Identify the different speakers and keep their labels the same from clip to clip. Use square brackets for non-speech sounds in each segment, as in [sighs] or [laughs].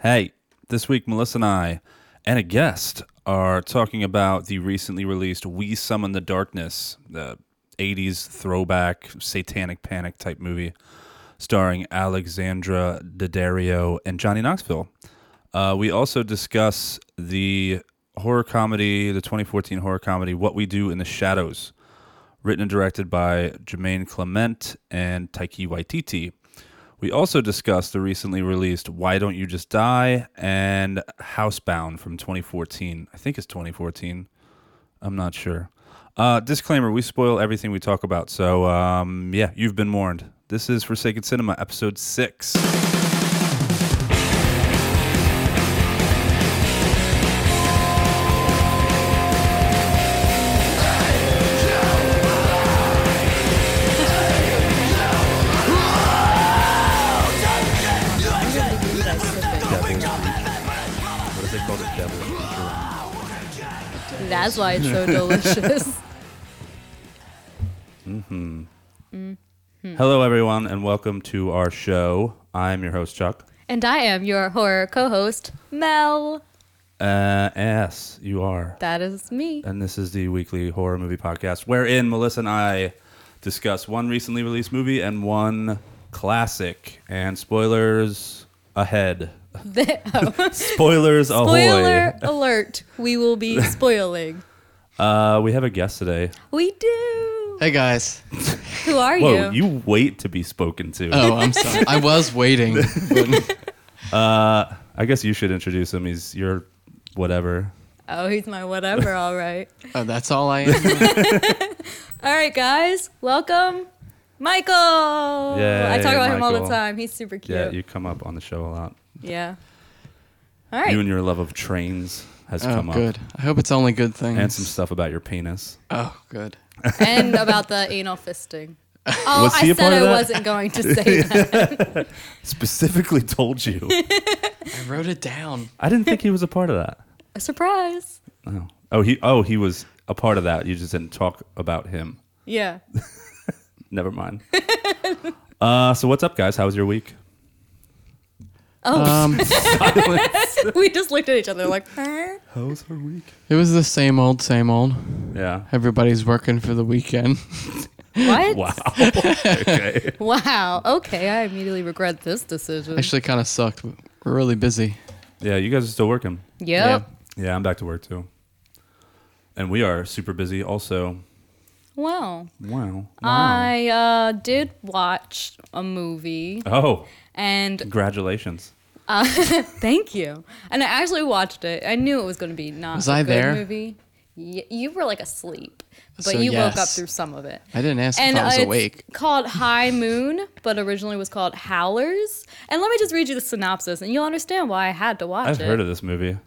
Speaker 1: Hey, this week, Melissa and I and a guest are talking about the recently released We Summon the Darkness, the 80s throwback satanic panic type movie starring Alexandra Daddario and Johnny Knoxville. Uh, we also discuss the horror comedy, the 2014 horror comedy, What We Do in the Shadows, written and directed by Jermaine Clement and Taiki Waititi. We also discussed the recently released Why Don't You Just Die and Housebound from 2014. I think it's 2014. I'm not sure. Uh, disclaimer we spoil everything we talk about. So, um, yeah, you've been warned. This is Forsaken Cinema, episode six. What is it called? A devil.
Speaker 2: That's why
Speaker 1: [laughs]
Speaker 2: it's so delicious.
Speaker 1: Hello, everyone, and welcome to our show. I'm your host, Chuck.
Speaker 2: and I am your horror co-host, Mel.
Speaker 1: Uh, yes, you are.
Speaker 2: That is me.
Speaker 1: and this is the weekly horror movie podcast wherein Melissa and I discuss one recently released movie and one classic. And spoilers ahead. [laughs] spoilers ahoy!
Speaker 2: Spoiler alert. We will
Speaker 1: [laughs]
Speaker 2: be spoiling.
Speaker 1: Uh, we have a guest today.
Speaker 2: We do.
Speaker 3: Hey guys.
Speaker 2: Who are
Speaker 1: Whoa,
Speaker 2: you?
Speaker 1: you wait to be spoken to.
Speaker 3: Oh, I'm sorry. I was waiting.
Speaker 1: [laughs]
Speaker 3: but-
Speaker 1: I guess you should introduce him. He's your whatever.
Speaker 2: Oh, he's my whatever, all right.
Speaker 3: oh, that's all I am.
Speaker 2: All right, guys. Welcome. Michael.
Speaker 1: Yay,
Speaker 2: I talk about him all the
Speaker 1: Michael.
Speaker 2: time. He's super cute.
Speaker 1: Yeah,
Speaker 2: Yeah.
Speaker 1: you come up on the show a lot.
Speaker 2: All right.
Speaker 1: You and your love of trains has
Speaker 3: Oh,
Speaker 1: come up.
Speaker 3: good. I hope it's only good things.
Speaker 1: And some stuff about your penis.
Speaker 3: Oh, good.
Speaker 1: [laughs]
Speaker 2: and about the anal fisting. Oh,
Speaker 1: Was
Speaker 2: I
Speaker 1: he a
Speaker 2: said
Speaker 1: part of
Speaker 2: I
Speaker 1: that?
Speaker 2: wasn't going to
Speaker 1: [laughs]
Speaker 2: say that.
Speaker 1: Specifically told you.
Speaker 3: I wrote it down.
Speaker 1: [laughs] I didn't think he was a part of that.
Speaker 2: A surprise.
Speaker 1: Oh. Oh, he oh he was a part of that. You just didn't talk about him.
Speaker 2: Yeah. [laughs]
Speaker 1: Never mind. uh, so what's up, guys? How was your week?
Speaker 2: Oh. [laughs]
Speaker 3: Um,
Speaker 2: we just looked at each other like, "Huh?"
Speaker 1: How was her week?
Speaker 3: it was the same old, same old.
Speaker 2: [laughs]
Speaker 1: Yeah.
Speaker 3: Everybody's working for the weekend. [laughs]
Speaker 2: what?
Speaker 1: Wow. okay.
Speaker 2: Wow. Okay, I immediately regret this decision.
Speaker 3: Actually, kind of sucked. We're really busy.
Speaker 1: Yeah, you guys are still working.
Speaker 2: yep.
Speaker 1: Yeah, I'm back to work too. And we are super busy also.
Speaker 2: Well,
Speaker 1: Wow. Wow.
Speaker 2: I uh, did watch a movie,
Speaker 1: oh,
Speaker 2: and
Speaker 1: congratulations.
Speaker 2: thank you. And I actually watched it. I knew it was going to be not
Speaker 3: Was
Speaker 2: a
Speaker 3: I
Speaker 2: good
Speaker 3: there?
Speaker 2: movie. Y- you were like asleep, but
Speaker 3: So,
Speaker 2: you woke up
Speaker 3: yes.
Speaker 2: through some of it.
Speaker 3: I didn't ask
Speaker 2: and
Speaker 3: if I was
Speaker 2: uh, it's
Speaker 3: awake.
Speaker 2: called High Moon, but originally was called Howlers. And let me just read you the synopsis, and you'll understand why I had to watch
Speaker 1: I've
Speaker 2: it.
Speaker 1: heard of this movie.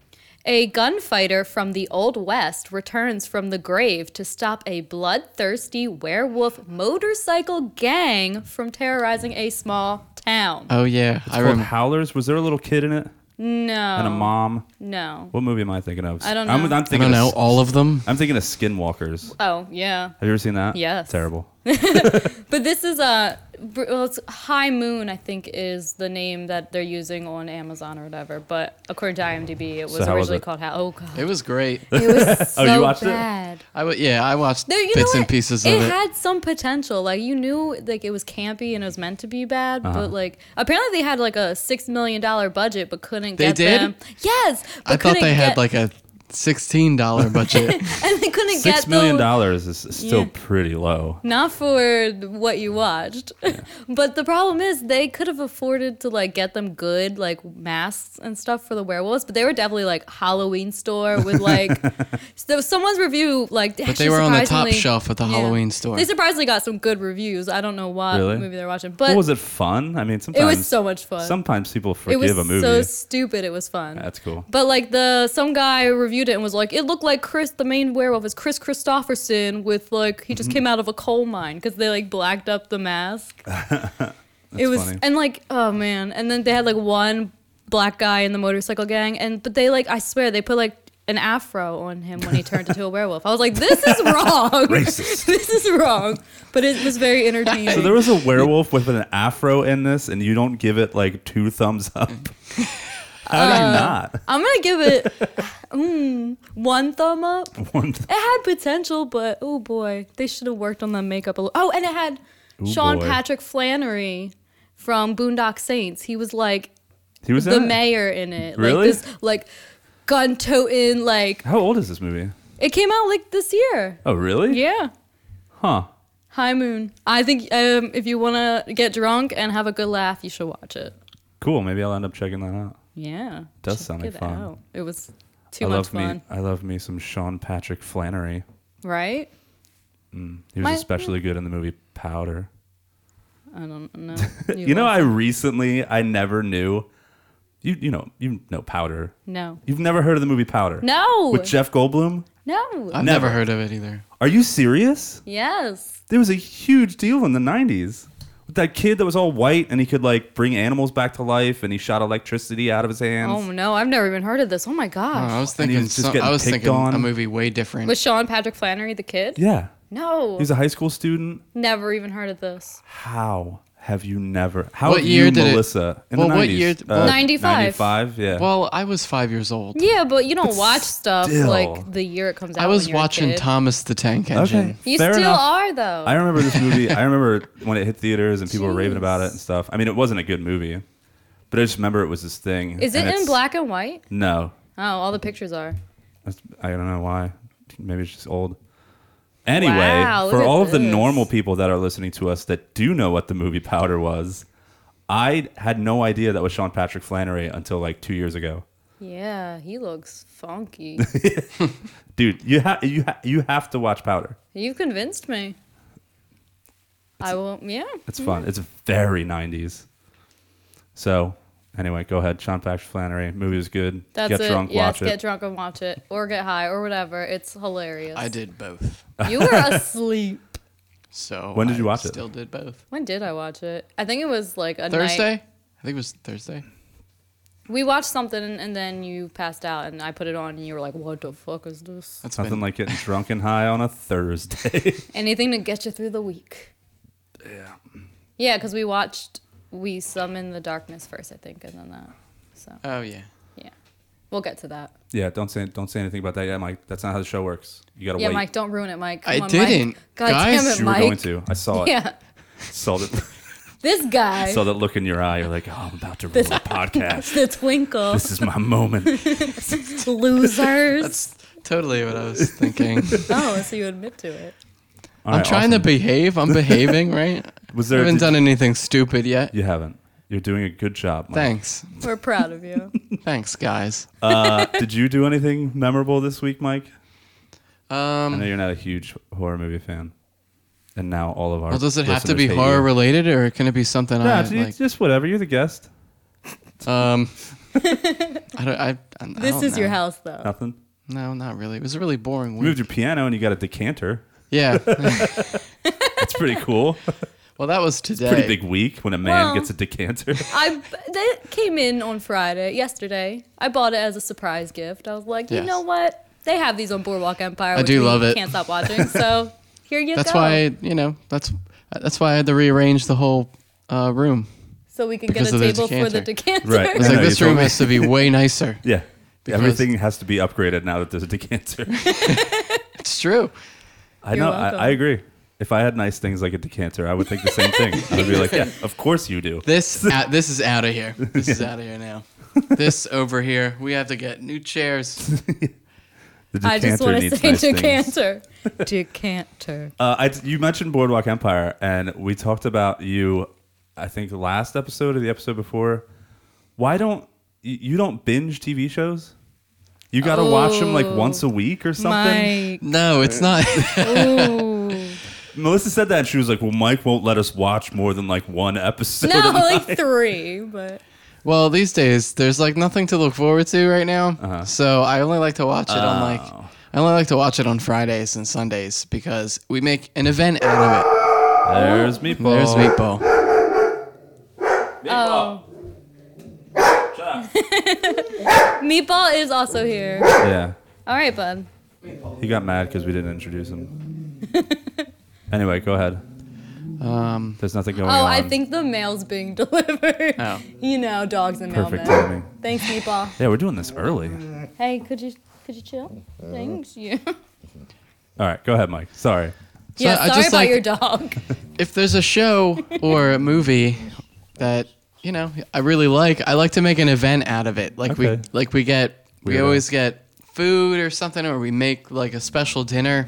Speaker 2: A gunfighter from the Old West returns from the grave to stop a bloodthirsty werewolf motorcycle gang from terrorizing a small town.
Speaker 3: Oh, yeah. I
Speaker 1: Called
Speaker 3: remember.
Speaker 1: Howlers. Was there a little kid in it
Speaker 2: no.
Speaker 1: and a mom?
Speaker 2: No.
Speaker 1: What movie am I thinking of?
Speaker 2: Oh. I don't
Speaker 1: I'm,
Speaker 2: know.
Speaker 1: I'm
Speaker 3: I
Speaker 1: thinking
Speaker 3: don't know.
Speaker 1: Of,
Speaker 3: All of them.
Speaker 1: I'm thinking of Skinwalkers.
Speaker 2: Oh, yeah.
Speaker 1: Have you ever seen that?
Speaker 2: Yes.
Speaker 1: Terrible.
Speaker 2: But this is a well, it's High Moon, I think, is the name that they're using on Amazon or whatever. But according to IMDb, it
Speaker 1: how
Speaker 2: was
Speaker 1: was
Speaker 2: originally
Speaker 1: it?
Speaker 2: called How. Oh, God.
Speaker 3: It was great.
Speaker 2: It was
Speaker 1: [laughs]
Speaker 2: so
Speaker 1: Oh, you watched it?
Speaker 2: bad.
Speaker 3: I w- yeah, I watched
Speaker 2: There, you
Speaker 3: bits
Speaker 2: know
Speaker 3: and
Speaker 2: what?
Speaker 3: pieces
Speaker 2: it
Speaker 3: of it.
Speaker 2: had some potential. Like you knew, like it was campy and it was meant to be bad.
Speaker 3: Uh-huh.
Speaker 2: But like apparently they had like a six million dollar budget, but couldn't
Speaker 3: They
Speaker 2: get
Speaker 3: did?
Speaker 2: them. Yes, but
Speaker 3: I thought
Speaker 2: couldn't
Speaker 3: they had
Speaker 2: get-
Speaker 3: like a $16 budget.
Speaker 2: [laughs] and they [laughs] couldn't
Speaker 1: Six
Speaker 2: get
Speaker 1: million
Speaker 2: the-
Speaker 1: dollars is still
Speaker 2: Yeah.
Speaker 1: pretty low.
Speaker 2: Not for what you watched, [laughs] but the problem is they could have afforded to like get them good like masks and stuff for the werewolves, but they were definitely like Halloween store with
Speaker 3: [laughs]
Speaker 2: like. so someone's review like.
Speaker 3: But they were on the top
Speaker 2: shelf.
Speaker 3: shelf at the Halloween store.
Speaker 2: They surprisingly got some good reviews. I don't know why
Speaker 1: Really?
Speaker 2: movie they're watching, but
Speaker 1: What was it fun? I mean,
Speaker 2: it
Speaker 1: sometimes
Speaker 2: was so much fun.
Speaker 1: Sometimes people
Speaker 2: it
Speaker 1: forgive
Speaker 2: was
Speaker 1: a movie.
Speaker 2: so stupid. It was fun.
Speaker 1: That's cool.
Speaker 2: But like the some guy reviewed it and was like, it looked like Chris, the main werewolf, is Chris Christopherson with like he just
Speaker 1: Mm-hmm.
Speaker 2: came out of a coal mine because they like blacked up the
Speaker 1: [laughs]
Speaker 2: mask. it was
Speaker 1: funny.
Speaker 2: and like oh man, and then they had like one black guy in the motorcycle gang, and but they like I swear they put like an afro on him when he turned into a werewolf. I was like, this
Speaker 1: [laughs]
Speaker 2: is wrong.
Speaker 1: Racist.
Speaker 2: [laughs] this is wrong. But it was very
Speaker 1: [laughs]
Speaker 2: entertaining. [laughs]
Speaker 1: so there was
Speaker 2: [laughs]
Speaker 1: a werewolf with an afro in this, and you don't give it like two thumbs up. How
Speaker 2: Uh,
Speaker 1: do you not? [laughs]
Speaker 2: I'm gonna give it mm, one thumb up.
Speaker 1: One th-
Speaker 2: It had potential, but oh boy, they should have worked on the makeup a little. Oh, and it had
Speaker 1: Ooh,
Speaker 2: Sean
Speaker 1: boy.
Speaker 2: Patrick Flannery from Boondock Saints. He was like
Speaker 1: He was
Speaker 2: the
Speaker 1: in it?
Speaker 2: mayor in it.
Speaker 1: Really?
Speaker 2: Like this like gun toting like
Speaker 1: How old is this movie?
Speaker 2: it came out like this year.
Speaker 1: Oh, really?
Speaker 2: Yeah.
Speaker 1: Huh.
Speaker 2: High Moon. I think um, if you want to get drunk and have a good laugh, you should watch it.
Speaker 1: Cool. Maybe I'll end up checking that out.
Speaker 2: Yeah.
Speaker 1: Does
Speaker 2: Check
Speaker 1: sound like
Speaker 2: it
Speaker 1: fun.
Speaker 2: out. It was too
Speaker 1: I
Speaker 2: much
Speaker 1: love
Speaker 2: fun,
Speaker 1: me. I love me some Sean Patrick Flannery.
Speaker 2: right?
Speaker 1: He was
Speaker 2: My-
Speaker 1: especially good in the movie Powder.
Speaker 2: I don't
Speaker 1: [laughs]
Speaker 2: know.
Speaker 1: You, know, I recently I never knew. You you know you know Powder.
Speaker 2: no,
Speaker 1: You've never heard of the movie Powder?
Speaker 2: No.
Speaker 1: With Jeff Goldblum?
Speaker 2: no.
Speaker 1: Never.
Speaker 3: I've never heard of it either.
Speaker 1: Are you serious?
Speaker 2: yes.
Speaker 1: There was a huge deal in the '90s with that kid that was all white and he could like bring animals back to life and he shot electricity out of his hands.
Speaker 2: Oh no, I've never even heard of this. Oh my
Speaker 3: Oh,
Speaker 2: gosh.
Speaker 3: I was
Speaker 1: And he
Speaker 3: thinking
Speaker 1: was just
Speaker 3: some,
Speaker 1: getting
Speaker 3: I was
Speaker 1: picked
Speaker 3: thinking
Speaker 1: on.
Speaker 3: a movie way different.
Speaker 2: With Sean Patrick Flannery, the kid?
Speaker 1: Yeah,
Speaker 2: No,
Speaker 1: he was a high school student.
Speaker 2: never even heard of this.
Speaker 1: How have you never? How
Speaker 3: What
Speaker 1: have
Speaker 3: year
Speaker 1: you,
Speaker 3: did it-
Speaker 1: Melissa? in
Speaker 3: well,
Speaker 1: the
Speaker 3: what
Speaker 1: 90s,
Speaker 3: year-
Speaker 1: Uh,
Speaker 2: 95.
Speaker 1: 95, yeah.
Speaker 3: well, I was five years old.
Speaker 2: Yeah, but you don't watch stuff
Speaker 1: still.
Speaker 2: like the year it comes out.
Speaker 3: I was
Speaker 2: when you're a
Speaker 3: watching
Speaker 2: kid.
Speaker 3: Thomas the Tank Engine.
Speaker 1: okay.
Speaker 2: You
Speaker 1: fair
Speaker 2: still
Speaker 1: enough.
Speaker 2: are though.
Speaker 1: I remember this movie. I
Speaker 2: [laughs]
Speaker 1: remember when it hit theaters and people were raving
Speaker 2: Jeez.
Speaker 1: about it and stuff. I mean, it wasn't a good movie, but I just remember it was this thing.
Speaker 2: Is it
Speaker 1: and
Speaker 2: in
Speaker 1: it's-
Speaker 2: black and white?
Speaker 1: No,
Speaker 2: Oh, all the pictures are.
Speaker 1: That's, I don't know why. Maybe it's just old. Anyway,
Speaker 2: Wow,
Speaker 1: for
Speaker 2: look at
Speaker 1: all of the
Speaker 2: this.
Speaker 1: normal people that are listening to us that do know what the movie Powder was, I had no idea that was Sean Patrick Flannery until like two years ago. [laughs]
Speaker 2: Yeah, he looks funky.
Speaker 1: Dude, you have you ha- you have to watch Powder.
Speaker 2: You've convinced me. I will. Yeah.
Speaker 1: It's fun. It's very '90s. So, anyway, go ahead. Sean Patrick Flannery movie was good.
Speaker 2: That's
Speaker 1: get
Speaker 2: it.
Speaker 1: drunk,
Speaker 2: yes,
Speaker 1: watch
Speaker 2: get
Speaker 1: it.
Speaker 2: drunk and watch it, or get high, or whatever. It's hilarious.
Speaker 3: I did both.
Speaker 1: [laughs]
Speaker 2: You were asleep.
Speaker 3: So
Speaker 1: Uh, When did you
Speaker 3: I
Speaker 1: watch it?
Speaker 3: Still did both.
Speaker 2: When did I watch it? I think it was like a night-
Speaker 3: Thursday. I think it was Thursday.
Speaker 2: We watched something, and then you passed out, and I put it on, and you were like, "What the fuck is this?"
Speaker 3: That's
Speaker 1: Nothing
Speaker 3: been
Speaker 1: like getting drunk and high on a Thursday. [laughs]
Speaker 2: Anything to get you through the week. Yeah. Yeah, because we watched We Summon the Darkness first, I think, and then that. So
Speaker 3: Oh yeah.
Speaker 2: yeah, we'll get to that.
Speaker 1: yeah, don't say don't say anything about that yet, Mike. That's not how the show works. You gotta
Speaker 2: Yeah,
Speaker 1: wait.
Speaker 2: Mike, don't ruin it, Mike.
Speaker 3: I
Speaker 2: Come on,
Speaker 3: didn't.
Speaker 2: Mike. God
Speaker 3: Guys,
Speaker 2: damn it,
Speaker 1: you were
Speaker 2: Mike.
Speaker 1: going to. I saw it.
Speaker 2: [laughs] Yeah,
Speaker 1: Saw that.
Speaker 2: this guy,
Speaker 1: Saw that look in your eye. You're like, oh, I'm about to ruin a
Speaker 2: [laughs]
Speaker 1: podcast.
Speaker 2: the twinkle,
Speaker 1: This is my moment.
Speaker 2: [laughs] losers.
Speaker 3: [laughs] That's totally what I
Speaker 1: [laughs]
Speaker 3: was thinking.
Speaker 2: oh, so you admit to it?
Speaker 1: All
Speaker 3: I'm
Speaker 1: right,
Speaker 3: trying to
Speaker 1: awesome.
Speaker 3: behave. I'm behaving,
Speaker 1: [laughs]
Speaker 3: right?
Speaker 1: Was
Speaker 3: I
Speaker 1: there?
Speaker 3: haven't
Speaker 1: did-
Speaker 3: done anything stupid yet.
Speaker 1: You haven't. You're doing a good job. Mike.
Speaker 3: Thanks.
Speaker 2: We're proud of you.
Speaker 3: Thanks, guys.
Speaker 2: [laughs]
Speaker 1: Uh, did you do anything memorable this week, Mike? I know
Speaker 3: Um,
Speaker 1: you're not a huge horror movie fan, and now all of our.
Speaker 3: well, does it have to
Speaker 1: listeners
Speaker 3: be
Speaker 1: hate
Speaker 3: horror
Speaker 1: You.
Speaker 3: related, or can it be something
Speaker 1: Nah,
Speaker 3: I
Speaker 1: it's- it's
Speaker 3: like?
Speaker 1: just whatever. You're the guest.
Speaker 2: [laughs]
Speaker 3: Um, I don't. I, I, [laughs] I
Speaker 2: This
Speaker 3: don't
Speaker 2: is your
Speaker 3: know.
Speaker 2: house, though.
Speaker 1: Nothing.
Speaker 3: No, not really. It was a really boring
Speaker 1: You moved
Speaker 3: week.
Speaker 1: your piano and you got a decanter. [laughs]
Speaker 3: Yeah.
Speaker 1: That's pretty
Speaker 3: [laughs]
Speaker 1: cool.
Speaker 3: well, that was today.
Speaker 1: pretty big week when a man
Speaker 2: Well-
Speaker 1: gets a decanter. [laughs]
Speaker 2: I that came in on Friday, yesterday. I bought it as a surprise gift. I was like, you
Speaker 3: Yes.
Speaker 2: know what? They have these on Boardwalk Empire.
Speaker 3: I
Speaker 2: which
Speaker 3: do
Speaker 2: we
Speaker 3: love it.
Speaker 2: Can't stop watching. So
Speaker 3: [laughs]
Speaker 2: here you
Speaker 3: That's
Speaker 2: go.
Speaker 3: why you know. That's that's why I had to rearrange the whole uh, room.
Speaker 2: so we can get a
Speaker 3: because of the
Speaker 2: table for the decanter.
Speaker 1: Right.
Speaker 3: I was
Speaker 1: I
Speaker 3: like,
Speaker 1: know,
Speaker 3: this
Speaker 1: you told
Speaker 3: room
Speaker 1: me.
Speaker 3: has to
Speaker 1: [laughs]
Speaker 3: be way nicer.
Speaker 1: yeah.
Speaker 3: Because-
Speaker 1: Everything has to be upgraded now that there's a decanter.
Speaker 3: It's true.
Speaker 1: I
Speaker 2: You're
Speaker 1: know. I, I
Speaker 2: welcome.
Speaker 1: agree. If I had nice things like a decanter, I would think the same
Speaker 2: [laughs]
Speaker 1: thing. I would be like, yeah, of course you do. [laughs]
Speaker 3: This out this is out of here. This is out of here now. This over here. We have to get new chairs.
Speaker 1: [laughs] The decanter
Speaker 2: [laughs] I just want to
Speaker 1: needs
Speaker 2: say
Speaker 1: nice things. [laughs]
Speaker 2: decanter. decanter.
Speaker 1: Uh, I, you mentioned Boardwalk Empire, and we talked about you. I think last episode or the episode before. Why don't you, you don't binge TV shows? You got to 'em watch them like
Speaker 2: Oh,
Speaker 1: once a week or something.
Speaker 2: Mike.
Speaker 3: No, it's not. [laughs]
Speaker 2: Ooh.
Speaker 1: Melissa said that and she was like, "Well, Mike won't let us watch more than like one episode."
Speaker 2: no,
Speaker 1: And I-
Speaker 2: like three, but
Speaker 3: well, these days there's like nothing to look forward to right now.
Speaker 1: Uh-huh.
Speaker 3: So I only like to watch it on
Speaker 1: Oh.
Speaker 3: like I only like to watch it on Fridays and Sundays because we make an event out
Speaker 1: [laughs]
Speaker 3: of
Speaker 1: There's
Speaker 3: it.
Speaker 1: meatball.
Speaker 3: There's meatball.
Speaker 2: Oh.
Speaker 1: Meatball.
Speaker 2: Meatball is also here.
Speaker 1: Yeah,
Speaker 2: All right, bud. [laughs]
Speaker 1: he got mad because we didn't introduce him. anyway, go ahead. Um, There's nothing going on.
Speaker 2: Oh, I think the mail's being [laughs] delivered.
Speaker 3: Oh.
Speaker 2: You know, dogs and
Speaker 1: Perfect
Speaker 2: mailmen.
Speaker 1: timing.
Speaker 2: Thanks, Meatball.
Speaker 1: Yeah, we're doing this early.
Speaker 2: Hey, could you could you chill?
Speaker 1: Uh-huh.
Speaker 2: Thanks. [laughs] Yeah.
Speaker 1: All right, go ahead, Mike. Sorry.
Speaker 2: yeah.
Speaker 3: I
Speaker 2: Sorry
Speaker 3: just
Speaker 2: about
Speaker 3: like-
Speaker 2: your dog.
Speaker 3: if there's a show or a movie that you know I really like, I like to make an event out of it. Like we
Speaker 1: Okay.
Speaker 3: like we get we
Speaker 1: Weirdo.
Speaker 3: always get food or something, or we make like a special dinner.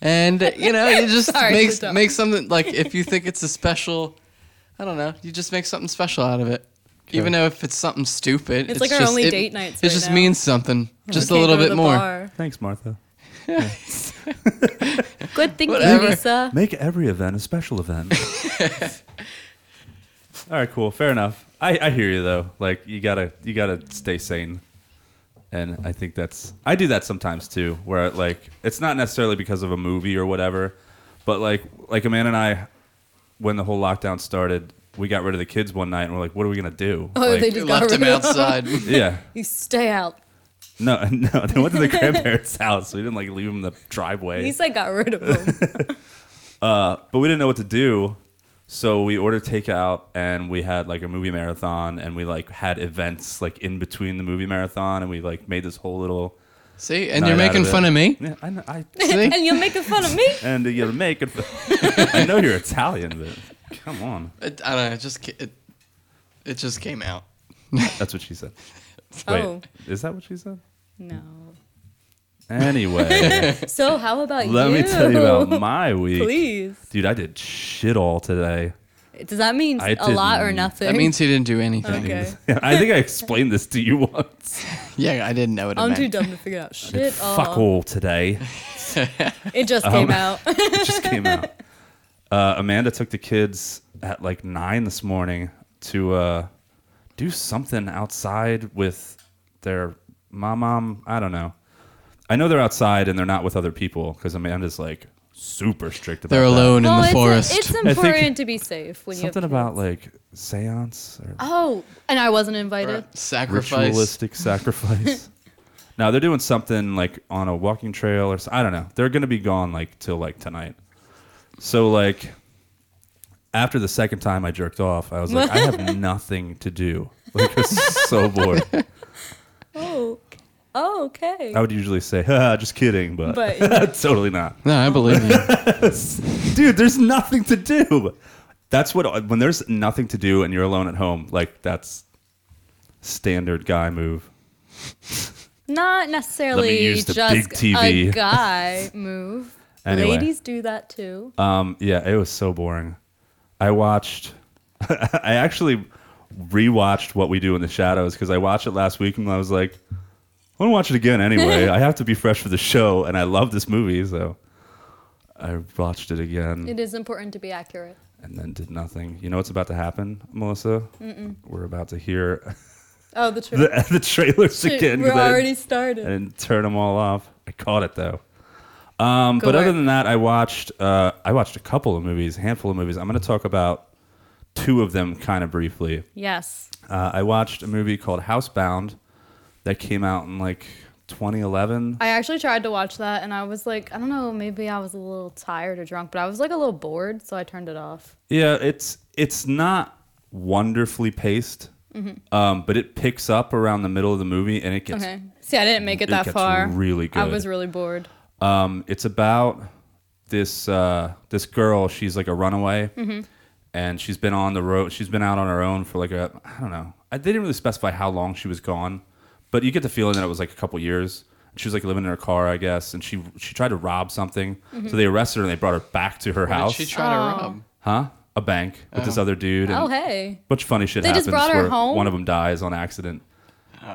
Speaker 3: And you know, you just
Speaker 2: [laughs] Sorry,
Speaker 3: make
Speaker 2: just don't.
Speaker 3: make something like if you think it's a special, I don't know, you just make something special out of it. Even though if it's something stupid,
Speaker 2: It's like our
Speaker 3: just-
Speaker 2: only
Speaker 3: it-
Speaker 2: date nights
Speaker 3: It
Speaker 2: right
Speaker 3: just
Speaker 2: now.
Speaker 3: means something, just a
Speaker 2: Can't
Speaker 3: little
Speaker 2: go to
Speaker 3: bit
Speaker 2: the
Speaker 3: more.
Speaker 2: bar.
Speaker 1: Thanks, Martha.
Speaker 2: Good thinking,
Speaker 3: Whatever.
Speaker 2: Lisa.
Speaker 1: Make every event a special event. [laughs] All right, cool. Fair enough. I, I hear you though. Like you gotta you gotta stay sane. And I think that's I do that sometimes too, where like it's not necessarily because of a movie or whatever, but like like Amanda and I, when the whole lockdown started, we got rid of the kids one night and we're like, what are we gonna do?
Speaker 2: Oh,
Speaker 1: Like,
Speaker 2: they
Speaker 3: We
Speaker 2: just got
Speaker 3: left
Speaker 2: rid
Speaker 3: him
Speaker 2: of them.
Speaker 3: outside. [laughs]
Speaker 1: yeah.
Speaker 2: You stay out.
Speaker 1: No, [laughs] no. They
Speaker 2: [laughs]
Speaker 1: went to the grandparents' house. We didn't like leave them the driveway.
Speaker 2: Lisa got rid of
Speaker 3: [laughs]
Speaker 2: him.
Speaker 1: Uh, but we didn't know what to do so we ordered takeout and we had like a movie marathon and we like had events like in between the movie marathon and we like made this whole little
Speaker 3: See, and
Speaker 1: night
Speaker 3: you're
Speaker 1: out
Speaker 3: making
Speaker 1: it.
Speaker 3: fun
Speaker 2: [laughs]
Speaker 3: of me.
Speaker 1: yeah, I, know- I [laughs]
Speaker 3: See?
Speaker 2: and you're making fun of me.
Speaker 1: and uh, you make it [laughs] i know you're italian but come on
Speaker 3: It, I don't know. It just ca- it, it just came out.
Speaker 1: that's what she said wait
Speaker 2: Oh.
Speaker 1: is that what she said
Speaker 2: No. [laughs]
Speaker 1: anyway
Speaker 2: So how about
Speaker 1: let
Speaker 2: you?
Speaker 1: me tell you about my week
Speaker 2: Please.
Speaker 1: dude i did shit all today [laughs]
Speaker 2: Does that mean
Speaker 1: I
Speaker 2: a lot or
Speaker 1: didn't-
Speaker 2: nothing?
Speaker 3: That means he didn't do anything.
Speaker 2: [laughs] Okay.
Speaker 1: i think i explained this to you [laughs] once
Speaker 3: Yeah, I didn't know what it
Speaker 2: I'm
Speaker 3: meant.
Speaker 2: too dumb to figure out shit.
Speaker 1: fuck
Speaker 2: all.
Speaker 1: all today
Speaker 2: It just came out.
Speaker 1: It just came [laughs] out. Uh, Amanda took the kids at like nine this morning to uh, do something outside with their mom. Mom, I don't know. I know they're outside and they're not with other people because Amanda's like super strict about.
Speaker 3: They're
Speaker 1: that.
Speaker 2: [laughs]
Speaker 3: alone in
Speaker 2: Well,
Speaker 3: the
Speaker 2: Oh, it's,
Speaker 3: forest.
Speaker 2: it's
Speaker 1: think-
Speaker 2: important to be safe when you have
Speaker 1: Something
Speaker 2: kids.
Speaker 1: about like seance or
Speaker 2: Oh, and I wasn't invited.
Speaker 3: Sacrifice.
Speaker 1: ritualistic
Speaker 2: [laughs]
Speaker 1: sacrifice. now they're doing something like on a walking trail or s- I don't know. They're gonna be gone like till like tonight. So like after the second time I jerked off, I was like, I
Speaker 2: [laughs]
Speaker 1: have nothing to do. Like I was so bored.
Speaker 2: Oh, oh okay.
Speaker 1: I would usually say, "Haha, just kidding, but, [laughs]
Speaker 2: But, yeah.
Speaker 1: totally not.
Speaker 3: No, I believe you.
Speaker 1: Dude, there's nothing to do. That's what when there's nothing to do and you're alone at home, like that's standard guy move.
Speaker 2: Not necessarily
Speaker 1: use the
Speaker 2: just
Speaker 1: big
Speaker 2: a
Speaker 1: TV.
Speaker 2: guy
Speaker 1: [laughs]
Speaker 2: move.
Speaker 1: Anyway.
Speaker 2: Ladies do that too.
Speaker 1: Um, yeah, it was so boring. I watched. [laughs] I actually rewatched What We Do in the Shadows because I watched it last week and I was like, I want to watch it again
Speaker 2: [laughs]
Speaker 1: anyway. I have to be fresh for the show, and I love this movie, so I watched it again
Speaker 2: It is important to be accurate.
Speaker 1: and then did nothing. You know what's about to happen, Melissa? We're about to hear [laughs]
Speaker 2: Oh, the truth.
Speaker 1: the, the trailers again.
Speaker 2: We're
Speaker 1: 'cause I-
Speaker 2: already
Speaker 1: I
Speaker 2: started.
Speaker 1: didn't turn them all off. I caught it though. Um,
Speaker 2: Go
Speaker 1: but other
Speaker 2: work.
Speaker 1: than that, I watched uh, I watched a couple of movies, a handful of movies. I'm going to talk about two of them kind of briefly.
Speaker 2: Yes.
Speaker 1: Uh, I watched a movie called Housebound that came out in like 2011.
Speaker 2: I actually tried to watch that and I was like, I don't know, maybe I was a little tired or drunk, but I was like a little bored, so I turned it off.
Speaker 1: Yeah, it's it's not wonderfully paced, um, but it picks up around the middle of the movie and it gets
Speaker 2: Mm-hmm. Okay. See, I didn't make it,
Speaker 1: it
Speaker 2: that
Speaker 1: gets
Speaker 2: far.
Speaker 1: really
Speaker 2: I
Speaker 1: good.
Speaker 2: was really bored.
Speaker 1: Um, it's about this uh, this girl. She's like a runaway,
Speaker 2: Mm-hmm.
Speaker 1: and she's been on the road. She's been out on her own for like a I don't know. I, they didn't really specify how long she was gone, but you get the feeling that it was like a couple years. She was like living in her car, I guess, and she she tried to rob something.
Speaker 2: Mm-hmm.
Speaker 1: So they arrested her and they brought her back to her
Speaker 3: What
Speaker 1: house,
Speaker 3: did [laughs] she try to rob?
Speaker 1: huh? A bank with this other dude. And
Speaker 2: Oh, hey.
Speaker 1: bunch of funny shit
Speaker 2: They
Speaker 1: happens
Speaker 2: just brought her
Speaker 1: where
Speaker 2: home?
Speaker 1: one of them dies on accident.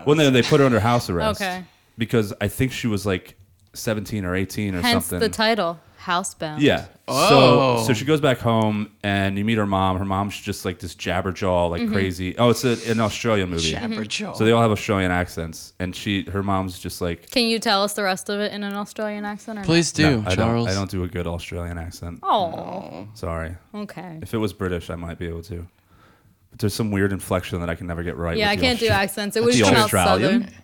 Speaker 1: well, no, they put her under house arrest.
Speaker 2: Okay.
Speaker 1: Because I think she was like 17 or 18 or
Speaker 2: Hence
Speaker 1: something.
Speaker 2: the title, Housebound.
Speaker 1: Yeah.
Speaker 3: Oh.
Speaker 1: So so she goes back home and you meet her mom. Her mom's just like this jabberjaw,
Speaker 2: Mm-hmm.
Speaker 1: like crazy. Oh, it's a, an Australian movie.
Speaker 2: [laughs]
Speaker 3: Jabberjaw.
Speaker 1: So they all have Australian accents, and she her mom's just like.
Speaker 2: Can you tell us the rest of it in an Australian accent? Or
Speaker 3: Please do,
Speaker 1: "No, I
Speaker 3: Charles.
Speaker 1: don't. I don't do a good Australian accent.
Speaker 2: Oh,
Speaker 1: Sorry.
Speaker 2: okay.
Speaker 1: If it was British, I might be able to. But there's some weird inflection that I can never get right.
Speaker 2: Yeah, I
Speaker 1: with the
Speaker 2: can't do
Speaker 1: Austra-
Speaker 2: accents. It
Speaker 1: with [laughs]
Speaker 2: would
Speaker 1: the
Speaker 2: just come out
Speaker 1: Australian.
Speaker 2: southern.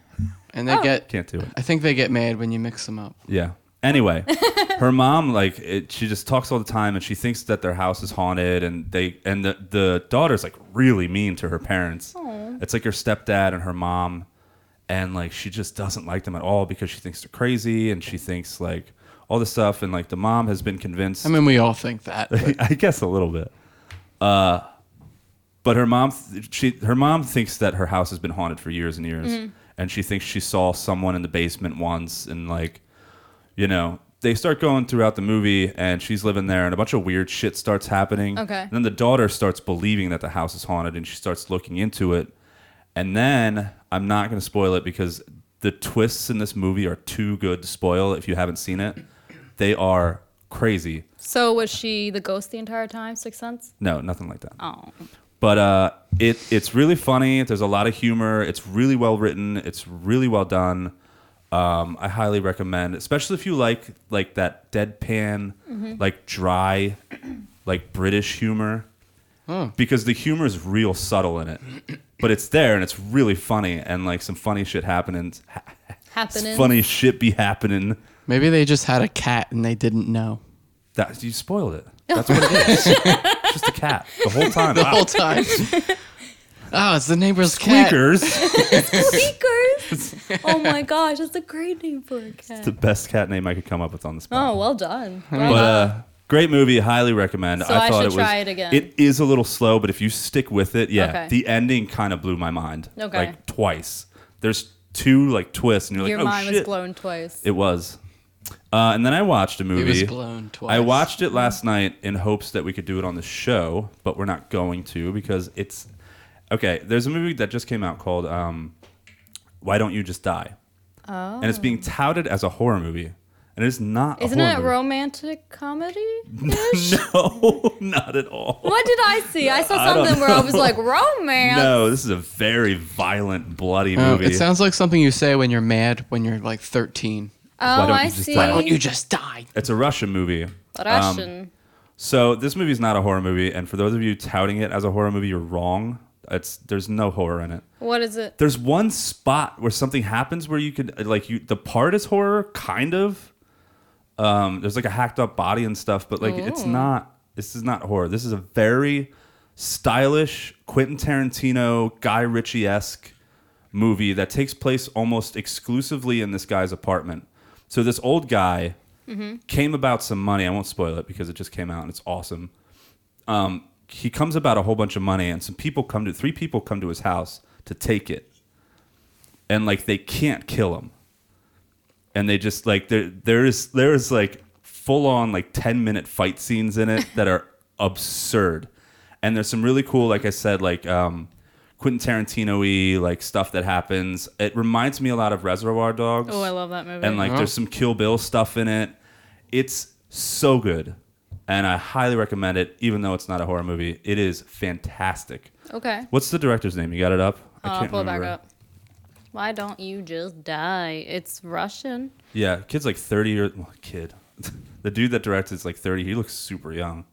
Speaker 3: And they get.
Speaker 1: Can't do it.
Speaker 3: I think they get mad when you mix them up.
Speaker 1: Yeah. Anyway, her mom like it, she just talks all the time, and she thinks that their house is haunted, and they and the the daughter's like really mean to her parents. It's like her stepdad and her mom, and like she just doesn't like them at all because she thinks they're crazy, and she thinks like all this stuff, and like the mom has been convinced.
Speaker 3: I mean, we all think
Speaker 1: [laughs]
Speaker 3: that. but-
Speaker 1: I guess a little bit. Uh, but her mom, th- she her mom thinks that her house has been haunted for years and years, and she thinks she saw someone in the basement once, and like, you know, they start going throughout the movie, and she's living there, and a bunch of weird shit starts happening.
Speaker 2: Okay.
Speaker 1: And then the daughter starts believing that the house is haunted, and she starts looking into it, and then I'm not going to spoil it because the twists in this movie are too good to spoil if you haven't seen it. They are crazy.
Speaker 2: So was she the ghost the entire time? Sixth Sense?
Speaker 1: No, nothing like that.
Speaker 2: Oh,
Speaker 1: But uh, it it's really funny. There's a lot of humor. It's really well written. It's really well done. Um, I highly recommend, especially if you like like that deadpan, like dry, like British humor, because the humor is real subtle in it. But it's there and it's really funny and like some funny shit happening.
Speaker 2: happening. [laughs]
Speaker 1: Funny shit be happening.
Speaker 3: Maybe they just had a cat and they didn't know
Speaker 1: That you spoiled it. That's what it is. It's just a cat the whole time.
Speaker 3: the
Speaker 1: Wow.
Speaker 3: whole
Speaker 2: [laughs]
Speaker 3: time. oh, it's the neighbor's cat.
Speaker 1: Squeakers.
Speaker 2: Sneakers.
Speaker 1: [laughs]
Speaker 2: oh my gosh, that's a great name for a cat.
Speaker 1: the best cat name I could come up with on the spot.
Speaker 2: Oh, well done.
Speaker 1: But
Speaker 2: Well done.
Speaker 1: uh, great movie, highly recommend.
Speaker 2: So I
Speaker 1: thought
Speaker 2: should
Speaker 1: it was,
Speaker 2: try it again.
Speaker 1: It is a little slow, but if you stick with it, yeah,
Speaker 2: Okay.
Speaker 1: the ending kind of blew my mind.
Speaker 2: Okay.
Speaker 1: like twice. There's two like twists, and you're
Speaker 2: Your
Speaker 1: like,
Speaker 2: mind
Speaker 1: oh
Speaker 2: was
Speaker 1: shit,
Speaker 2: blown twice.
Speaker 1: it was. Uh, and then I watched a
Speaker 3: It
Speaker 1: movie.
Speaker 3: was blown twice.
Speaker 1: I watched it last night in hopes that we could do it on the show, but we're not going to because it's okay. There's a movie that just came out called um, "Why Don't You Just Die," oh. and it's being touted as a horror movie, and it's not. a
Speaker 2: Isn't
Speaker 1: horror
Speaker 2: it
Speaker 1: movie.
Speaker 2: romantic comedy?
Speaker 1: [laughs] No, not at all.
Speaker 2: What did I see? I saw
Speaker 1: don't
Speaker 2: something where I was like, romance.
Speaker 1: No, this is a very violent, bloody
Speaker 3: Oh,
Speaker 1: movie.
Speaker 3: it sounds like something you say when you're mad when you're like 13.
Speaker 1: Why
Speaker 2: Oh,
Speaker 1: don't
Speaker 2: I
Speaker 1: you just um,
Speaker 2: see.
Speaker 1: die? Why
Speaker 3: Don't you just die?
Speaker 1: it's a Russian movie.
Speaker 2: Russian.
Speaker 1: So this movie is not a horror movie, and for those of you touting it as a horror movie, you're wrong. It's there's no horror in it.
Speaker 2: what is it?
Speaker 1: There's one spot where something happens where you could uh, like you the part is horror, kind of. Um, there's like a hacked up body and stuff, but like it's not. This is not horror. This is a very stylish Quentin Tarantino, Guy Ritchie esque movie that takes place almost exclusively in this guy's apartment. So this old guy came about some money. I won't spoil it because it just came out and it's awesome. Um, he comes about a whole bunch of money, and some people come to three people come to his house to take it, and like they can't kill him, and they just like there there is there is like full on like ten minute fight scenes in it that
Speaker 2: [laughs]
Speaker 1: are absurd, and there's some really cool like I said like um, Quentin Tarantino y like stuff that happens. It reminds me a lot of Reservoir Dogs.
Speaker 2: Oh, I love that movie.
Speaker 1: And like,
Speaker 3: Uh-huh.
Speaker 1: there's some Kill Bill stuff in it. It's so good, and I highly recommend it. Even though it's not a horror movie, it is fantastic.
Speaker 2: okay.
Speaker 1: What's the director's name? You got it up? I
Speaker 2: I'll Uh, pull it back up. Why don't you just die? It's Russian.
Speaker 1: Yeah, kid's like 30 years. Well, kid, [laughs] the dude that directs it's like 30. He looks super young.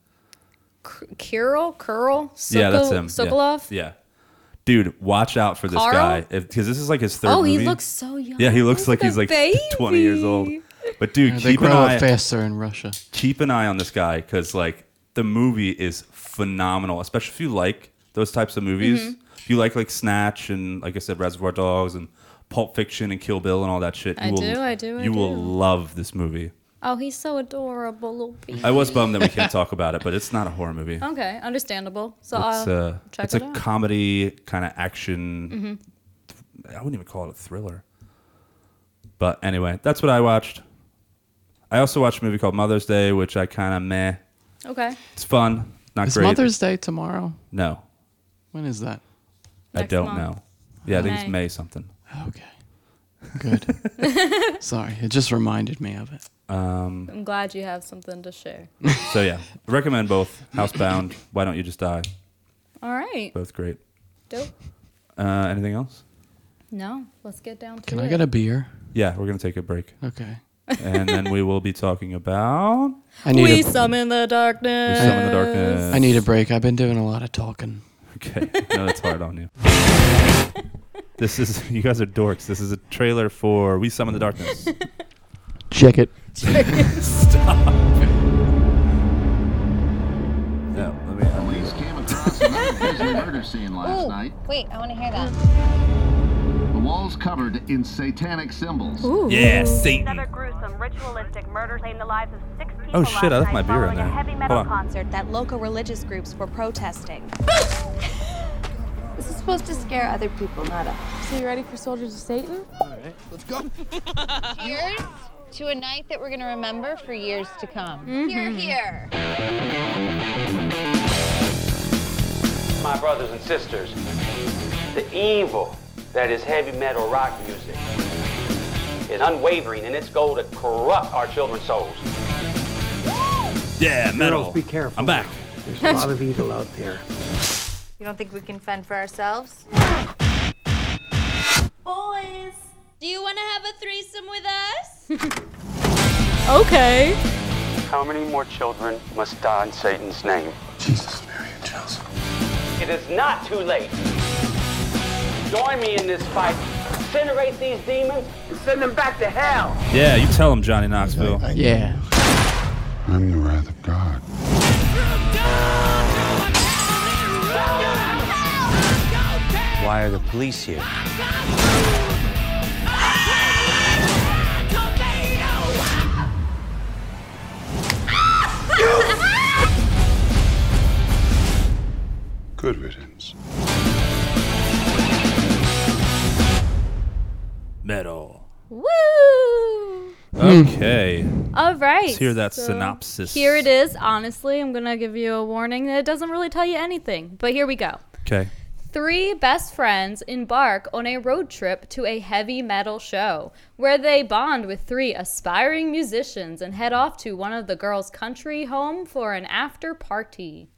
Speaker 2: K- Kirill? Curl? Sokol-
Speaker 1: yeah, that's him. Yeah.
Speaker 2: Sokolov?
Speaker 1: Yeah. dude, watch out for this
Speaker 2: Carl?
Speaker 1: guy because this is like his third.
Speaker 2: Oh, he
Speaker 1: movie.
Speaker 2: looks so young.
Speaker 1: Yeah, he looks like he's like [laughs]
Speaker 2: a baby.
Speaker 1: 20 years old. But dude,
Speaker 3: They
Speaker 1: keep an
Speaker 3: grow
Speaker 1: eye.
Speaker 3: up faster in Russia.
Speaker 1: keep an eye on this guy because like the movie is phenomenal, especially if you like those types of movies.
Speaker 2: Mm-hmm.
Speaker 1: If you like like Snatch and like I said, Reservoir Dogs and Pulp Fiction and Kill Bill and all that shit, you
Speaker 2: I
Speaker 1: will,
Speaker 2: do, I do, I
Speaker 1: you will
Speaker 2: do.
Speaker 1: love this movie.
Speaker 2: Oh, he's so adorable, little baby.
Speaker 1: I was bummed that we can't talk about it, but it's not a horror movie.
Speaker 2: Okay, understandable. So uh,
Speaker 1: it's
Speaker 2: [laughs] I'll
Speaker 1: a
Speaker 2: check
Speaker 1: it's
Speaker 2: it
Speaker 1: a
Speaker 2: out.
Speaker 1: comedy kind of action.
Speaker 2: Mm-hmm.
Speaker 1: th- I wouldn't even call it a thriller. But anyway, that's what I watched. I also watched a movie called Mother's Day, which I kind of meh. uh,
Speaker 2: okay.
Speaker 1: It's fun, not
Speaker 3: Is
Speaker 1: great.
Speaker 3: Mother's Day tomorrow?
Speaker 1: No,
Speaker 3: When is that?
Speaker 1: I
Speaker 2: Next
Speaker 1: don't
Speaker 2: month.
Speaker 1: know. Yeah, I think it's
Speaker 2: May.
Speaker 1: May something.
Speaker 3: Oh, Okay. Good. [laughs] Sorry, it just reminded me of it.
Speaker 1: Um,
Speaker 2: I'm glad you have something to share.
Speaker 1: so yeah, recommend both. Housebound. Why don't you just die?
Speaker 2: All right.
Speaker 1: Both great.
Speaker 2: Dope.
Speaker 1: Uh, anything else?
Speaker 2: No, let's get down to
Speaker 3: Can
Speaker 2: it.
Speaker 3: I get a beer?
Speaker 1: Yeah, we're gonna take a break,
Speaker 3: Okay.
Speaker 1: and then we will be talking about [laughs]
Speaker 3: I need
Speaker 2: we
Speaker 3: a,
Speaker 2: summon the darkness.
Speaker 1: some in the darkness.
Speaker 3: I need a break. I've been doing a lot of talking.
Speaker 1: Okay, no, that's hard on you.
Speaker 2: [laughs]
Speaker 1: This is you guys are dorks. This is a trailer for We Summon the Darkness.
Speaker 4: Check it.
Speaker 1: Yeah, let me. let me-
Speaker 5: Police came across an unpleasant murder scene last night.
Speaker 6: wait, I want to hear that.
Speaker 7: Mm.
Speaker 5: The walls covered in satanic symbols.
Speaker 1: Yeah, Satan.
Speaker 8: Another gruesome ritualistic murder claimed the lives of six people
Speaker 1: Oh shit! I left
Speaker 8: last
Speaker 1: my
Speaker 8: night
Speaker 1: beer in
Speaker 8: following
Speaker 1: there.
Speaker 8: a heavy
Speaker 1: Hold
Speaker 8: metal
Speaker 1: on.
Speaker 6: Concert that local religious groups were protesting.
Speaker 7: [laughs] This is supposed to scare other people, not us. So you ready for Soldiers of Satan?
Speaker 6: [laughs] Here's to a night that we're going to remember for years to come.
Speaker 7: Mm-hmm.
Speaker 6: Here, here.
Speaker 9: my brothers and sisters, the evil that is heavy metal rock music is unwavering in its goal to corrupt our children's souls.
Speaker 1: Yeah, metal.
Speaker 10: Girls, be careful.
Speaker 1: I'm back.
Speaker 10: There's a lot of evil out there.
Speaker 7: You don't think we can fend for ourselves?
Speaker 8: Boys!
Speaker 6: Do you want to have a threesome with us?
Speaker 2: Okay.
Speaker 9: How many more children must die in Satan's name?
Speaker 4: Jesus, Mary, and Joseph.
Speaker 9: It is not too late. Join me in this fight. Incinerate these demons and send them back to hell.
Speaker 1: Yeah, you tell him, Johnny Knoxville.
Speaker 3: [laughs] Yeah.
Speaker 4: I'm the wrath of God.
Speaker 9: Why are the police here?
Speaker 4: Good riddance.
Speaker 1: Metal.
Speaker 2: Woo!
Speaker 1: Okay.
Speaker 2: All right.
Speaker 1: Let's hear that synopsis.
Speaker 2: Here it is. Honestly, I'm going to give you a warning that it doesn't really tell you anything, but here we go.
Speaker 1: Okay.
Speaker 2: Three best friends embark on a road trip to a heavy metal show where they bond with three aspiring musicians and head off to one of the girls' country home for an after party.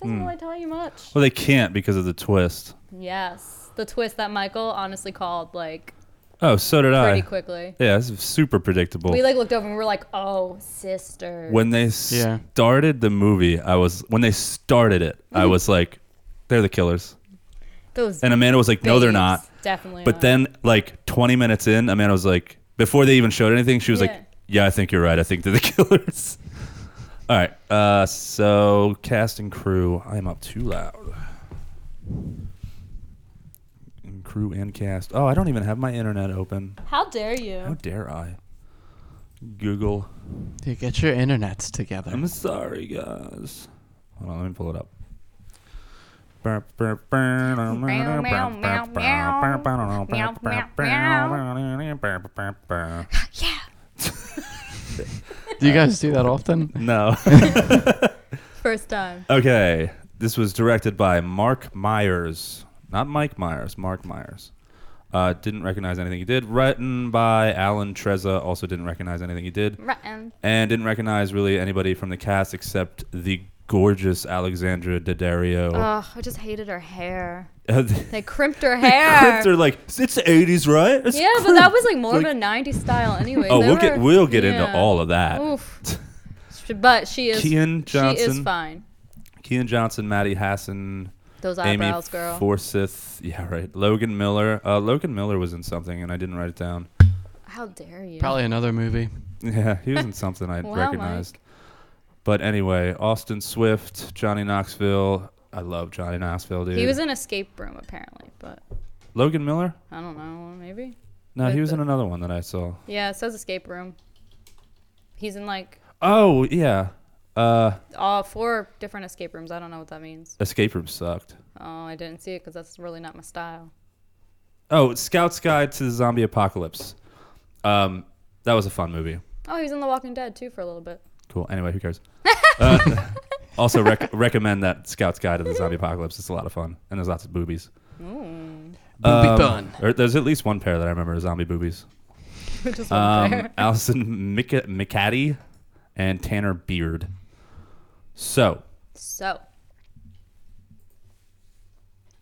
Speaker 1: Hmm.
Speaker 2: Doesn't really tell you much.
Speaker 1: Well, they can't because of the twist.
Speaker 2: Yes. The twist that Michael honestly called like
Speaker 1: Oh, so did
Speaker 2: pretty
Speaker 1: I.
Speaker 2: quickly.
Speaker 1: Yeah, this is super predictable.
Speaker 2: We like looked over and we were like, "Oh, sister."
Speaker 1: when they
Speaker 3: Yeah.
Speaker 1: started the movie, I was when they started it, I
Speaker 2: Mm.
Speaker 1: was like, "They're the killers,"
Speaker 2: Those
Speaker 1: and Amanda was like, "No, they're
Speaker 2: babes
Speaker 1: not."
Speaker 2: Definitely.
Speaker 1: But
Speaker 2: not.
Speaker 1: then, like 20 minutes in, Amanda was like, before they even showed anything, she was
Speaker 2: Yeah.
Speaker 1: like, "Yeah, I think you're right. I think they're the [laughs] killers." All right. Uh, so cast and crew. I'm up too loud. And crew and cast. Oh, I don't even have my internet open.
Speaker 2: how dare
Speaker 1: How
Speaker 2: you?
Speaker 1: dare I? Google.
Speaker 3: You get your internets together.
Speaker 1: I'm sorry, guys. Hold on, let me pull it up. No.
Speaker 3: do you guys do that often?
Speaker 2: First time.
Speaker 1: [laughs] Okay. This was directed by Mark Myers. Not Mike Myers, Mark Myers. Uh, didn't recognize anything he did. Written by Alan Trezza. Also didn't recognize anything he did.
Speaker 2: Rotten.
Speaker 1: and didn't recognize really anybody from the cast except the gorgeous Alexandra Daddario.
Speaker 2: Ugh, I just hated her hair.
Speaker 1: [laughs] they
Speaker 2: Oh. They crimped her hair.
Speaker 1: are like it's the eighties, right? It's
Speaker 2: yeah, but that
Speaker 1: crimped."
Speaker 2: was like more
Speaker 1: Like-
Speaker 2: of a '90s style, anyway.
Speaker 1: Oh,
Speaker 2: They
Speaker 1: we'll
Speaker 2: were-
Speaker 1: get we'll get into
Speaker 2: yeah.
Speaker 1: all of that.
Speaker 2: Oof.
Speaker 1: [laughs]
Speaker 2: Sh- But she is.
Speaker 1: Kean
Speaker 2: She is
Speaker 1: Johnson.
Speaker 2: fine.
Speaker 1: Kean Johnson, Maddie Hassan,
Speaker 2: Those
Speaker 1: Amy
Speaker 2: eyebrows, girl.
Speaker 1: Forsyth. Yeah, right. Logan Miller. Uh, Logan Miller was in something, and I didn't write it down. [laughs]
Speaker 2: How dare you?
Speaker 3: Probably another movie.
Speaker 1: Yeah, he was
Speaker 2: [laughs]
Speaker 1: in something I
Speaker 2: Wow,
Speaker 1: recognized. But anyway, Austin Swift, Johnny Knoxville. I love Johnny Knoxville, dude.
Speaker 2: He was in Escape Room apparently, but
Speaker 1: Logan Miller.
Speaker 2: I don't know. Maybe.
Speaker 1: No, he
Speaker 2: But
Speaker 1: was in
Speaker 2: the-
Speaker 1: another one that I saw.
Speaker 2: Yeah, it says Escape Room. He's in like
Speaker 1: Oh yeah, uh,
Speaker 2: all four different escape rooms. I don't know what that means.
Speaker 1: Escape Room sucked.
Speaker 2: Oh, I didn't see it because that's really not my style.
Speaker 1: Oh, Scout's Guide to the Zombie Apocalypse. Um, that was a fun movie.
Speaker 2: Oh, he was in The Walking Dead too for a little bit.
Speaker 1: Cool. Anyway, who
Speaker 2: [laughs]
Speaker 1: cares? Uh, also, rec- recommend that Scout's Guide to the Zombie Apocalypse. It's a lot of fun, and there's lots of boobies.
Speaker 3: Booby
Speaker 1: Um,
Speaker 3: bun.
Speaker 1: Or there's at least one pair that I remember: is zombie boobies.
Speaker 2: [laughs] Just one
Speaker 1: Um,
Speaker 2: pair.
Speaker 1: Allison Mica- McCaddy and Tanner Beard. So,
Speaker 2: So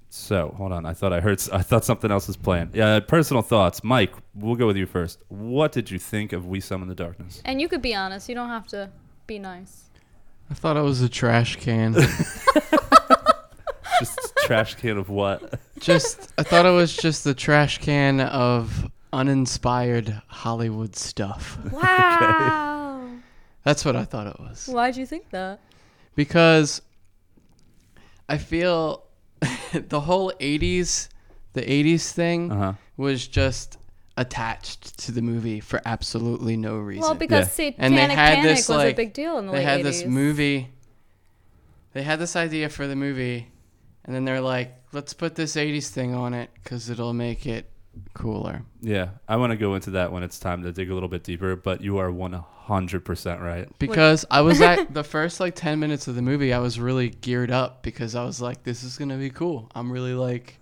Speaker 1: So hold on, I thought I heard. s- I thought something else was playing. Yeah, personal thoughts, Mike. We'll go with you first. What did you think of We Summon the Darkness?
Speaker 2: And you could be honest. You don't have to be nice.
Speaker 3: I thought I was a trash can.
Speaker 2: [laughs]
Speaker 1: Just trash can of what?
Speaker 3: just I thought it was just the trash can of uninspired Hollywood stuff.
Speaker 2: Wow.
Speaker 3: That's what I thought it was.
Speaker 2: Why'd you think that?
Speaker 3: because I feel [laughs] the whole 80s, the 80s thing was just attached to the movie for absolutely no reason.
Speaker 2: Well, because
Speaker 1: Yeah.
Speaker 2: Satanic
Speaker 3: and they had
Speaker 2: Panic
Speaker 3: this
Speaker 2: was
Speaker 3: like
Speaker 2: a big deal in the
Speaker 3: they
Speaker 2: late
Speaker 3: had
Speaker 2: 80s.
Speaker 3: this movie. They had this idea for the movie, and then they're like, "Let's put this '80s thing on it because it'll make it cooler."
Speaker 1: Yeah, I want to go into that when it's time to dig a little bit deeper, but you are 100% right.
Speaker 3: Because I was
Speaker 2: [laughs]
Speaker 3: at the first like 10 minutes of the movie, I was really geared up because I was like, this is going to be cool. I'm really like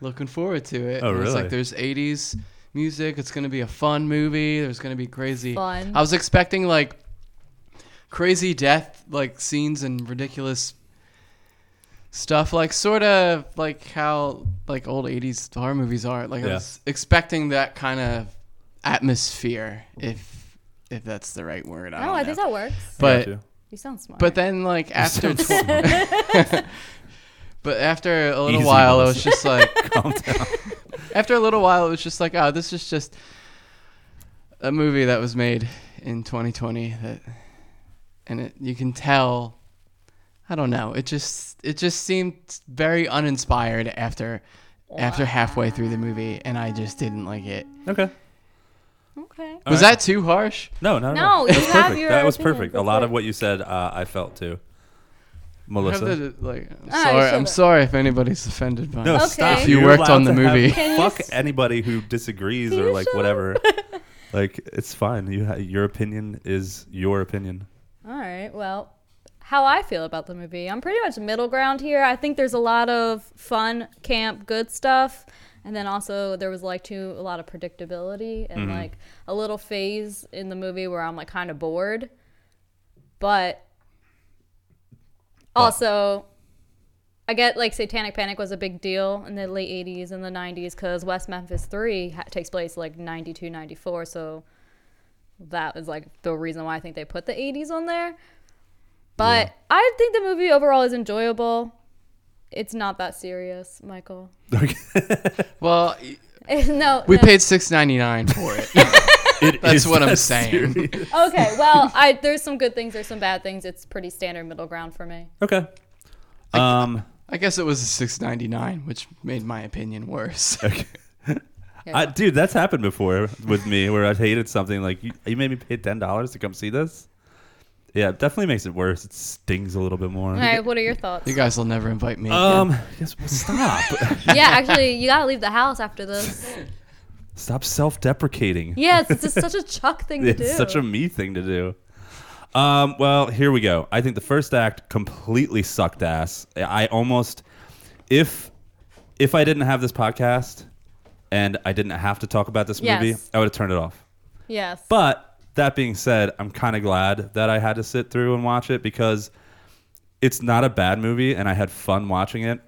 Speaker 3: looking forward to it.
Speaker 1: Oh,
Speaker 3: And It's
Speaker 1: really?
Speaker 3: like there's 80s music. It's going to be a fun movie. There's going to be crazy.
Speaker 2: Fun.
Speaker 3: I was expecting like crazy death like scenes and ridiculous stuff like sort of like how like old 80s horror movies are like i
Speaker 1: Yeah.
Speaker 3: was expecting that kind of atmosphere if if that's the right word I
Speaker 2: No,
Speaker 3: don't
Speaker 2: Oh, I
Speaker 3: know.
Speaker 2: think that works.
Speaker 3: but
Speaker 1: Got
Speaker 2: You sound smart.
Speaker 3: but then like after
Speaker 1: you.
Speaker 3: tw- [laughs] but after a little
Speaker 1: Easy,
Speaker 3: while it was
Speaker 1: Melissa.
Speaker 3: just like
Speaker 1: [laughs] Calm
Speaker 3: [laughs]
Speaker 1: down.
Speaker 3: after a little while it was just like oh this is just a movie that was made in 2020 that and it, you can tell I don't know it just it just seemed very uninspired after after halfway through the movie and I just didn't like it
Speaker 1: Okay.
Speaker 2: okay.
Speaker 3: was
Speaker 1: right.
Speaker 3: that too harsh
Speaker 1: No, not at
Speaker 2: No,
Speaker 1: all.
Speaker 2: you
Speaker 1: That's
Speaker 2: have
Speaker 1: perfect.
Speaker 2: your
Speaker 1: that was
Speaker 2: opinion.
Speaker 1: perfect. A lot of what you said, uh, I felt too.
Speaker 3: I have
Speaker 1: Melissa.
Speaker 3: to, like, I'm
Speaker 2: All right,
Speaker 3: sorry I'm
Speaker 2: shut up.
Speaker 3: sorry if anybody's offended by
Speaker 1: no,
Speaker 3: it.
Speaker 2: Okay.
Speaker 1: stop.
Speaker 2: If you
Speaker 1: You're
Speaker 3: worked
Speaker 1: allowed
Speaker 3: on the
Speaker 1: to have-
Speaker 3: movie.
Speaker 2: Can you
Speaker 1: Fuck
Speaker 2: s-
Speaker 1: anybody who disagrees
Speaker 2: Can
Speaker 1: or
Speaker 2: you
Speaker 1: like
Speaker 2: shut up? [laughs]
Speaker 1: whatever. like it's fine. You ha- your opinion is your opinion.
Speaker 2: All right. Well, how I feel about the movie, I'm pretty much middle ground here. I think there's a lot of fun, camp, good stuff. And then also there was like too a lot of predictability and like a little phase in the movie where I'm like kind of bored. But also I get like Satanic Panic was a big deal in the late 80s and the 90s because West Memphis 3 ha- takes place like 92, 94. So that was like the reason why I think they put the 80s on there. But I think the movie overall is enjoyable. It's not that serious, Michael. [laughs]
Speaker 1: [laughs]
Speaker 3: well y-
Speaker 2: no,
Speaker 3: we
Speaker 2: no.
Speaker 3: paid 6.99 for it
Speaker 1: [laughs] It
Speaker 3: that's
Speaker 1: is
Speaker 3: what I'm
Speaker 1: that
Speaker 3: saying [laughs]
Speaker 1: serious.
Speaker 2: Okay,
Speaker 1: [laughs]
Speaker 2: well, I there's some good things, there's some bad things. It's pretty standard middle ground for me.
Speaker 1: Okay. Um [laughs]
Speaker 3: I guess it was a 6.99 which made my
Speaker 1: [laughs]
Speaker 3: opinion worse
Speaker 1: I, dude, that's happened before with me where I hated something like you, you made me pay ten dollars to come see this. Yeah, it definitely makes it worse. It stings a little bit more.
Speaker 2: All right, what are your thoughts?
Speaker 3: You guys will never invite me. again.
Speaker 1: Um, yes, well, stop, [laughs]
Speaker 2: yeah, actually, you gotta leave the house after this.
Speaker 1: stop self-deprecating.
Speaker 2: Yeah, it's just such a Chuck thing to do.
Speaker 1: it's such a me thing to do. Um, well, here we go. I think the first act completely sucked ass. I almost, if if I didn't have this podcast and I didn't have to talk about this
Speaker 2: Yes.
Speaker 1: movie, I would have turned it off.
Speaker 2: yes.
Speaker 1: But that being said, I'm kind of glad that I had to sit through and watch it because it's not a bad movie and I had fun watching it.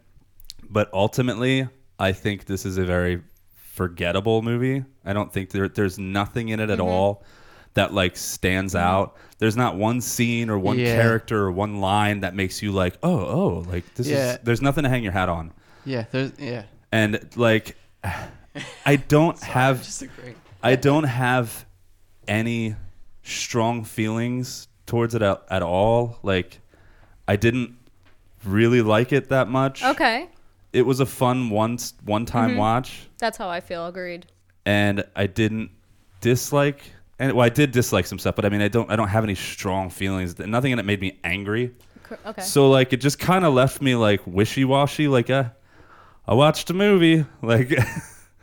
Speaker 1: But ultimately, I think this is a very forgettable movie. I don't think there, there's nothing in it
Speaker 3: Mm-hmm.
Speaker 1: at all that like stands out. There's not one scene or one
Speaker 3: Yeah.
Speaker 1: character or one line that makes you like, "Oh, oh, like this
Speaker 3: Yeah.
Speaker 1: is there's nothing to hang your hat on."
Speaker 3: yeah, there's yeah.
Speaker 1: And like [sighs] I
Speaker 3: [laughs]
Speaker 1: don't have
Speaker 3: agree.
Speaker 1: I don't have any strong feelings towards it at, at all. Like, I didn't really like it that much.
Speaker 2: okay, Mm-hmm.
Speaker 1: It was a fun once one time watch,
Speaker 2: that's how I feel. Agreed.
Speaker 1: and I didn't dislike. And well, I did dislike some stuff, but I mean, I don't. I don't have any strong feelings. Nothing in it made me angry.
Speaker 2: Cor- Okay.
Speaker 1: So like, it just kind of left me like wishy washy. Like, uh, I watched a movie. Like. [laughs]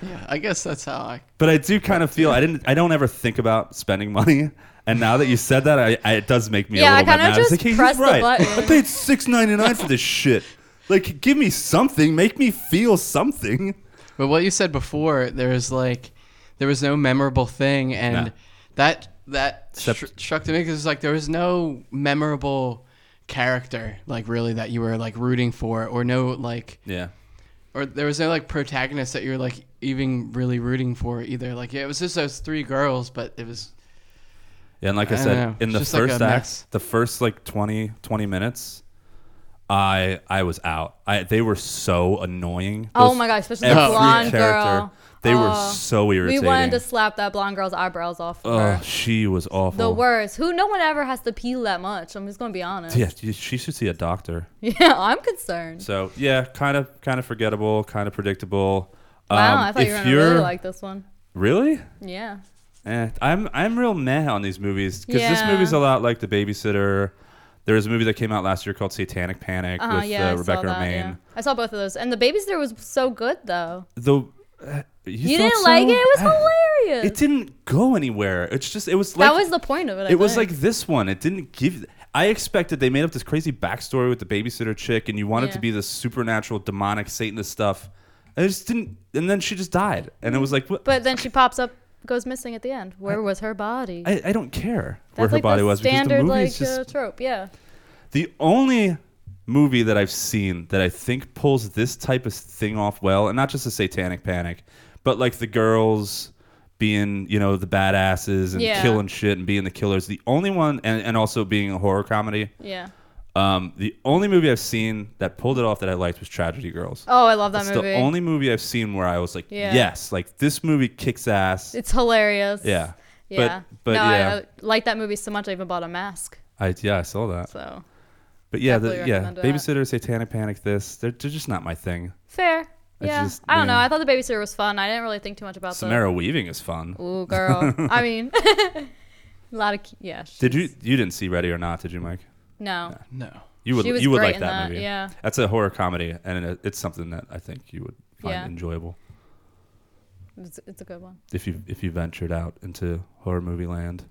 Speaker 3: Yeah, I guess that's how I.
Speaker 1: But I do kind of feel I didn't. I don't ever think about spending money. And now that you said that, I, I it does make me
Speaker 2: Yeah,
Speaker 1: a
Speaker 2: I
Speaker 1: little bit
Speaker 2: kinda
Speaker 1: mad. It's
Speaker 2: just
Speaker 1: like, hey, he's
Speaker 2: pressed the
Speaker 1: right.
Speaker 2: button.
Speaker 1: I paid six ninety nine for this shit. Like, give me something. Make me feel something.
Speaker 3: But what you said before, there was like, there was no memorable thing, and
Speaker 1: No.
Speaker 3: that that
Speaker 1: Except-
Speaker 3: stru- struck to me because like there was no memorable character like really that you were like rooting for, or no like,
Speaker 1: Yeah.
Speaker 3: or there was no like protagonist that you were like even really rooting for either. Like yeah, it was just those three girls, but it was
Speaker 1: Yeah, and like I,
Speaker 3: I don't
Speaker 1: said,
Speaker 3: know.
Speaker 1: in the
Speaker 3: It's just like a
Speaker 1: first
Speaker 3: mess.
Speaker 1: act, the first like 20, 20 minutes, I I was out. I they were so annoying.
Speaker 2: Oh
Speaker 1: Those-
Speaker 2: my God, especially the
Speaker 1: every
Speaker 2: blonde girl.
Speaker 1: They were
Speaker 2: Oh,
Speaker 1: so irritating.
Speaker 2: We wanted to slap that blonde girl's eyebrows off. of
Speaker 1: Oh,
Speaker 2: her.
Speaker 1: she was awful.
Speaker 2: The worst. Who? No one ever has to peel that much. I'm just gonna be honest.
Speaker 1: Yeah, she- she should see a doctor.
Speaker 2: Yeah, [laughs] I'm concerned.
Speaker 1: So yeah, kind of, kind of forgettable, kind of predictable.
Speaker 2: wow,
Speaker 1: Um,
Speaker 2: I thought you
Speaker 1: if
Speaker 2: were gonna really
Speaker 1: you're-
Speaker 2: like this one.
Speaker 1: Really?
Speaker 2: Yeah.
Speaker 1: Eh, I'm I'm real meh on these movies because this
Speaker 2: Yeah.
Speaker 1: movie's a lot like The Babysitter. There was a movie that came out last year called Satanic Panic
Speaker 2: Uh-huh,
Speaker 1: with
Speaker 2: yeah,
Speaker 1: uh,
Speaker 2: I saw
Speaker 1: Rebecca
Speaker 2: that.
Speaker 1: Romaine.
Speaker 2: yeah. I saw both of those, and the baby's there was so good though.
Speaker 1: The uh,
Speaker 2: You,
Speaker 1: thought
Speaker 2: didn't like it?
Speaker 1: so?
Speaker 2: It was hilarious.
Speaker 1: It didn't go anywhere. It's just it was like
Speaker 2: that was the point of it. I
Speaker 1: it was
Speaker 2: think.
Speaker 1: like this one. It didn't give. I expected they made up this crazy backstory with the babysitter chick, and you wanted
Speaker 2: Yeah.
Speaker 1: to be this supernatural, demonic, satanist stuff. And it just didn't. And then she just died, and it was like, what?
Speaker 2: But then she pops up, goes missing at the end. Where was her body?
Speaker 1: I, I don't care
Speaker 2: That's
Speaker 1: where her
Speaker 2: like
Speaker 1: body
Speaker 2: the
Speaker 1: was because the
Speaker 2: standard
Speaker 1: movie
Speaker 2: like
Speaker 1: is just
Speaker 2: uh, trope. Yeah.
Speaker 1: the only movie that I've seen that I think pulls this type of thing off well, and not just a satanic panic, but like the girls being, you know, the badasses and
Speaker 2: Yeah.
Speaker 1: killing shit and being the killers. The only one, and, and also being a horror comedy.
Speaker 2: Yeah.
Speaker 1: Um, the only movie I've seen that pulled it off that I liked was Tragedy Girls.
Speaker 2: Oh, I love that
Speaker 1: That's
Speaker 2: movie.
Speaker 1: the only movie I've seen where I was like,
Speaker 2: Yeah.
Speaker 1: yes, like this movie kicks ass.
Speaker 2: It's hilarious.
Speaker 1: Yeah. But-
Speaker 2: Yeah.
Speaker 1: but
Speaker 2: no, I-
Speaker 1: yeah.
Speaker 2: I, like that movie so much I even bought a mask.
Speaker 1: I yeah, I saw that.
Speaker 2: So
Speaker 1: But yeah, the,
Speaker 2: definitely
Speaker 1: yeah,
Speaker 2: recommend that.
Speaker 1: Babysitter, Satanic Panic, this they're, they're just not my thing.
Speaker 2: fair.
Speaker 1: I
Speaker 2: yeah.
Speaker 1: just-
Speaker 2: I don't know.
Speaker 1: yeah.
Speaker 2: I thought the babysitter was fun. I didn't really think too much about
Speaker 1: Samara Weaving is fun.
Speaker 2: the. Ooh, girl.
Speaker 1: [laughs]
Speaker 2: I mean, [laughs] a lot of cu- yeah. she-
Speaker 1: Did you you didn't see Ready or Not? Did you, Mike?
Speaker 2: No.
Speaker 3: No.
Speaker 1: You would
Speaker 2: She was
Speaker 1: you would
Speaker 2: great
Speaker 1: like
Speaker 2: in
Speaker 1: that,
Speaker 2: that,
Speaker 1: movie.
Speaker 2: yeah.
Speaker 1: that's a horror comedy, and it, it's something that I think you would find
Speaker 2: Yeah.
Speaker 1: enjoyable
Speaker 2: It's, it's a good one.
Speaker 1: if you if you ventured out into horror movie land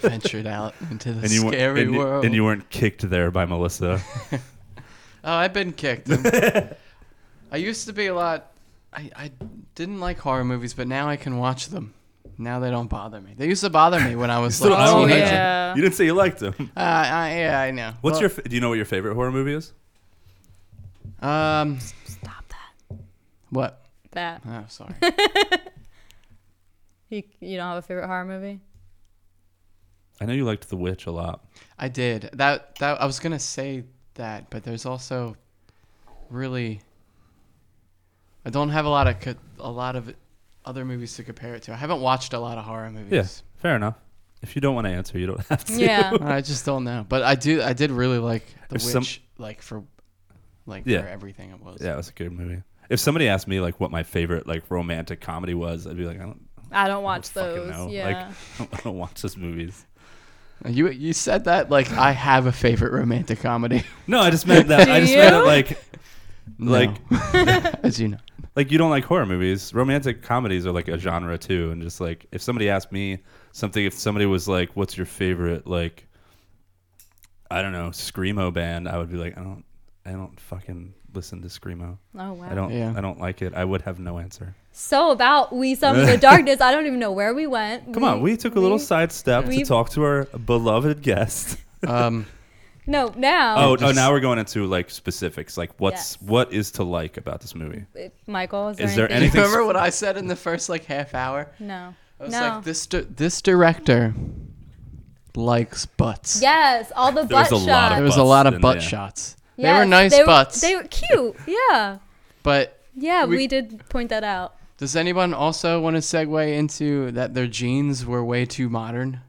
Speaker 3: Ventured out into the
Speaker 1: and you weren't-
Speaker 3: scary
Speaker 1: and you-
Speaker 3: world.
Speaker 1: and you weren't kicked there by Melissa.
Speaker 3: Oh, I've
Speaker 1: [laughs]
Speaker 3: been kicked. I used to be a lot. I, I didn't like horror movies, but now I can watch them. Now they don't bother me. They used to bother me when
Speaker 1: [laughs]
Speaker 3: I was
Speaker 1: Still,
Speaker 3: like
Speaker 1: I
Speaker 3: a
Speaker 1: don't like
Speaker 3: teenager.
Speaker 1: him.
Speaker 2: yeah.
Speaker 1: You didn't say you liked [laughs] him.
Speaker 3: Uh, I, yeah, I know.
Speaker 1: What's
Speaker 3: Well,
Speaker 1: your? fa- Do you know what your favorite horror movie is?
Speaker 3: um?
Speaker 2: Stop that.
Speaker 3: What?
Speaker 2: That.
Speaker 3: Oh,
Speaker 2: [laughs]
Speaker 3: sorry.
Speaker 2: You, you don't have a favorite
Speaker 1: [laughs]
Speaker 2: horror movie?
Speaker 1: I know you liked The Witch a lot.
Speaker 3: I did that. That I was gonna say that, but there's also really. I don't have a lot of co- a lot of other movies to compare it to. I haven't watched a lot of horror movies.
Speaker 1: Yeah, fair enough. If you don't want to answer, you don't [laughs] have to.
Speaker 2: Yeah.
Speaker 3: I just don't know. But I do. I did really like the
Speaker 1: There's some-
Speaker 3: witch, like for, like
Speaker 1: Yeah.
Speaker 3: for everything it was.
Speaker 1: Yeah, it was a good movie. If somebody asked me like what my favorite like romantic comedy was, I'd be like, I don't,
Speaker 2: I don't watch
Speaker 1: I don't fucking
Speaker 2: those.
Speaker 1: know.
Speaker 2: Yeah.
Speaker 1: Like, [laughs] I don't watch those movies.
Speaker 3: You you said that like I have a favorite romantic comedy, [laughs]
Speaker 1: No, I just meant that. I
Speaker 2: [laughs] Do
Speaker 1: just meant it
Speaker 2: you?
Speaker 1: like, like,
Speaker 3: as you know.
Speaker 1: like you don't like horror movies. Romantic comedies are like a genre too, and just like if somebody asked me something, if somebody was like, "What's your favorite?" like, I don't know, screamo band, I would be like, I don't, I don't fucking listen to screamo.
Speaker 2: oh wow.
Speaker 1: I don't,
Speaker 3: Yeah.
Speaker 1: I don't like it. I would have no answer.
Speaker 2: So about we some
Speaker 1: [laughs]
Speaker 2: of the darkness. I don't even know where we went.
Speaker 1: Come on, we took a little sidestep to
Speaker 2: we-
Speaker 1: talk to our beloved guest.
Speaker 3: Um,
Speaker 2: [laughs] No, now
Speaker 1: Oh, oh, now we're going into like specifics. Like, what's
Speaker 2: Yes.
Speaker 1: what is to like about this movie?
Speaker 2: Michael, is,
Speaker 1: Is there
Speaker 3: you
Speaker 1: anything-
Speaker 3: [laughs] remember what I said in the first like half hour?
Speaker 2: No.
Speaker 3: I was
Speaker 2: no.
Speaker 3: like this di- this director likes butts.
Speaker 2: yes, all
Speaker 1: [laughs]
Speaker 2: the
Speaker 1: There was
Speaker 2: butt
Speaker 1: a lot of
Speaker 2: shots.
Speaker 3: there was a
Speaker 1: Butts
Speaker 3: lot of
Speaker 1: in
Speaker 3: butt
Speaker 1: there.
Speaker 3: shots.
Speaker 2: Yes,
Speaker 3: they were nice butts,
Speaker 2: They were
Speaker 1: [laughs]
Speaker 2: cute. Yeah.
Speaker 3: but
Speaker 2: Yeah, we,
Speaker 3: We-
Speaker 2: did point that out.
Speaker 3: Does anyone also want to segue into that their jeans were way too modern?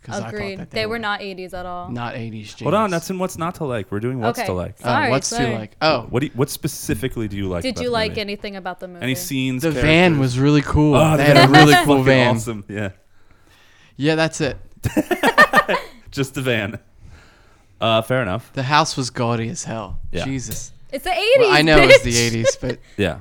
Speaker 3: Because
Speaker 2: Agreed. They, were not 80s at all.
Speaker 3: not 80s jeans.
Speaker 1: Hold on, that's in what's not to like. We're doing what's
Speaker 2: okay.
Speaker 1: to like.
Speaker 3: Uh,
Speaker 2: Sorry,
Speaker 3: what's
Speaker 2: sorry.
Speaker 3: too like? Oh,
Speaker 1: What do you, what specifically do you like?
Speaker 2: Did
Speaker 1: about
Speaker 2: you
Speaker 1: the
Speaker 2: like
Speaker 1: movie?
Speaker 2: anything about the movie?
Speaker 1: Any scenes?
Speaker 3: the van
Speaker 1: characters?
Speaker 3: was really cool.
Speaker 1: Oh,
Speaker 3: they [laughs]
Speaker 1: the
Speaker 3: had a
Speaker 1: van was
Speaker 3: really cool
Speaker 1: fucking
Speaker 3: van.
Speaker 1: Awesome. Yeah,
Speaker 3: Yeah, that's it.
Speaker 1: just the van. Uh, fair enough.
Speaker 3: The house was gaudy as hell.
Speaker 1: Yeah.
Speaker 3: Jesus.
Speaker 2: It's the 80s.
Speaker 3: Well, I know
Speaker 2: bitch.
Speaker 3: it's the
Speaker 2: [laughs]
Speaker 3: 80s, but
Speaker 1: Yeah.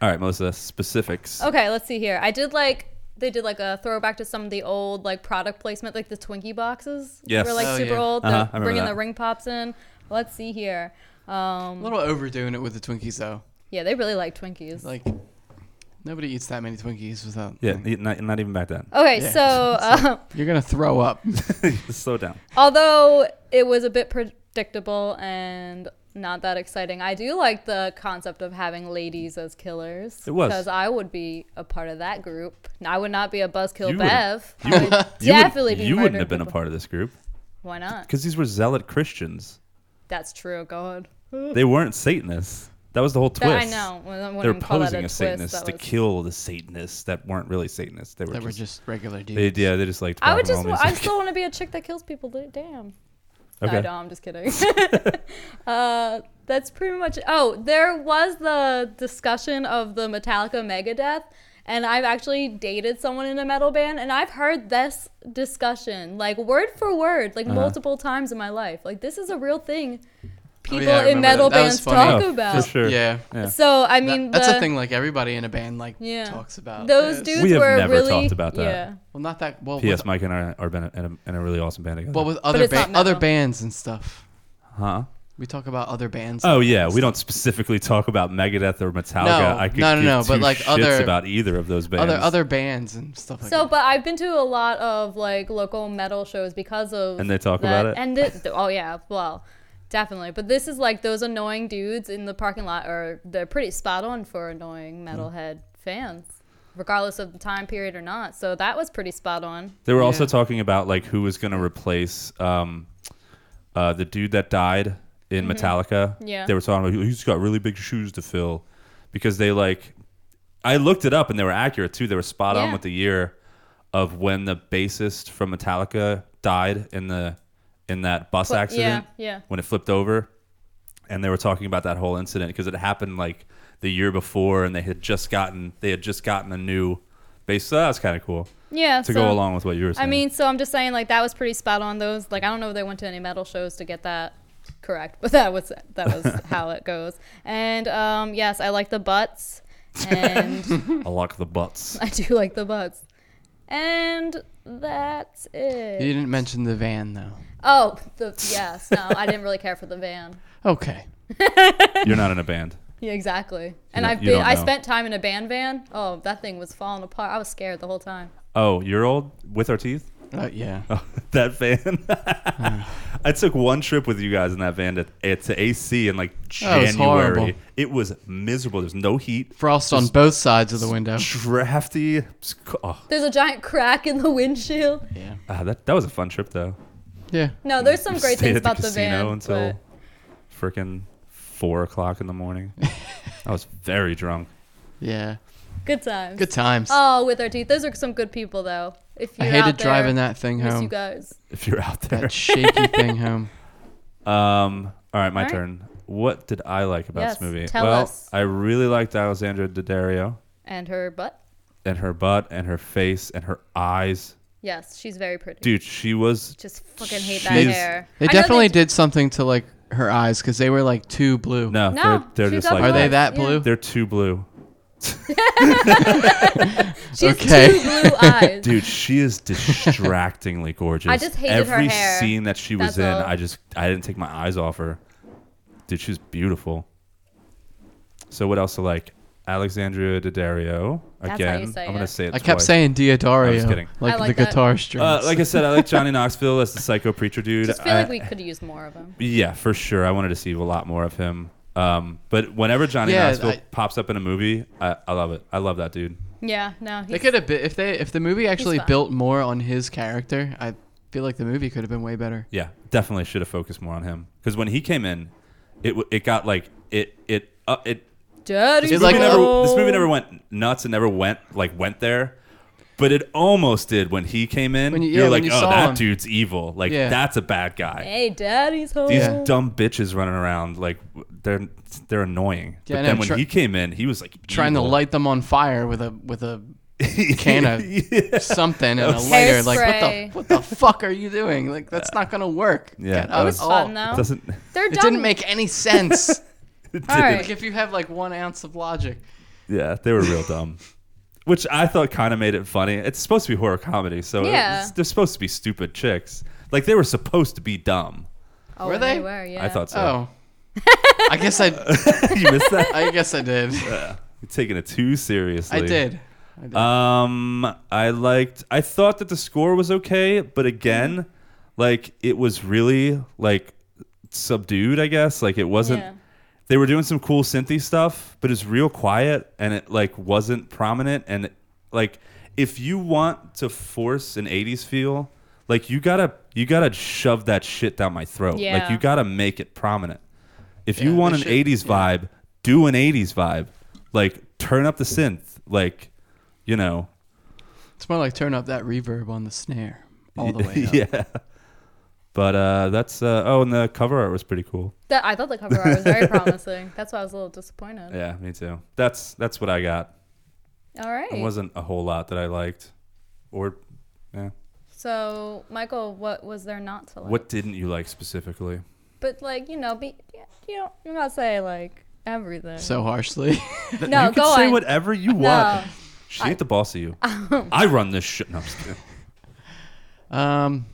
Speaker 1: All right, Melissa. Specifics.
Speaker 2: Okay, let's see here. I did like they did like a throwback to some of the old like product placement, like the Twinkie boxes.
Speaker 1: Yes.
Speaker 2: were like
Speaker 3: Oh,
Speaker 2: super
Speaker 3: yeah.
Speaker 2: old.
Speaker 1: Uh-huh, I
Speaker 2: They're
Speaker 1: remember
Speaker 2: bringing
Speaker 1: that.
Speaker 2: the ring pops in. Let's see here.
Speaker 3: a
Speaker 2: Um,
Speaker 3: little overdoing it with the Twinkies though.
Speaker 2: yeah, they really like Twinkies.
Speaker 3: Like nobody eats that many Twinkies without.
Speaker 1: Yeah, e- not, not even back then.
Speaker 2: okay,
Speaker 3: yeah.
Speaker 2: so [laughs]
Speaker 3: [laughs]
Speaker 2: uh,
Speaker 3: You're gonna
Speaker 1: [laughs]
Speaker 3: throw up.
Speaker 1: Slow
Speaker 2: [laughs]
Speaker 1: down.
Speaker 2: although it was a bit predictable and not that exciting, I do like the concept of having ladies as killers.
Speaker 1: It was.
Speaker 2: because I would be a part of that group. I would not be a buzzkill
Speaker 1: You would've-
Speaker 2: Bev. I would
Speaker 1: You would-
Speaker 2: definitely be.
Speaker 1: You wouldn't
Speaker 2: murdering
Speaker 1: have been a
Speaker 2: people.
Speaker 1: part of this group
Speaker 2: [laughs] Why not?
Speaker 1: because these were zealot Christians.
Speaker 2: That's true. God.
Speaker 1: They weren't Satanists. That was the whole
Speaker 2: That- I
Speaker 1: twist.
Speaker 2: know. When- when
Speaker 1: they were
Speaker 2: we call that
Speaker 1: posing
Speaker 2: a
Speaker 1: as
Speaker 2: twist,
Speaker 1: Satanists
Speaker 2: that
Speaker 1: to
Speaker 2: was-
Speaker 1: kill the Satanists that weren't really Satanists. They were,
Speaker 3: That
Speaker 1: just,
Speaker 3: were just regular
Speaker 1: They,
Speaker 3: dudes.
Speaker 1: yeah, they just liked.
Speaker 2: I
Speaker 1: rock
Speaker 2: would
Speaker 1: and roll
Speaker 2: just. I
Speaker 1: [laughs] music.
Speaker 2: still want to be a chick that kills people. Da- Damn.
Speaker 1: Okay.
Speaker 2: No, no, I'm just kidding. [laughs] uh, that's pretty much. Oh, there was the discussion of the Metallica Megadeth, and I've actually dated someone in a metal band, and I've heard this discussion like word for word, like
Speaker 1: Uh-huh.
Speaker 2: multiple times in my life. Like this is a real thing.
Speaker 3: Oh, yeah,
Speaker 2: People
Speaker 3: I
Speaker 2: in
Speaker 3: remember
Speaker 2: metal
Speaker 3: that. That was
Speaker 2: bands
Speaker 3: funny.
Speaker 2: talk
Speaker 1: Oh,
Speaker 2: about.
Speaker 1: For sure.
Speaker 3: Yeah.
Speaker 1: Yeah.
Speaker 2: So I mean,
Speaker 3: that's
Speaker 2: the-
Speaker 3: a thing like everybody in a band like
Speaker 2: Yeah.
Speaker 3: talks about.
Speaker 2: Those
Speaker 3: It's-
Speaker 2: dudes
Speaker 1: We have
Speaker 2: were
Speaker 1: never
Speaker 2: really
Speaker 1: talked about that.
Speaker 2: Yeah.
Speaker 3: Well, not that. Well, with,
Speaker 1: P.S. Mike and I are been in a, in a really awesome band together.
Speaker 3: well, with other
Speaker 2: it's not
Speaker 3: ba- other
Speaker 2: metal.
Speaker 3: bands and stuff.
Speaker 1: huh?
Speaker 3: We talk about other bands.
Speaker 1: Oh yeah, we don't specifically talk about Megadeth or Metallica.
Speaker 3: No,
Speaker 1: I could
Speaker 3: no, no,
Speaker 1: give
Speaker 3: no,
Speaker 1: two
Speaker 3: but, like,
Speaker 1: shits
Speaker 3: other-
Speaker 1: about either of those bands.
Speaker 3: other other bands and stuff like
Speaker 2: So,
Speaker 3: that.
Speaker 2: but I've been to a lot of like local metal shows because of
Speaker 1: And they talk
Speaker 2: that.
Speaker 1: about it?
Speaker 2: And it, oh yeah, well, definitely. But this is like those annoying dudes in the parking lot, are they're pretty spot on for
Speaker 1: Hmm.
Speaker 2: annoying metalhead fans, regardless of the time period or not. So that was pretty spot on.
Speaker 1: They were also
Speaker 3: Yeah.
Speaker 1: talking about like who was going to replace um, uh, the dude that died in Metallica.
Speaker 2: Mm-hmm. Yeah.
Speaker 1: They were talking about who's got really big shoes to fill because they like. I looked it up and they were accurate too. They were spot on
Speaker 2: Yeah.
Speaker 1: with the year of when the bassist from Metallica died in the in that bus
Speaker 2: Fli- yeah,
Speaker 1: accident.
Speaker 2: yeah.
Speaker 1: When it flipped over, and they were talking about that whole incident because it happened like the year before, and they had just gotten they had just gotten a new bass. So that was kind of cool
Speaker 2: Yeah.
Speaker 1: to
Speaker 2: so,
Speaker 1: go along with what you were saying.
Speaker 2: I mean, so I'm just saying like that was pretty spot on. Those like I don't know if they went to any metal shows to get that correct, but that was that was
Speaker 1: [laughs]
Speaker 2: how it goes. And um, yes, I like
Speaker 1: [laughs]
Speaker 2: the butts and.
Speaker 1: I like the
Speaker 2: [laughs]
Speaker 1: butts.
Speaker 2: I do like the butts. And that's it.
Speaker 3: you didn't mention the van though.
Speaker 2: Oh, the yes. No, I didn't really care for the van.
Speaker 3: Okay.
Speaker 1: You're not in a band.
Speaker 2: Yeah, exactly. And
Speaker 1: don't-
Speaker 2: I've
Speaker 1: you
Speaker 2: been
Speaker 1: don't
Speaker 2: I
Speaker 1: know.
Speaker 2: spent time in a band van. Oh, that thing was falling apart. I was scared the whole time.
Speaker 1: Oh, you're old with our teeth. [laughs]
Speaker 3: Oh yeah.
Speaker 1: that van. [laughs] I took one trip with you guys in that van to, eh, to AC in like
Speaker 3: That was horrible.
Speaker 1: January. It was miserable. There's no heat.
Speaker 3: Frost on both sides of the window.
Speaker 1: Drafty. It's co- Oh,
Speaker 2: There's a giant crack in the windshield.
Speaker 3: Yeah.
Speaker 1: ah, that that was a fun trip though.
Speaker 3: Yeah.
Speaker 2: No, there's some great
Speaker 1: Stayed
Speaker 2: things
Speaker 1: at the
Speaker 2: about the,
Speaker 1: casino
Speaker 2: van.
Speaker 1: until freaking four o'clock in the
Speaker 2: [laughs]
Speaker 1: morning. I was very drunk.
Speaker 3: Yeah.
Speaker 2: but good times.
Speaker 3: Good times.
Speaker 2: Oh, with our teeth. Those are some good people though. If
Speaker 3: I
Speaker 2: you're
Speaker 3: hated
Speaker 2: out there,
Speaker 3: driving that thing
Speaker 2: miss you
Speaker 3: home.
Speaker 2: guys.
Speaker 1: If you're out there.
Speaker 3: That
Speaker 1: [laughs]
Speaker 3: shaky thing home.
Speaker 1: Um. All right, my
Speaker 2: All right.
Speaker 1: turn. What did I like about
Speaker 2: Yes,
Speaker 1: this movie?
Speaker 2: tell
Speaker 1: well,
Speaker 2: us.
Speaker 1: I really liked Alexandra Daddario
Speaker 2: And her butt.
Speaker 1: and her butt and her face and her eyes.
Speaker 2: Yes, she's very pretty.
Speaker 1: Dude, she was.
Speaker 2: Just fucking hate
Speaker 1: She's-
Speaker 2: that hair.
Speaker 3: They
Speaker 2: I know
Speaker 3: definitely
Speaker 2: d-
Speaker 3: did something to like her eyes because they were like too blue.
Speaker 1: No,
Speaker 2: No,
Speaker 1: they're,
Speaker 2: she's
Speaker 1: they're just like.
Speaker 2: up
Speaker 3: Are they
Speaker 2: Eyes,
Speaker 3: that
Speaker 2: yeah.
Speaker 3: blue?
Speaker 1: They're too blue.
Speaker 2: She has
Speaker 3: Okay. [laughs]
Speaker 2: two blue eyes.
Speaker 1: Dude, she
Speaker 2: [laughs]
Speaker 1: is distractingly gorgeous.
Speaker 2: I just hated her
Speaker 1: Every
Speaker 2: hair.
Speaker 1: scene that she was
Speaker 2: That's
Speaker 1: in,
Speaker 2: all.
Speaker 1: I just I didn't take my eyes off her. Dude, she was beautiful. So what else to like? Alexandria Daddario.
Speaker 2: how
Speaker 1: Again,
Speaker 2: you say
Speaker 1: I'm gonna
Speaker 2: it.
Speaker 1: say it.
Speaker 3: I kept
Speaker 1: twice.
Speaker 3: saying
Speaker 1: I'm just
Speaker 3: Diodario,
Speaker 1: kidding.
Speaker 3: like,
Speaker 2: I
Speaker 3: the
Speaker 2: like that.
Speaker 3: guitar strings.
Speaker 1: Uh, like I said, I like
Speaker 2: [laughs]
Speaker 1: Johnny Knoxville as the psycho preacher dude.
Speaker 2: Just feel like
Speaker 1: I-
Speaker 2: we could use more of them.
Speaker 1: yeah, for sure. I wanted to see a lot more of him. Um, but whenever Johnny
Speaker 3: Yeah,
Speaker 1: Knoxville
Speaker 3: I-
Speaker 1: pops up in a movie, I, I love it. I love that dude.
Speaker 2: Yeah, no. He's,
Speaker 3: they could have been, if they if the movie actually
Speaker 2: fine.
Speaker 3: built more on his character. I feel like the movie could have been way better.
Speaker 1: Yeah, definitely should have focused more on him because when he came in, it w- it got like it it uh, it.
Speaker 2: Daddy
Speaker 1: This
Speaker 3: It's
Speaker 1: movie,
Speaker 3: like- oh.
Speaker 1: never, this movie never went nuts and never went like went there, but it almost did when he came in.
Speaker 3: When you-
Speaker 1: are
Speaker 3: yeah, when
Speaker 1: like,
Speaker 3: you
Speaker 1: oh,
Speaker 3: saw
Speaker 1: that
Speaker 3: him."
Speaker 1: dude's evil. Like
Speaker 3: Yeah.
Speaker 1: that's a bad guy.
Speaker 2: Hey, daddy's home.
Speaker 1: These
Speaker 3: Yeah.
Speaker 1: dumb bitches running around like they're they're annoying.
Speaker 3: Yeah, I
Speaker 1: but
Speaker 3: know.
Speaker 1: then when
Speaker 3: Try-
Speaker 1: he came in, he was like
Speaker 3: Trying to
Speaker 1: evil.
Speaker 3: light them on fire with a with a
Speaker 1: [laughs]
Speaker 3: can of
Speaker 1: Yeah.
Speaker 3: something and a lighter.
Speaker 2: Hairspray.
Speaker 3: Like what the what the fuck are you doing? Like that's not gonna work.
Speaker 1: Yeah,
Speaker 3: Get
Speaker 1: that
Speaker 3: out
Speaker 1: was
Speaker 3: at
Speaker 2: fun,
Speaker 3: all.
Speaker 2: though.
Speaker 1: Doesn't [laughs]
Speaker 2: They're
Speaker 3: It
Speaker 2: dumb.
Speaker 3: didn't make any sense.
Speaker 1: it
Speaker 2: All
Speaker 1: didn't-
Speaker 2: right.
Speaker 3: like if you have like one ounce of logic.
Speaker 1: yeah, they were real dumb. Which I thought kind of made it funny. It's supposed to be horror comedy, so it-
Speaker 2: Yeah.
Speaker 1: it's- they're supposed to be stupid chicks. Like they were supposed to be dumb.
Speaker 2: Oh,
Speaker 3: Were
Speaker 2: and they?
Speaker 3: they?
Speaker 2: were, yeah.
Speaker 1: I thought so.
Speaker 3: Oh. I guess
Speaker 1: [laughs]
Speaker 3: I
Speaker 1: you missed that.
Speaker 3: I guess
Speaker 1: [laughs]
Speaker 3: I did.
Speaker 1: You're taking it too seriously.
Speaker 3: I did.
Speaker 1: Um, I liked. I thought that the score was okay, but again,
Speaker 2: Mm-hmm.
Speaker 1: like it was really like subdued. I guess like it wasn't.
Speaker 2: Yeah.
Speaker 1: They were doing some cool synthy stuff, but it's real quiet and it like wasn't prominent. And like, if you want to force an '80s feel, like you gotta you gotta shove that shit down my throat.
Speaker 2: Yeah.
Speaker 1: Like you gotta make it prominent. If
Speaker 3: Yeah,
Speaker 1: you want
Speaker 3: they
Speaker 1: an
Speaker 3: should-
Speaker 1: '80s vibe, do an 80s vibe. Like turn up the synth. Like, you know,
Speaker 3: It's more like turn up that reverb on the snare all the way
Speaker 1: [laughs]
Speaker 3: up.
Speaker 1: yeah. But uh that's uh oh and the cover art was pretty cool.
Speaker 2: That I thought the cover art was
Speaker 3: [laughs]
Speaker 2: very promising. That's why I was a little disappointed.
Speaker 1: Yeah, me too. That's that's what I got.
Speaker 2: All right.
Speaker 1: It wasn't a whole lot that I liked. Or yeah.
Speaker 2: So, Michael, what was there not to like?
Speaker 1: What didn't you like specifically?
Speaker 2: But like, you know, be you know, I'm not saying like everything.
Speaker 3: So harshly. [laughs]
Speaker 2: No,
Speaker 1: you
Speaker 2: go
Speaker 1: can say
Speaker 2: on. Um.
Speaker 1: whatever you want. She ain't the boss of
Speaker 2: [laughs]
Speaker 1: you. I run this shit. No, I'm just kidding.
Speaker 3: um,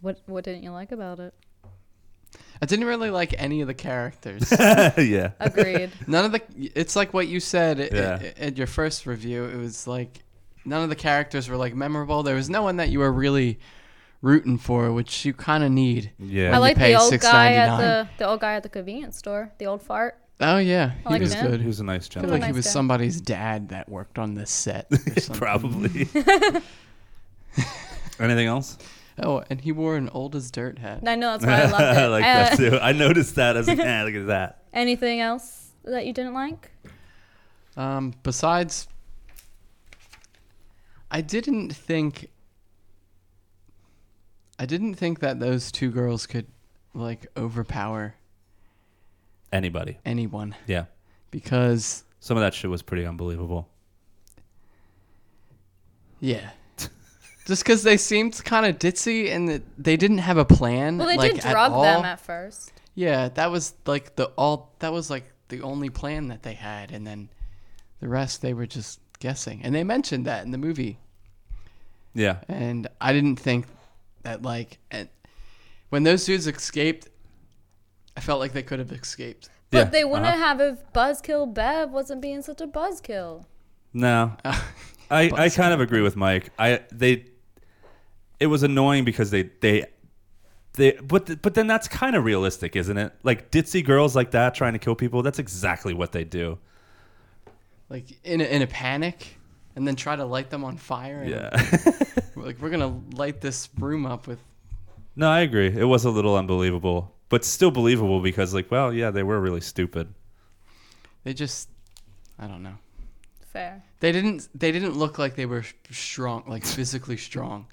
Speaker 2: What what didn't you like about
Speaker 3: [laughs]
Speaker 2: it?
Speaker 3: I didn't really like any of
Speaker 1: [laughs]
Speaker 3: the characters.
Speaker 1: yeah.
Speaker 2: Agreed.
Speaker 3: none of the. It's like what you said i-
Speaker 1: Yeah.
Speaker 3: i- at your first review. It was like none of the characters were like memorable. There was no one that you were really rooting for, which you kind of need.
Speaker 1: Yeah.
Speaker 2: I
Speaker 1: You
Speaker 2: like the
Speaker 3: pay
Speaker 2: old guy at
Speaker 3: $6.99.
Speaker 2: the the old guy at the convenience store, the old fart.
Speaker 3: Oh yeah, he
Speaker 2: like
Speaker 3: was
Speaker 2: him.
Speaker 3: good.
Speaker 1: He was a nice
Speaker 3: I feel
Speaker 1: gentleman.
Speaker 3: like he
Speaker 2: nice
Speaker 3: was
Speaker 2: guy.
Speaker 3: somebody's dad that worked on this set.
Speaker 1: [laughs]
Speaker 3: Or something.
Speaker 1: Probably.
Speaker 2: [laughs]
Speaker 1: Anything else?
Speaker 3: Oh, and he wore an old as dirt hat.
Speaker 1: [laughs]
Speaker 2: I know that's why I loved it.
Speaker 1: like
Speaker 2: Uh,
Speaker 1: that too. I noticed that. I
Speaker 2: [laughs]
Speaker 1: was like, ah, look at that.
Speaker 2: Anything else that you didn't like?
Speaker 3: Um, besides, I didn't think. I didn't think that those two girls could, like, overpower
Speaker 1: Anybody.
Speaker 3: anyone
Speaker 1: Yeah.
Speaker 3: because,
Speaker 1: Some of that shit was pretty unbelievable.
Speaker 3: yeah. Just because they seemed kind of ditzy and that they didn't have a plan.
Speaker 2: Well, they
Speaker 3: like,
Speaker 2: did
Speaker 3: at
Speaker 2: drug them
Speaker 3: all.
Speaker 2: at first.
Speaker 3: Yeah, that was like the all. That was like the only plan that they had, and then the rest they were just guessing. And they mentioned that in the movie.
Speaker 1: Yeah.
Speaker 3: and I didn't think that like and when those dudes escaped, I felt like they could have escaped.
Speaker 2: But
Speaker 1: yeah.
Speaker 2: they wouldn't
Speaker 1: Uh-huh.
Speaker 2: have if Buzzkill Bev wasn't being such a buzzkill.
Speaker 1: No.
Speaker 2: [laughs]
Speaker 1: I, I kind of agree with Mike. I they it was annoying because they they they but th- but then that's kind of realistic, isn't it? Like ditzy girls like that trying to kill people, that's exactly what they do.
Speaker 3: Like in a, in a panic, and then try to light them on fire. And
Speaker 1: Yeah. [laughs]
Speaker 3: we're Like we're gonna light this room up with.
Speaker 1: no, I agree. It was a little unbelievable, but still believable because like, well, yeah, they were really stupid.
Speaker 3: They just, I don't know.
Speaker 2: Fair.
Speaker 3: They didn't. They didn't look like they were sh- strong, like physically strong.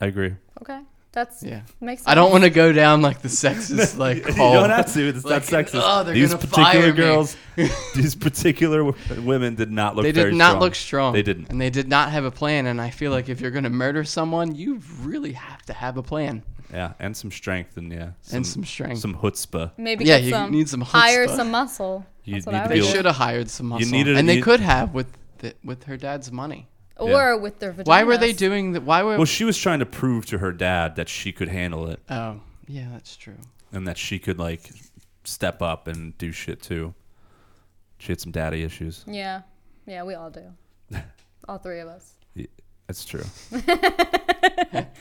Speaker 1: I agree.
Speaker 2: Okay. That's
Speaker 3: Yeah.
Speaker 2: makes sense.
Speaker 3: I don't want to go down like
Speaker 1: [laughs]
Speaker 3: the sexist [laughs] like hole.
Speaker 1: You don't have to. It's
Speaker 3: Like,
Speaker 1: not sexist.
Speaker 3: oh, they're
Speaker 1: these
Speaker 3: gonna
Speaker 1: particular
Speaker 3: fire me. [laughs]
Speaker 1: girls, these particular w- women did not look.
Speaker 3: They
Speaker 1: very
Speaker 3: did not
Speaker 1: strong.
Speaker 3: look strong.
Speaker 1: They didn't.
Speaker 3: And they did not have a plan. And I feel like if you're going to murder someone, you really have to have a plan.
Speaker 1: Yeah, and some strength and yeah,
Speaker 3: And some strength.
Speaker 1: some chutzpah.
Speaker 2: Maybe
Speaker 3: Yeah,
Speaker 2: get
Speaker 3: you
Speaker 2: some,
Speaker 3: need some
Speaker 2: hire
Speaker 3: chutzpah. [laughs]
Speaker 2: some muscle.
Speaker 1: You
Speaker 2: That's Mm, what
Speaker 1: need
Speaker 2: I
Speaker 1: to be
Speaker 2: would
Speaker 3: They
Speaker 1: Feel-
Speaker 2: do.
Speaker 3: should have hired some muscle.
Speaker 1: needed-
Speaker 3: and they
Speaker 1: you-
Speaker 3: could have with the, with her dad's money.
Speaker 2: or
Speaker 1: Yeah.
Speaker 2: with their vaginas.
Speaker 3: Why were they doing that? Why were
Speaker 1: Well, she was trying to prove to her dad that she could handle it
Speaker 3: Oh, yeah, that's true.
Speaker 1: and that she could like step up and do shit too. She had some daddy issues.
Speaker 2: Yeah, yeah, we all
Speaker 3: [laughs]
Speaker 2: do. all three of us.
Speaker 1: That's
Speaker 2: [laughs]
Speaker 1: true.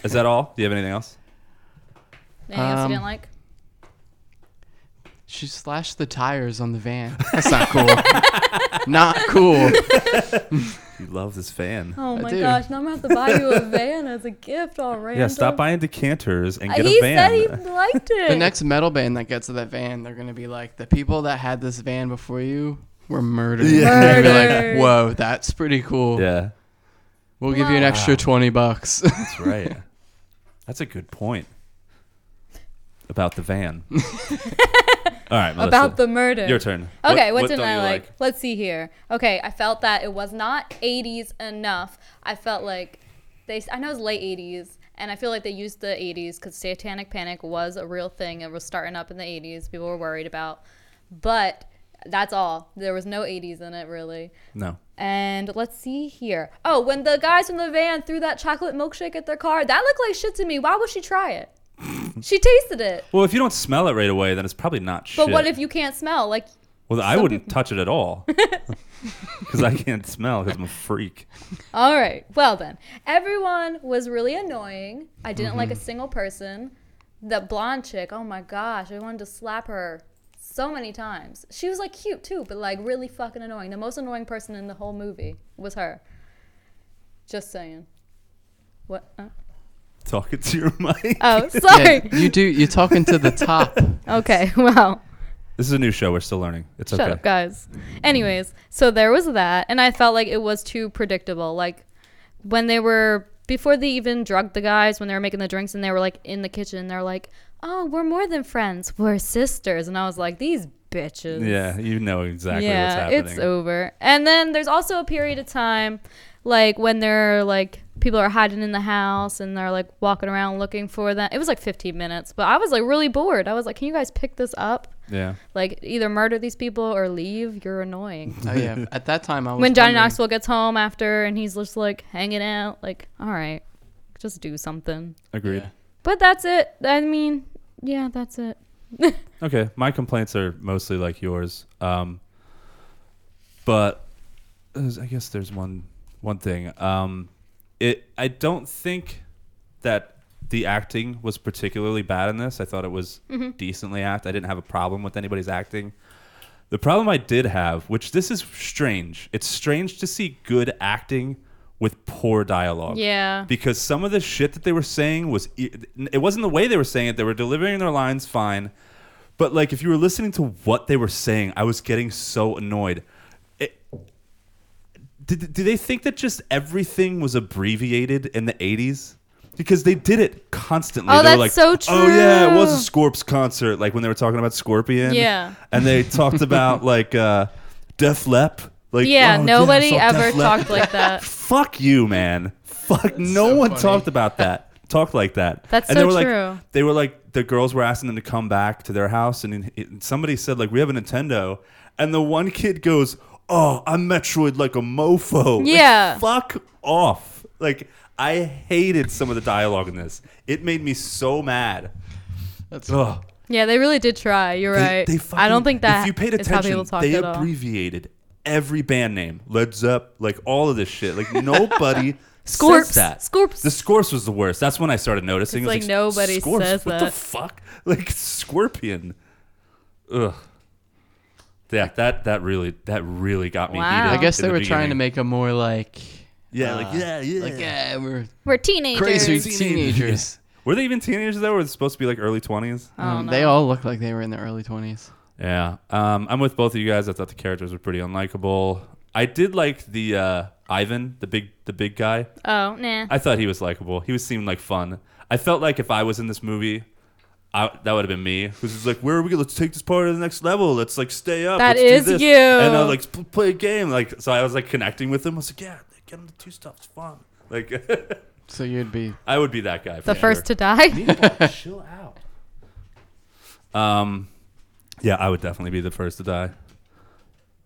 Speaker 1: Is that all? Do you have anything else?
Speaker 2: Anything else you didn't
Speaker 3: Um,
Speaker 2: like?
Speaker 3: She slashed the tires on the van. That's not
Speaker 1: [laughs]
Speaker 3: cool. not cool.
Speaker 1: You love this fan.
Speaker 2: Oh my
Speaker 3: do.
Speaker 2: gosh! Now I'm gonna have to buy you a van as a gift. All right.
Speaker 1: yeah, stop buying decanters and get
Speaker 2: Uh, he
Speaker 1: a van.
Speaker 2: said he liked it.
Speaker 3: The next metal band that gets to that van, they're going to be like, the people that had this van before you were murdered. And they're gonna be
Speaker 2: Murdered.
Speaker 3: like, whoa, that's pretty cool.
Speaker 1: yeah,
Speaker 3: We'll give you an extra
Speaker 2: [laughs]
Speaker 3: 20 bucks.
Speaker 1: that's right. That's a good point about the
Speaker 2: [laughs]
Speaker 1: van. all right, Melissa,
Speaker 2: about the murder.
Speaker 1: your turn.
Speaker 2: Okay, what,
Speaker 1: what
Speaker 2: didn't
Speaker 1: don't
Speaker 2: I
Speaker 1: you
Speaker 2: like? Let's see here. Okay, I felt that it was not 80s enough. I felt like they, I know it was late 80s, and I feel like they used the 80s because satanic panic was a real thing. It was starting up in the 80s, people were worried about. But that's all. There was no 80s in it, really.
Speaker 1: No.
Speaker 2: And let's see here. Oh, when the guys from the van threw that chocolate milkshake at their car, that looked like shit to me. Why would she try it? she tasted it.
Speaker 1: Well, if you don't smell it right away, then it's probably not shit.
Speaker 2: But what if you can't smell? Like,
Speaker 1: Well, I wouldn't touch it at all [laughs] because I can't smell because I'm a freak.
Speaker 2: All right. Well then, everyone was really annoying. I didn't like a single person. The blonde chick. Oh my gosh, I wanted to slap her so many times. She was like cute too, but like really fucking annoying. The most annoying person in the whole movie was her. Just saying. What? Uh,
Speaker 1: talking to your [laughs] mic.
Speaker 2: Oh, sorry.
Speaker 3: Yeah, you do. You're talking to
Speaker 1: [laughs]
Speaker 3: the top. Oh,
Speaker 2: Okay, [laughs] wow.
Speaker 1: This is a new show. We're still learning. It's
Speaker 2: Shut
Speaker 1: okay.
Speaker 2: up, guys. Anyways, so there was that, and I felt like it was too predictable. Like when they were before they even drugged the guys, when they were making the drinks, and they were like in the kitchen, they're like, "Oh, we're more than friends. We're sisters." And I was like, "These bitches."
Speaker 1: Yeah, you know exactly what's
Speaker 2: yeah,
Speaker 1: happening.
Speaker 2: it's over. And then there's also a period of time, like when they're like people are hiding in the house and they're like walking around looking for them. It was like 15 minutes, but I was like really bored. I was like, "Can you guys pick this up?"
Speaker 1: Yeah.
Speaker 2: Like either murder these people or leave. You're annoying.
Speaker 3: Oh yeah. At that time, I was
Speaker 2: when Johnny
Speaker 3: wondering-
Speaker 2: Knoxville gets home after and he's just like hanging out, like, all right, just do something.
Speaker 1: Agreed.
Speaker 2: But that's it. I mean, yeah, that's it.
Speaker 1: Okay, my complaints are mostly like yours, um, but there's- I guess there's one one thing. Um, it I don't think that the acting was particularly bad in this. I thought it was
Speaker 11: Mhm.
Speaker 1: decently acted. I didn't have a problem with anybody's acting. The problem I did have, which this is strange, it's strange to see good acting with poor dialogue.
Speaker 2: Yeah.
Speaker 1: Because some of the shit that they were saying was, e, it wasn't the way they were saying it. They were delivering their lines fine. But like, if you were listening to what they were saying, I was getting so annoyed. It, did, do they think that just everything was abbreviated in the 80s? Because they did it constantly.
Speaker 2: Oh,
Speaker 1: they were like,
Speaker 2: that's so
Speaker 1: Oh, yeah, it was a
Speaker 2: true."
Speaker 1: Scorps concert, like when they were talking about Scorpion.
Speaker 2: Yeah.
Speaker 1: And they talked about like uh, Def Lep. Like,
Speaker 2: yeah,
Speaker 1: "Oh,
Speaker 2: nobody
Speaker 1: I saw
Speaker 2: ever
Speaker 1: Def Lepp."
Speaker 2: talked like
Speaker 1: [laughs]
Speaker 2: that.
Speaker 1: Fuck you, man. Fuck. no one talked about that. Talked like that.
Speaker 2: That's
Speaker 1: and
Speaker 2: so
Speaker 1: they were
Speaker 2: true.
Speaker 1: Like, they were like the girls were asking them to come back to their house, and, it- it- somebody said like we have a Nintendo, and the one kid goes, "Oh, I'm Metroid like a mofo." [laughs] Like,
Speaker 2: Yeah.
Speaker 1: fuck off. Like I hated some of the dialogue in this. It made me so mad.
Speaker 3: That's
Speaker 1: Ugh.
Speaker 2: Yeah, they really did try. You're right. I don't think that
Speaker 1: If you paid
Speaker 2: is how people
Speaker 1: attention,
Speaker 2: talked
Speaker 1: they
Speaker 2: at all.
Speaker 1: abbreviated every band name, Led Zepp, like all of this shit. Like nobody
Speaker 2: [laughs] Scorps,
Speaker 1: says that.
Speaker 2: Scorps.
Speaker 1: The Scorps was the worst. That's when I started noticing.
Speaker 2: It's
Speaker 1: It was
Speaker 2: like nobody
Speaker 1: Scorps?
Speaker 2: says
Speaker 1: what
Speaker 2: that.
Speaker 1: the fuck? [laughs] Like Scorpion. Ugh. Yeah, that that really that really got me.
Speaker 2: Wow.
Speaker 1: Heated
Speaker 3: I guess
Speaker 1: in
Speaker 3: they
Speaker 1: the
Speaker 3: were trying to
Speaker 1: beginning.
Speaker 3: make a more like.
Speaker 1: Yeah, like, yeah, yeah.
Speaker 3: Like yeah, we're
Speaker 2: We're teenagers.
Speaker 3: crazy [laughs] teenagers.
Speaker 1: Were they even teenagers though? Were they supposed to be like early twenties?
Speaker 3: Um, They all look like they were in their early twenties.
Speaker 1: Yeah, um, I'm with both of you guys. I thought the characters were pretty unlikable. I did like the uh, Ivan, the big, the big guy.
Speaker 2: Oh, nah.
Speaker 1: I thought he was likable. He was seemed like fun. I felt like if I was in this movie, I, that would have been me. Who's just like, where are we? Let's take this part to the next level. Let's like stay up.
Speaker 2: That
Speaker 1: That is
Speaker 2: is you.
Speaker 1: And I was like, "P- play a game. Like, so I was like connecting with him. I was like, yeah, get him the two stops. Fun. Like, [laughs]
Speaker 3: So you'd be
Speaker 1: I would be that guy. For
Speaker 2: The first to
Speaker 1: sure. [laughs]
Speaker 2: die.
Speaker 1: chill out. Um, yeah, I would definitely be the first to die.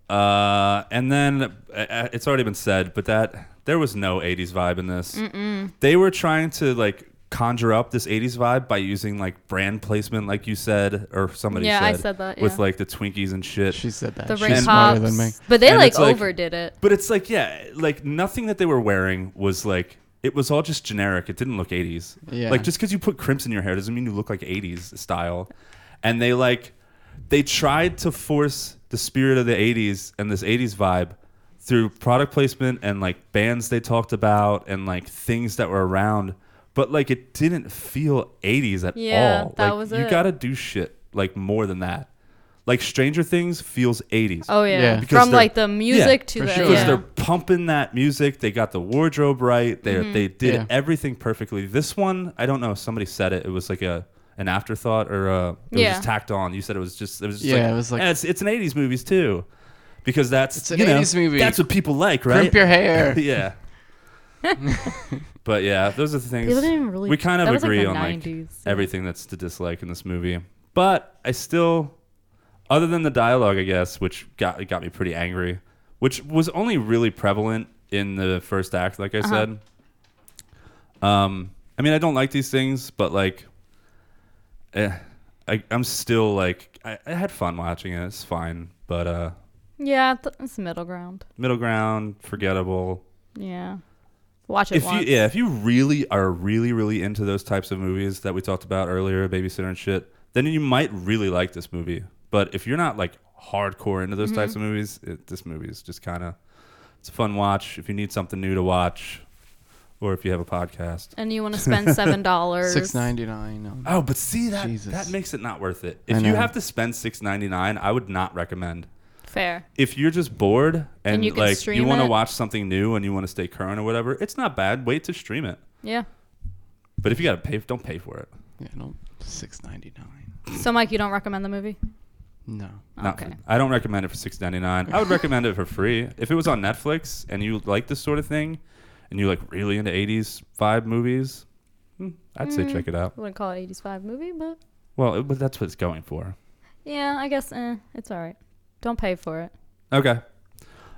Speaker 1: Uh, and then uh, uh, it's already been said, but that there was no '80s vibe in this.
Speaker 11: Mm-mm.
Speaker 1: They were trying to like conjure up this '80s vibe by using like brand placement, like you said, or somebody
Speaker 2: Yeah,
Speaker 1: said.
Speaker 2: I said that,
Speaker 1: with
Speaker 2: yeah.
Speaker 1: like the Twinkies and shit. She
Speaker 3: said that.
Speaker 2: The She's ring smarter than pops. me. But they, like,
Speaker 1: it's
Speaker 2: overdid it.
Speaker 1: But it's like, yeah, like nothing that they were wearing was like. It was all just generic. It didn't look 80s.
Speaker 3: Yeah.
Speaker 1: Like just because you put crimps in your hair doesn't mean you look like 80s style. And they like they tried to force the spirit of the 80s and this 80s vibe through product placement and like bands they talked about and like things that were around, but like it didn't feel 80s at
Speaker 2: Yeah,
Speaker 1: all.
Speaker 2: that
Speaker 1: like
Speaker 2: was
Speaker 1: you
Speaker 2: it.
Speaker 1: gotta do shit like more than that. Like Stranger Things feels 80s.
Speaker 2: Oh, yeah. Yeah.
Speaker 1: Because
Speaker 2: From,
Speaker 1: they're-
Speaker 2: like, the music to For the- sure.
Speaker 1: because
Speaker 2: yeah.
Speaker 1: they're pumping that music. They got the wardrobe right. They
Speaker 2: Mhm.
Speaker 1: they did
Speaker 3: Yeah.
Speaker 1: everything perfectly. This one, I don't know. Somebody said it. It was like a an afterthought or uh it
Speaker 3: Yeah.
Speaker 1: was just tacked on. You said it was just it was just
Speaker 3: Yeah,
Speaker 1: like,
Speaker 3: it was like-
Speaker 1: "Eh, it's it's an '80s movies too, because that's
Speaker 3: It's an
Speaker 1: you know,
Speaker 3: 80s movie.
Speaker 1: That's what people like, right?
Speaker 3: Crimp your
Speaker 1: [laughs]
Speaker 3: hair.
Speaker 1: yeah. But yeah, those are the things
Speaker 2: People didn't really-
Speaker 1: we kind of
Speaker 2: that was, like,
Speaker 1: agree
Speaker 2: the
Speaker 1: on like
Speaker 2: 90s,
Speaker 1: everything that's to dislike in this movie. But I still, other than the dialogue, I guess, which got got me pretty angry, which was only really prevalent in the first act, like I
Speaker 11: Uh-huh.
Speaker 1: said. Um, I mean, I don't like these things, but like, eh, I, I'm still like, I, I had fun watching it. It's fine, but uh,
Speaker 2: Yeah, th- it's middle ground.
Speaker 1: middle ground, forgettable.
Speaker 2: Yeah. Watch it
Speaker 1: If
Speaker 2: once.
Speaker 1: you yeah, if you really are really really into those types of movies that we talked about earlier, babysitter and shit, then you might really like this movie. But if you're not like hardcore into those types
Speaker 11: Mhm.
Speaker 2: Mm-hmm.
Speaker 1: of movies, it, this movie is just kind of it's a fun watch. If you need something new to watch, or if you have a podcast.
Speaker 2: And you want to
Speaker 3: [laughs]
Speaker 2: spend seven dollars.
Speaker 3: Six ninety nine.
Speaker 1: Oh, but see that
Speaker 3: Jesus.
Speaker 1: that makes it not worth it. If
Speaker 3: I
Speaker 1: you
Speaker 3: know.
Speaker 1: have to spend six ninety nine, I would not recommend.
Speaker 2: Fair.
Speaker 1: If you're just bored and,
Speaker 2: And you can
Speaker 1: like you
Speaker 2: stream
Speaker 1: want to
Speaker 2: it.
Speaker 1: watch something new and you want to stay current or whatever, it's not bad. Wait to stream it.
Speaker 2: Yeah.
Speaker 1: But if you gotta pay, don't pay for it.
Speaker 3: Yeah, no, six ninety nine.
Speaker 2: So Mike, you don't recommend the movie?
Speaker 3: No.
Speaker 1: Not for-
Speaker 2: Okay.
Speaker 1: I don't recommend it for six ninety nine. I would recommend it for free. If it was on Netflix and you like this sort of thing, and you like really into eighties vibe movies, hmm, I'd say check it out.
Speaker 2: I wouldn't call it eighties five movie, but
Speaker 1: Well, it, but that's what it's going for.
Speaker 2: yeah, I guess eh, it's all right. Don't pay for it.
Speaker 1: Okay.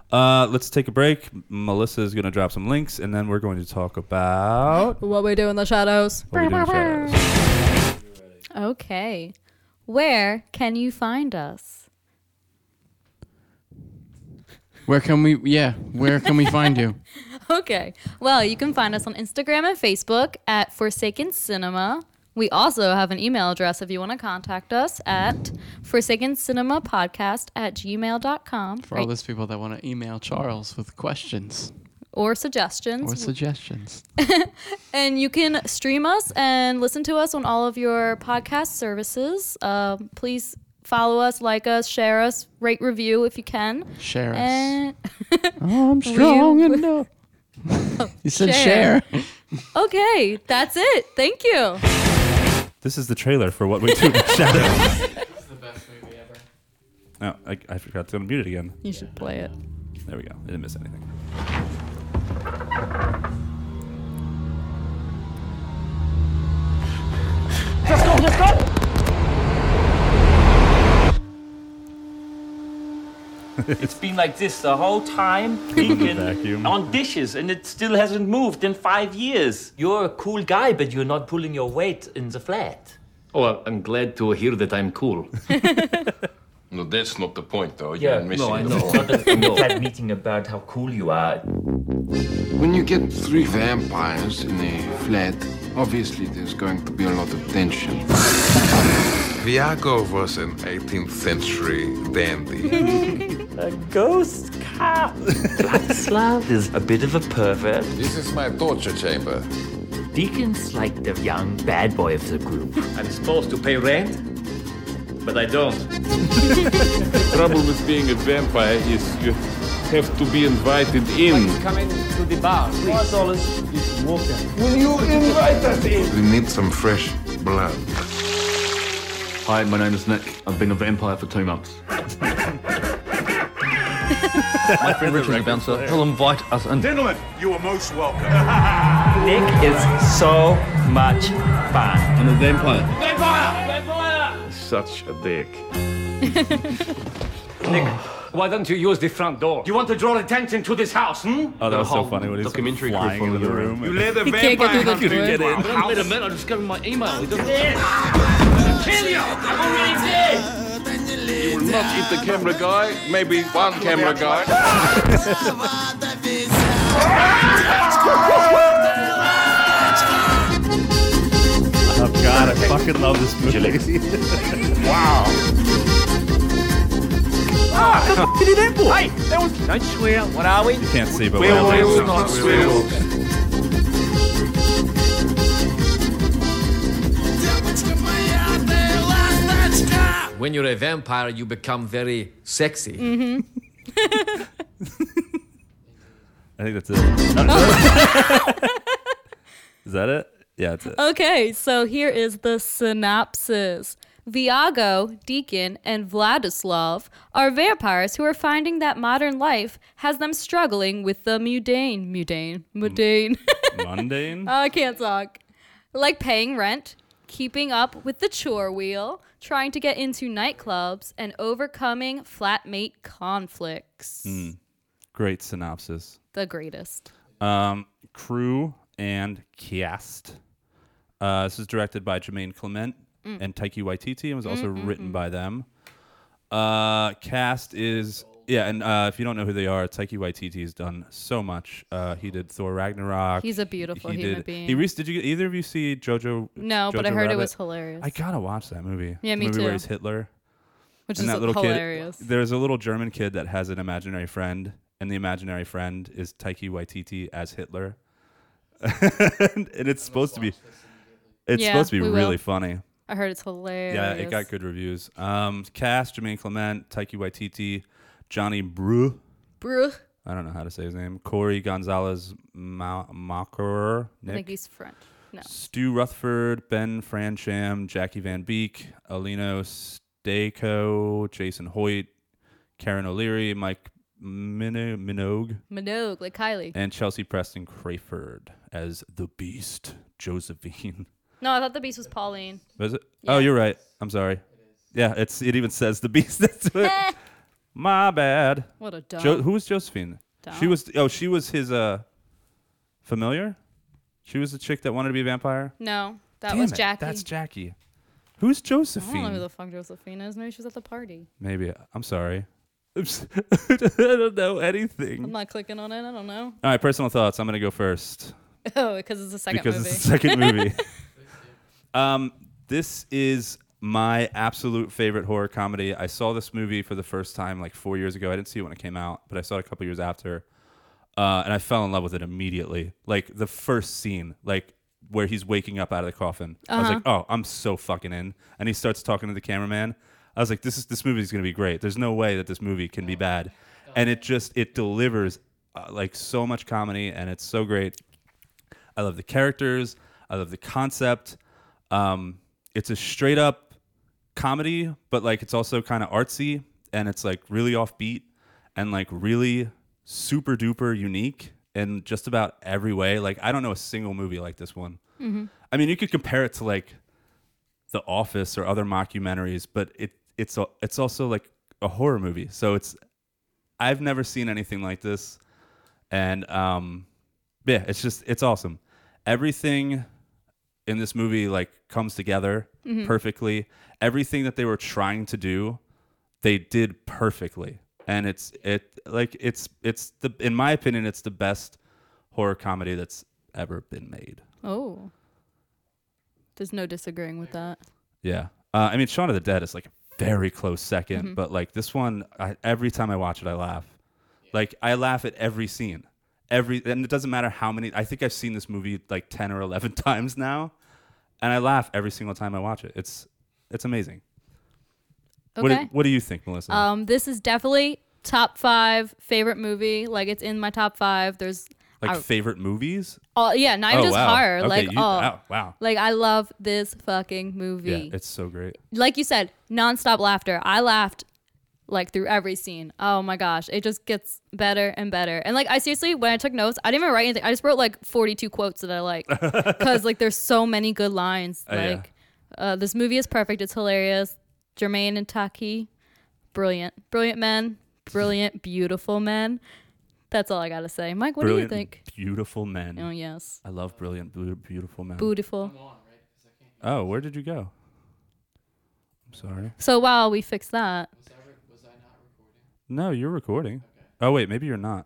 Speaker 1: Uh, let's take a break. Melissa is going to drop some links, and then we're going to talk about
Speaker 2: What we do in the shadows.
Speaker 1: what we do in shadows.
Speaker 2: Okay. Where can you find us?
Speaker 3: Where can we? Yeah, where can
Speaker 2: [laughs]
Speaker 3: we find you?
Speaker 2: [laughs] Okay. Well, you can find us on Instagram and Facebook at Forsaken Cinema. We also have an email address if you want to contact us at Forsaken Cinema Podcast at gmail.com
Speaker 3: For all those people that want to email Charles with questions
Speaker 2: or suggestions.
Speaker 3: or suggestions.
Speaker 2: And you can stream us and listen to us on all of your podcast services. Um, please follow us, like us, share us, rate, review if you can.
Speaker 3: Share us.
Speaker 2: And [laughs]
Speaker 3: I'm strong
Speaker 2: you- [laughs]
Speaker 3: enough. you said
Speaker 2: Oh, Share.
Speaker 3: share.
Speaker 2: okay, that's it. Thank you.
Speaker 1: This is the trailer for what we do in the shadows. No, I, I forgot to unmute it again.
Speaker 2: You should play it.
Speaker 1: There we go. I didn't miss anything.
Speaker 11: It's been like this the whole time,
Speaker 10: [laughs]
Speaker 11: being
Speaker 1: vacuum.
Speaker 11: on dishes, and it still hasn't moved in five years. You're a cool guy, but you're not pulling your weight in the flat.
Speaker 12: Oh, I'm glad to hear that I'm cool.
Speaker 13: No, that's not the point, though.
Speaker 11: Yeah, no, I know. It's not that [laughs] we had meeting about how cool you are.
Speaker 4: When you get three vampires in a flat, obviously there's going to be a lot of tension.
Speaker 13: Viago was an 18th century dandy.
Speaker 11: A ghost cop. Vladislav is a bit of a pervert.
Speaker 13: This is my torture chamber.
Speaker 11: Deacon's like the young bad boy of the group.
Speaker 12: I'm supposed to pay rent, but I don't. the trouble with being a vampire is you have to be invited in.
Speaker 11: Come in to the bar. Four dollars is water.
Speaker 13: Will you invite us in? We need some fresh blood.
Speaker 14: Hi, my name is Nick. I've been a vampire for two months. my friend Richard the bouncer, he'll invite us in.
Speaker 15: Gentlemen, you are most welcome.
Speaker 11: Nick is so much fun.
Speaker 14: I'm a vampire.
Speaker 11: Vampire! Vampire!
Speaker 12: Such a dick.
Speaker 11: [laughs] Nick, why don't you use the front door? You want to draw attention to this house, hmm?
Speaker 1: Oh, that was so
Speaker 12: whole
Speaker 1: funny when he's
Speaker 12: documentary crew
Speaker 1: flying into
Speaker 12: followed
Speaker 1: the
Speaker 12: you around.
Speaker 1: room.
Speaker 12: You
Speaker 11: [laughs]
Speaker 12: let
Speaker 11: the He can't get vampire through the
Speaker 1: You didn't
Speaker 11: door.
Speaker 1: get in.
Speaker 11: Wow.
Speaker 14: Wait a minute, I just got my email. He doesn't-
Speaker 11: Kill you! I'm already dead!
Speaker 13: You will not eat the camera guy, maybe one camera guy.
Speaker 1: Oh God, I fucking love this [laughs] movie.
Speaker 11: Wow. Ah, did it Hey, that was. Don't swear. What are we?
Speaker 1: you can't see, but
Speaker 11: Werewolves,
Speaker 1: werewolves.
Speaker 11: not werewolves.
Speaker 14: When you're a vampire, you become very sexy.
Speaker 1: Mm-hmm. [laughs] I think that's
Speaker 11: [laughs]
Speaker 1: it. is that it? Yeah, that's
Speaker 11: Uh,
Speaker 1: it.
Speaker 2: Okay, so here is the synopsis. Viago, Deacon, and Vladislav are vampires who are finding that modern life has them struggling with the mundane, mundane, mundane. [laughs]
Speaker 11: uh,
Speaker 1: Mundane.
Speaker 2: I can't talk. Like paying rent, keeping up with the chore wheel, trying to get into nightclubs, and overcoming flatmate conflicts.
Speaker 1: Mm. Great synopsis.
Speaker 2: The greatest.
Speaker 1: Um, crew and cast. Uh, this is directed by Jermaine Clement
Speaker 2: Mm.
Speaker 1: and Taiki Waititi, and was also
Speaker 2: Mm, mm,
Speaker 1: written
Speaker 2: mm.
Speaker 1: by them. Uh, cast is yeah, and uh, if you don't know who they are, Taiki Waititi has done so much. Uh, he did Thor Ragnarok.
Speaker 2: He's a beautiful
Speaker 1: he
Speaker 2: human
Speaker 1: did,
Speaker 2: being.
Speaker 1: He re- did you either of you see JoJo?
Speaker 2: No, but I
Speaker 1: Jojo
Speaker 2: heard it
Speaker 1: Rabbit?
Speaker 2: was hilarious.
Speaker 1: I gotta watch that movie.
Speaker 2: Yeah,
Speaker 1: The
Speaker 2: me
Speaker 1: movie Where
Speaker 2: too.
Speaker 1: he's Hitler.
Speaker 2: Which
Speaker 1: and
Speaker 2: is
Speaker 1: that little
Speaker 2: hilarious.
Speaker 1: Kid, there's a little German kid that has an imaginary friend, and the imaginary friend is Taiki Waititi as Hitler. [laughs] and it's supposed to be it's
Speaker 2: Yeah,
Speaker 1: supposed to be
Speaker 2: we will.
Speaker 1: really funny.
Speaker 2: I heard it's hilarious.
Speaker 1: Yeah, it got good reviews. Um, cast: Jermaine Clement, Taiki Waititi, Johnny Brew.
Speaker 2: Bruh.
Speaker 1: I don't know how to say his name. Corey Gonzalez Ma- Macher.
Speaker 2: I think
Speaker 1: Nick.
Speaker 2: he's French. No.
Speaker 1: Stu Rutherford, Ben Francham, Jackie Van Beek, Alino Staco, Jason Hoyt, Karen O'Leary, Mike Mino- Minogue,
Speaker 2: Minogue, like Kylie.
Speaker 1: and Chelsea Preston Crayford as the Beast, Josephine. [laughs]
Speaker 2: No, I thought the beast was Pauline.
Speaker 1: Was it? Oh, you're right. I'm sorry. Yeah, it's it even says the beast. [laughs] That's it. My bad.
Speaker 2: What a
Speaker 1: Jo-
Speaker 2: dumb.
Speaker 1: who was Josephine? She was. Oh, she was his uh, familiar. She was the chick that wanted to be a vampire.
Speaker 2: No, that
Speaker 1: Damn
Speaker 2: was
Speaker 1: it,
Speaker 2: Jackie.
Speaker 1: That's Jackie. Who's
Speaker 2: I don't know who
Speaker 1: Josephine?
Speaker 2: the fuck Josephine is. Maybe she was at the party.
Speaker 1: Maybe. I'm sorry. [laughs] Oops. I don't know anything.
Speaker 2: I'm not clicking on it. I don't know. [laughs]
Speaker 1: All right, personal thoughts. I'm gonna go first.
Speaker 2: Oh, because it's the second
Speaker 1: because
Speaker 2: movie.
Speaker 1: it's the second
Speaker 2: [laughs]
Speaker 1: movie. um, this is my absolute favorite horror comedy. I saw this movie for the first time like four years ago. I didn't see it when it came out, but I saw it a couple years after, uh, and I fell in love with it immediately. Like the first scene, like where he's waking up out of the coffin. I was
Speaker 15: Uh-huh.
Speaker 1: like, oh, I'm so fucking in. And he starts talking to the cameraman. I was like, this is this movie is gonna be great. There's no way that this movie can be bad. And it just it delivers uh, like so much comedy, and it's so great. I love the characters. I love the concept. Um, it's a straight up comedy, but like it's also kind of artsy and it's like really offbeat and like really super duper unique in just about every way. Like I don't know a single movie like this one.
Speaker 15: Mhm.
Speaker 1: I mean, you could compare it to like The Office or other mockumentaries, but it it's a, it's also like a horror movie. So it's I've never seen anything like this, and um, yeah, it's just it's awesome. Everything in this movie like comes together
Speaker 15: Mhm.
Speaker 1: perfectly. Everything that they were trying to do, they did perfectly, and it's it like it's it's the in my opinion it's the best horror comedy that's ever been made.
Speaker 2: Oh. There's no disagreeing with that.
Speaker 1: Yeah. Uh, I mean, Shaun of the Dead is like a very close 2nd
Speaker 2: Mhm.
Speaker 1: but like this one, I, every time I watch it, I laugh. Like I laugh at every scene, every, and it doesn't matter how many. I think I've seen this movie like ten or eleven [laughs] times now, and I laugh every single time I watch it. It's, it's amazing. What, do,
Speaker 2: Okay.
Speaker 1: what do you think, Melissa?
Speaker 2: Um, this is definitely top five favorite movie. Like it's in my top five. There's
Speaker 1: like
Speaker 2: I-
Speaker 1: favorite movies?
Speaker 2: Oh yeah, not
Speaker 1: Oh,
Speaker 2: even just
Speaker 1: wow.
Speaker 2: horror.
Speaker 1: Okay,
Speaker 2: like
Speaker 1: you-
Speaker 2: oh
Speaker 1: wow, wow.
Speaker 2: Like I love this fucking movie.
Speaker 1: Yeah, it's so great.
Speaker 2: like you said, nonstop laughter. I laughed like through every scene. Oh my gosh, it just gets better and better. And like I seriously, when I took notes, I didn't even write anything. I just wrote like 42 quotes that I like because like there's so many good lines.
Speaker 16: Oh,
Speaker 2: like
Speaker 16: yeah.
Speaker 2: uh, this movie is perfect. It's hilarious. Jermaine and Taki, brilliant, brilliant men, brilliant, beautiful men. That's all I gotta say. Mike, what
Speaker 1: brilliant,
Speaker 2: do you think?
Speaker 1: Beautiful men.
Speaker 2: Oh, yes.
Speaker 1: I love brilliant, beau- beautiful men.
Speaker 2: Beautiful.
Speaker 1: Oh, where did you go? I'm sorry.
Speaker 2: So while we fix that,
Speaker 1: No, you're recording. Oh wait, maybe you're not.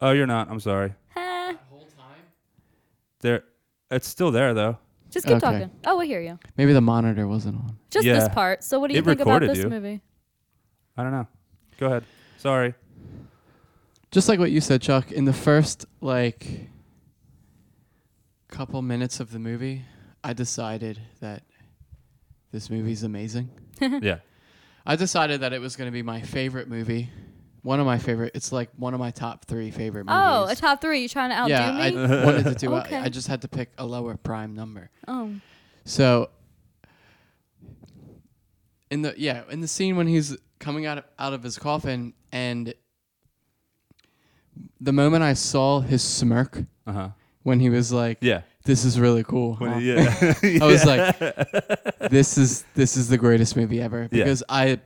Speaker 1: Oh, you're not. I'm sorry. There, it's still there though.
Speaker 2: just keep
Speaker 3: Okay.
Speaker 2: talking. Oh, I hear you.
Speaker 3: Maybe the monitor wasn't on.
Speaker 2: Just
Speaker 1: Yeah.
Speaker 2: this part. So what do you
Speaker 1: It
Speaker 2: think about
Speaker 1: recorded
Speaker 2: this
Speaker 1: you.
Speaker 2: movie?
Speaker 1: I don't know. Go ahead. Sorry.
Speaker 3: Just like what you said, Chuck, in the first like couple minutes of the movie, I decided that this movie's amazing.
Speaker 1: Yeah.
Speaker 3: I decided that it was going to be my favorite movie. One of my favorite. It's like one of my top three favorite movies.
Speaker 2: Oh, a top three. You trying to outdo
Speaker 3: yeah,
Speaker 2: me?
Speaker 3: I [laughs] wanted to do.
Speaker 2: Okay.
Speaker 3: I, I just had to pick a lower prime number.
Speaker 2: Oh.
Speaker 3: So in the yeah, in the scene when he's coming out of, out of his coffin and the moment I saw his smirk
Speaker 1: uh-huh.
Speaker 3: when he was like,
Speaker 1: Yeah. Uh-huh.
Speaker 3: this is really cool."
Speaker 1: When [laughs]
Speaker 3: huh?"
Speaker 1: he- yeah.
Speaker 3: [laughs] I was
Speaker 1: [laughs] Yeah.
Speaker 3: like, "This is this is the greatest movie ever."
Speaker 1: Yeah.
Speaker 3: Because I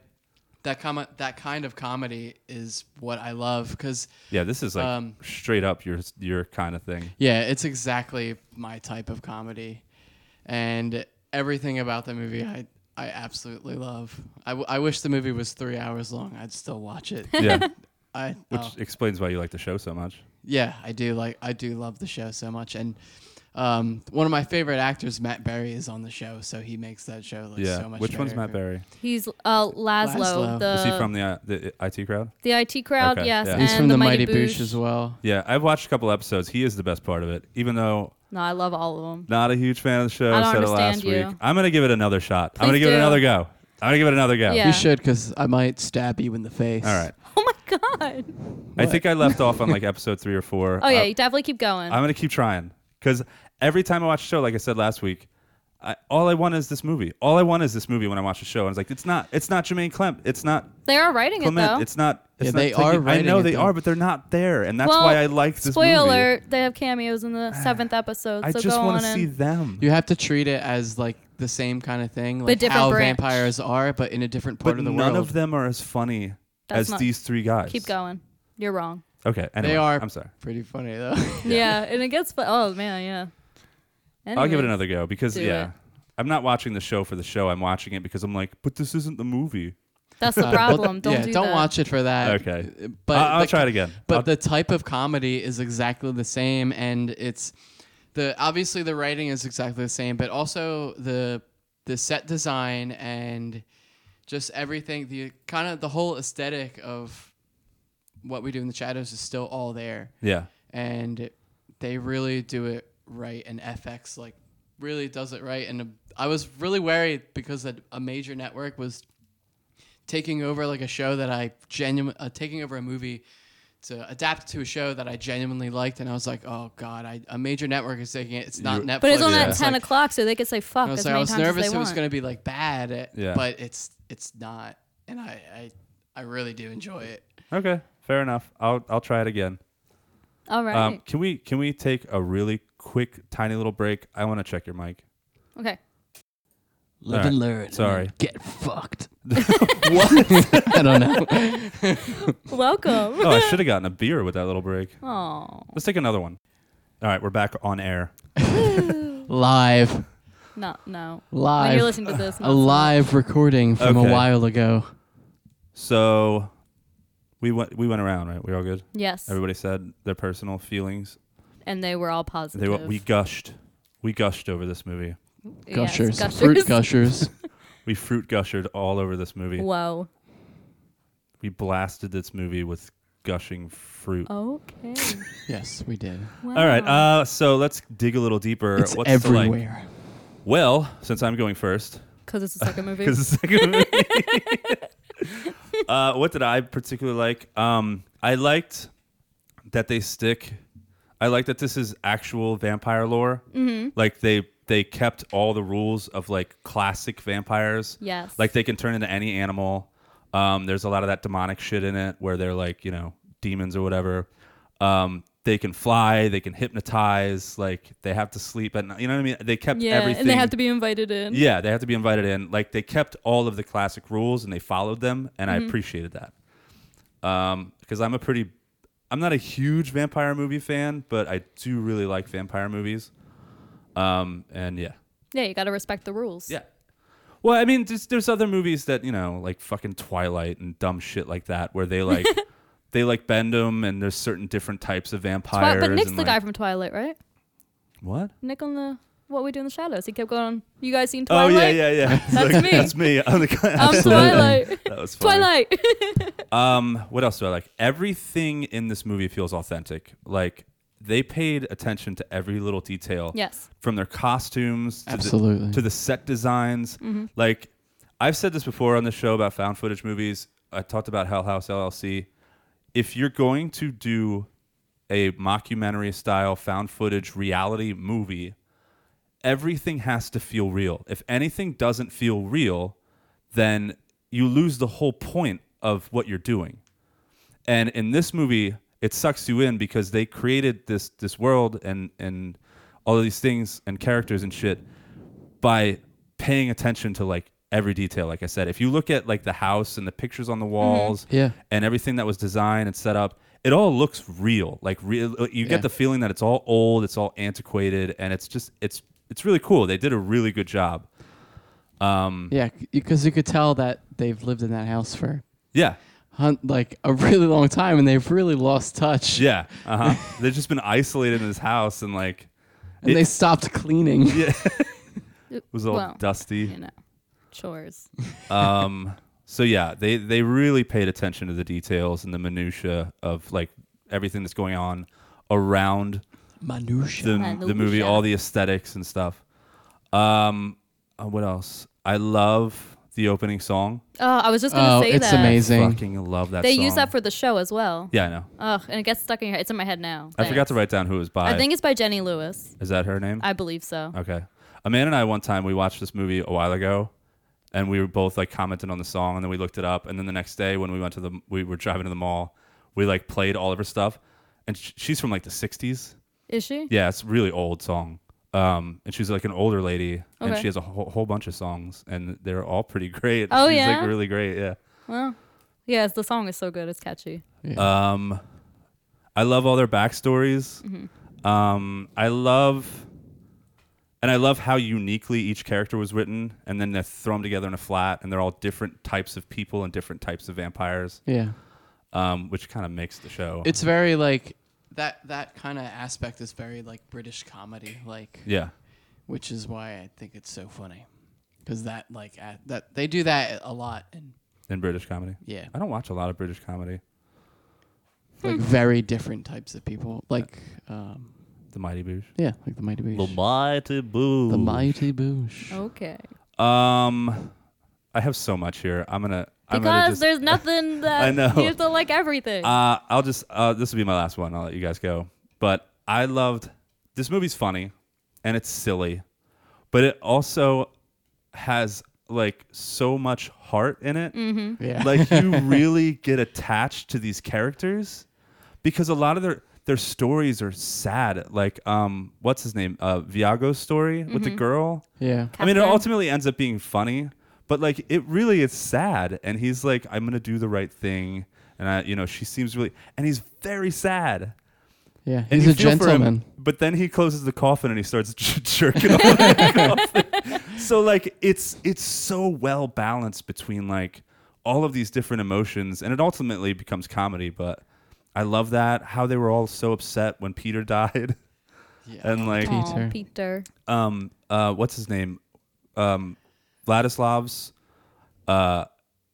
Speaker 3: that com- that kind of comedy is what I love. Because
Speaker 1: Yeah, this is like straight up your your kind of thing.
Speaker 3: yeah, it's exactly my type of comedy, and everything about the movie I I absolutely love. I, w- I wish the movie was three hours long. I'd still watch it.
Speaker 1: Yeah.
Speaker 3: I
Speaker 1: Which
Speaker 3: oh.
Speaker 1: explains why you like the show so much.
Speaker 3: yeah I do like I do love the show so much, and Um, one of my favorite actors, Matt Berry, is on the show, so he makes that show look
Speaker 1: yeah.
Speaker 3: so much.
Speaker 1: Which one's
Speaker 3: better.
Speaker 1: Matt Berry?
Speaker 2: He's uh, Laszlo.
Speaker 3: Laszlo.
Speaker 2: The,
Speaker 1: Is he from the uh, the IT crowd?
Speaker 2: the IT crowd?
Speaker 1: Okay,
Speaker 2: Yes.
Speaker 1: yeah.
Speaker 2: And
Speaker 1: He's from
Speaker 2: the,
Speaker 1: the
Speaker 2: Mighty,
Speaker 3: Mighty
Speaker 2: Boosh.
Speaker 3: Boosh as well.
Speaker 1: Yeah, I've watched a couple episodes. He is the best part of it, even though
Speaker 2: No, I love all of them. [laughs]
Speaker 1: not a huge fan of the show.
Speaker 2: I don't
Speaker 1: said it last
Speaker 2: understand you.
Speaker 1: week. I'm gonna give it another shot. I'm gonna
Speaker 2: Please
Speaker 1: give it
Speaker 2: do.
Speaker 1: another go. I'm gonna give it another go.
Speaker 2: Yeah.
Speaker 3: You should, because I might stab you in the face.
Speaker 1: All right.
Speaker 3: [laughs]
Speaker 2: God.
Speaker 3: Uh,
Speaker 1: I think I left off
Speaker 2: [laughs]
Speaker 1: on like episode three or four.
Speaker 2: Oh yeah,
Speaker 1: Uh,
Speaker 2: you definitely keep going.
Speaker 1: I'm gonna keep trying because every time I watch a show, like I said last week, I, all I want is this movie. All I want is this movie when I watch a show. And it's like it's not. It's not Jermaine Clemp. It's not
Speaker 2: they are writing it
Speaker 1: Clement.
Speaker 2: though.
Speaker 1: It's not. It's
Speaker 3: Yeah,
Speaker 1: not
Speaker 3: they are
Speaker 1: taking- I
Speaker 3: writing
Speaker 1: know
Speaker 3: it,
Speaker 1: they
Speaker 3: though.
Speaker 1: are, but they're not there, and that's
Speaker 2: Well,
Speaker 1: why I like this
Speaker 2: Spoiler
Speaker 1: movie.
Speaker 2: alert: They have cameos in
Speaker 1: [sighs]
Speaker 2: the seventh episode.
Speaker 1: I
Speaker 2: so
Speaker 1: just
Speaker 2: go
Speaker 1: wanna
Speaker 2: on in.
Speaker 1: see them.
Speaker 3: You have to treat it as like the same kind of thing,
Speaker 2: But
Speaker 3: like
Speaker 2: different
Speaker 3: how
Speaker 2: branch.
Speaker 3: vampires are, but in a different part
Speaker 1: But
Speaker 3: of the
Speaker 1: none
Speaker 3: world.
Speaker 1: of them are as funny
Speaker 2: That's
Speaker 1: as
Speaker 2: not-
Speaker 1: these three guys.
Speaker 2: Keep going. You're wrong.
Speaker 1: Okay. Anyway,
Speaker 3: they are.
Speaker 1: I'm sorry.
Speaker 3: Pretty funny though.
Speaker 2: Yeah, and it gets. fu- Oh man, yeah.
Speaker 1: I'll give
Speaker 2: Anyways,
Speaker 1: it another go because
Speaker 2: do
Speaker 1: yeah,
Speaker 2: it.
Speaker 1: I'm not watching the show for the show. I'm watching it because I'm like, but this isn't the movie.
Speaker 2: That's the
Speaker 3: Uh, well,
Speaker 2: problem. Don't
Speaker 3: [laughs] yeah,
Speaker 2: do
Speaker 3: not
Speaker 2: that.
Speaker 3: watch it for that.
Speaker 1: Okay.
Speaker 3: Uh,
Speaker 1: I- I'll
Speaker 3: the-
Speaker 1: try it again.
Speaker 3: But
Speaker 1: I'll-
Speaker 3: the type of comedy is exactly the same, and it's the obviously the writing is exactly the same, but also the the set design and just everything, the kind of the whole aesthetic of what we do in the shadows is still all there.
Speaker 1: Yeah.
Speaker 3: and it- they really do it right, and FX like really does it right. And uh, I was really worried because a, a major network was taking over like a show that I genuinely uh, taking over a movie to adapt to a show that I genuinely liked, and I was like, oh god, I, a major network is taking it. It's not Netflix.
Speaker 2: But it's on
Speaker 3: I
Speaker 2: at
Speaker 3: was
Speaker 2: ten
Speaker 3: like-
Speaker 2: o'clock, so they could say fuck
Speaker 3: I was
Speaker 2: as
Speaker 3: like, I
Speaker 2: many
Speaker 3: was
Speaker 2: times as
Speaker 3: nervous
Speaker 2: they
Speaker 3: it was
Speaker 2: want.
Speaker 3: going to be like bad, at,
Speaker 1: Yeah.
Speaker 3: but it's it's not, and I, I I really do enjoy it.
Speaker 1: Okay, fair enough. I'll I'll try it again. Um,
Speaker 2: All right.
Speaker 1: can we can we take a really quick, tiny little break? I want to check your mic.
Speaker 2: okay.
Speaker 1: Live and learn. Sorry.
Speaker 3: Get
Speaker 1: [laughs]
Speaker 3: fucked. what? [laughs] I don't know.
Speaker 2: Welcome.
Speaker 1: oh, I should have gotten a beer with that little break.
Speaker 2: Oh. Aw.
Speaker 1: Let's take another one. All right, we're back on air.
Speaker 3: Live.
Speaker 2: No, no.
Speaker 3: Live.
Speaker 2: When you're listening to this,
Speaker 3: a live recording from
Speaker 1: Okay.
Speaker 3: a while ago.
Speaker 1: So we went we went around, right? We all good?
Speaker 2: Yes.
Speaker 1: Everybody said their personal feelings.
Speaker 2: and they were all
Speaker 1: They
Speaker 2: positive.
Speaker 1: were, we gushed. We gushed over this movie.
Speaker 2: Yes,
Speaker 3: Gushers. Fruit gushers.
Speaker 1: we fruit gushered all over this movie.
Speaker 2: [laughs] Whoa.
Speaker 1: We blasted this movie with gushing fruit.
Speaker 2: Oh, Okay.
Speaker 3: yes, we did.
Speaker 1: All right. Uh, so let's dig a little deeper.
Speaker 3: It's
Speaker 1: What's the, like-
Speaker 3: everywhere.
Speaker 1: well, since I'm going first,
Speaker 2: 'Cause it's the second movie.
Speaker 1: [laughs] 'Cause it's the second movie. [laughs] uh, what did I particularly like? Um, I liked that they stick. I like that this is actual vampire lore.
Speaker 2: Mhm.
Speaker 1: Like they they kept all the rules of like classic vampires.
Speaker 2: Yes.
Speaker 1: Like they can turn into any animal. Um, there's a lot of that demonic shit in it where they're like you know demons or whatever. Um, they can fly. They can hypnotize. Like they have to sleep at night. You know what I mean? They kept
Speaker 2: Yeah,
Speaker 1: everything.
Speaker 2: and they have to be invited in.
Speaker 1: Yeah, they have to be invited in. Like they kept all of the classic rules and they followed them, and I
Speaker 2: Mhm.
Speaker 1: appreciated that. Um, because I'm a pretty, I'm not a huge vampire movie fan, but I do really like vampire movies. Um, and yeah,
Speaker 2: Yeah, you got to respect the rules.
Speaker 1: Yeah. well, I mean, there's, there's other movies that you know, like fucking Twilight and dumb shit like that, where they
Speaker 2: [laughs]
Speaker 1: like, they like bend them, and there's certain different types of vampires.
Speaker 2: Twi- but Nick's
Speaker 1: and,
Speaker 2: the
Speaker 1: like-
Speaker 2: guy from Twilight, right?
Speaker 1: What?
Speaker 2: Nick on the What We Do in the Shadows. He kept going. You guys seen
Speaker 1: Oh
Speaker 2: Twilight?
Speaker 1: yeah, yeah, yeah. It's [laughs]
Speaker 2: That's
Speaker 1: like,
Speaker 2: me.
Speaker 1: That's me. I'm the guy.
Speaker 2: I'm
Speaker 1: Absolutely.
Speaker 2: Twilight.
Speaker 1: [laughs] That was funny.
Speaker 2: Twilight. [laughs]
Speaker 1: um, what else do I like? Everything in this movie feels authentic. Like they paid attention to every little detail.
Speaker 2: Yes.
Speaker 1: From their costumes to
Speaker 3: Absolutely.
Speaker 1: the, to the set designs.
Speaker 2: Mhm.
Speaker 1: Like I've said this before on the show about found footage movies. I talked about Hell House LLC. If you're going to do a mockumentary style found footage reality movie, everything has to feel real. If anything doesn't feel real, then you lose the whole point of what you're doing. And in this movie, it sucks you in because they created this this world and and all of these things and characters and shit by paying attention to like every detail. Like I said, if you look at like the house and the pictures
Speaker 2: Mm-hmm.
Speaker 1: on the walls,
Speaker 3: Yeah.
Speaker 1: and everything that was designed and set up, it all looks real. Like real, you
Speaker 3: Yeah.
Speaker 1: get the feeling that it's all old, it's all antiquated, and it's just it's it's really cool. They did a really good job. Um,
Speaker 3: Yeah, because you could tell that they've lived in that house for
Speaker 1: Yeah.
Speaker 3: hun- like a really long time, and they've really lost
Speaker 1: Uh-huh.
Speaker 2: [laughs]
Speaker 3: touch.
Speaker 1: Yeah. Uh huh. They've just been isolated in this house and like
Speaker 3: and they stopped cleaning.
Speaker 1: Yeah. It was all
Speaker 2: Well,
Speaker 1: dusty.
Speaker 2: You know, chores.
Speaker 1: um so yeah they they really paid attention to the details and the minutia of like everything that's going on around
Speaker 3: Minutia.
Speaker 1: the, the movie all the aesthetics and stuff um uh, what else i love the opening song
Speaker 2: Oh, I was just gonna say that.
Speaker 1: fucking love that
Speaker 2: they
Speaker 1: song.
Speaker 2: use that for the show as well.
Speaker 1: yeah i know
Speaker 2: Ugh, and it gets stuck in your head. It's in my head now.
Speaker 1: i forgot to write down who it was by
Speaker 2: I think it's by Jenny Lewis.
Speaker 1: Is that her name?
Speaker 2: I believe so.
Speaker 1: Okay. Amanda and I one time we watched this movie a while ago, and we were both like commenting on the song, and then we looked it up, and then the next day when we went to the we were driving to the mall, we like played all of her stuff, and sh- she's from like the '60s.
Speaker 2: Is she?
Speaker 1: Yeah, it's a really old song. Um, and she's like an older lady, and
Speaker 2: Okay.
Speaker 1: she has a whole, whole bunch of songs, and they're all pretty great.
Speaker 2: Oh,
Speaker 1: she's
Speaker 2: yeah?
Speaker 1: like really great. Yeah.
Speaker 2: Well, yes, the song is so good. It's catchy.
Speaker 1: Um, I love all their backstories. Um, I love, and I love how uniquely each character was written, and then they throw them together in a flat, and they're all different types of people and different types of vampires.
Speaker 3: Yeah.
Speaker 1: Um, which kind of makes the show.
Speaker 3: It's very like that that kind of aspect is very like British comedy like
Speaker 1: Yeah.
Speaker 3: which is why I think it's so funny because that like a that they do that a lot and
Speaker 1: in British comedy.
Speaker 3: Yeah.
Speaker 1: I don't watch a lot of British comedy.
Speaker 3: like very different types of people like um
Speaker 1: The Mighty Boosh.
Speaker 3: yeah like the Mighty Boosh
Speaker 1: Mighty Boosh.
Speaker 3: the Mighty Boosh
Speaker 2: Okay.
Speaker 1: Um, I have so much here. I'm gonna I'm gonna
Speaker 2: Because
Speaker 1: just,
Speaker 2: there's nothing that
Speaker 1: [laughs] I know.
Speaker 2: you have to like everything.
Speaker 1: Uh, I'll just uh, this will be my last one. I'll let you guys go. But I loved this movie's funny and it's silly, but it also has like so much heart in it.
Speaker 15: Mhm. Yeah.
Speaker 1: Like you really get attached to these characters because a lot of their their stories are sad. Like um, what's his name? Uh, Viago's story with the
Speaker 15: Mhm.
Speaker 1: girl.
Speaker 3: Yeah.
Speaker 1: I mean, it ultimately ends up being funny, but like it really is sad. And he's like, I'm gonna do the right thing, and I, you know, she seems really, and he's very sad.
Speaker 3: Yeah,
Speaker 1: And
Speaker 3: he's
Speaker 1: you
Speaker 3: a
Speaker 1: feel for him,
Speaker 3: gentleman.
Speaker 1: but then he closes the coffin and he starts [laughs] j- jerking off. the [laughs] coffin. So like, it's it's so well balanced between like all of these different emotions, and it ultimately becomes comedy. But I love that how they were all so upset when Peter [laughs] died, and like
Speaker 2: Aw, Peter. Peter.
Speaker 1: um uh what's his name um Vladislav's uh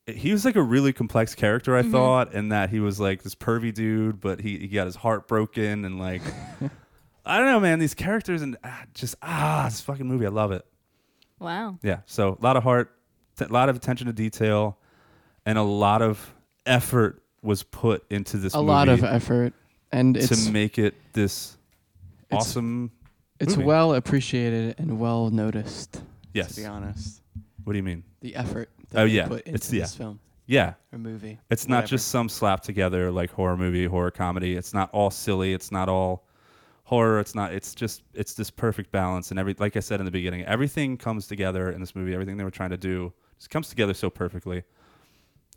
Speaker 1: he was like a really complex character I
Speaker 3: Mm-hmm.
Speaker 15: Mhm.
Speaker 1: thought in that he was like this pervy dude but he, he got his heart broken and
Speaker 3: [laughs]
Speaker 1: like I don't know man these characters and ah, just ah this fucking movie I love it
Speaker 2: wow.
Speaker 1: yeah so a lot of heart a lot of attention to detail and a lot of effort was put into this
Speaker 3: a lot of
Speaker 1: movie
Speaker 3: effort and it's
Speaker 1: to make it this
Speaker 3: it's-
Speaker 1: awesome
Speaker 3: it's
Speaker 1: movie.
Speaker 3: well appreciated and well noticed
Speaker 1: Yes.
Speaker 3: to be honest
Speaker 1: What do you mean?
Speaker 3: The effort that
Speaker 1: Oh
Speaker 3: they
Speaker 1: yeah,
Speaker 3: put
Speaker 1: it's
Speaker 3: into
Speaker 1: yeah.
Speaker 3: this film
Speaker 1: Yeah,
Speaker 3: or movie,
Speaker 1: It's not
Speaker 3: whatever.
Speaker 1: just some slap together like horror movie, horror comedy. It's not all silly. It's not all horror. It's not. It's just. It's this perfect balance and every. Like I said in the beginning, everything comes together in this movie. Everything they were trying to do just comes together so perfectly.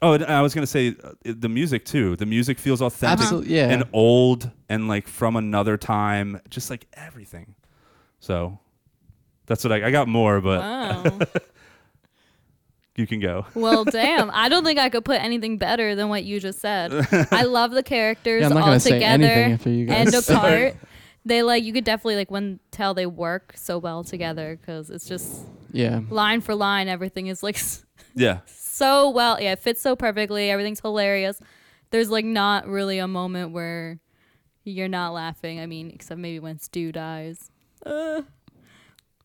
Speaker 1: Oh, and I was gonna say uh, the music too. The music feels authentic,
Speaker 3: Absolute- yeah.
Speaker 1: and old, and like from another time. Just like everything. So, that's what I, I got more, but
Speaker 2: Wow.
Speaker 1: [laughs] you can go.
Speaker 2: Well, damn. I don't think I could put anything better than what you just said.
Speaker 1: [laughs]
Speaker 2: I love the characters
Speaker 3: Yeah, I'm not
Speaker 2: all
Speaker 3: gonna say
Speaker 2: together
Speaker 3: anything after you guys
Speaker 2: and
Speaker 3: [laughs] said
Speaker 2: apart.
Speaker 3: it.
Speaker 2: They like you could definitely like when tell they work so well together because it's just
Speaker 3: Yeah.
Speaker 2: line for line everything is like s-
Speaker 1: Yeah.
Speaker 2: so well yeah it fits so perfectly everything's hilarious. There's like not really a moment where you're not laughing. I mean, except maybe when Stu dies. Uh,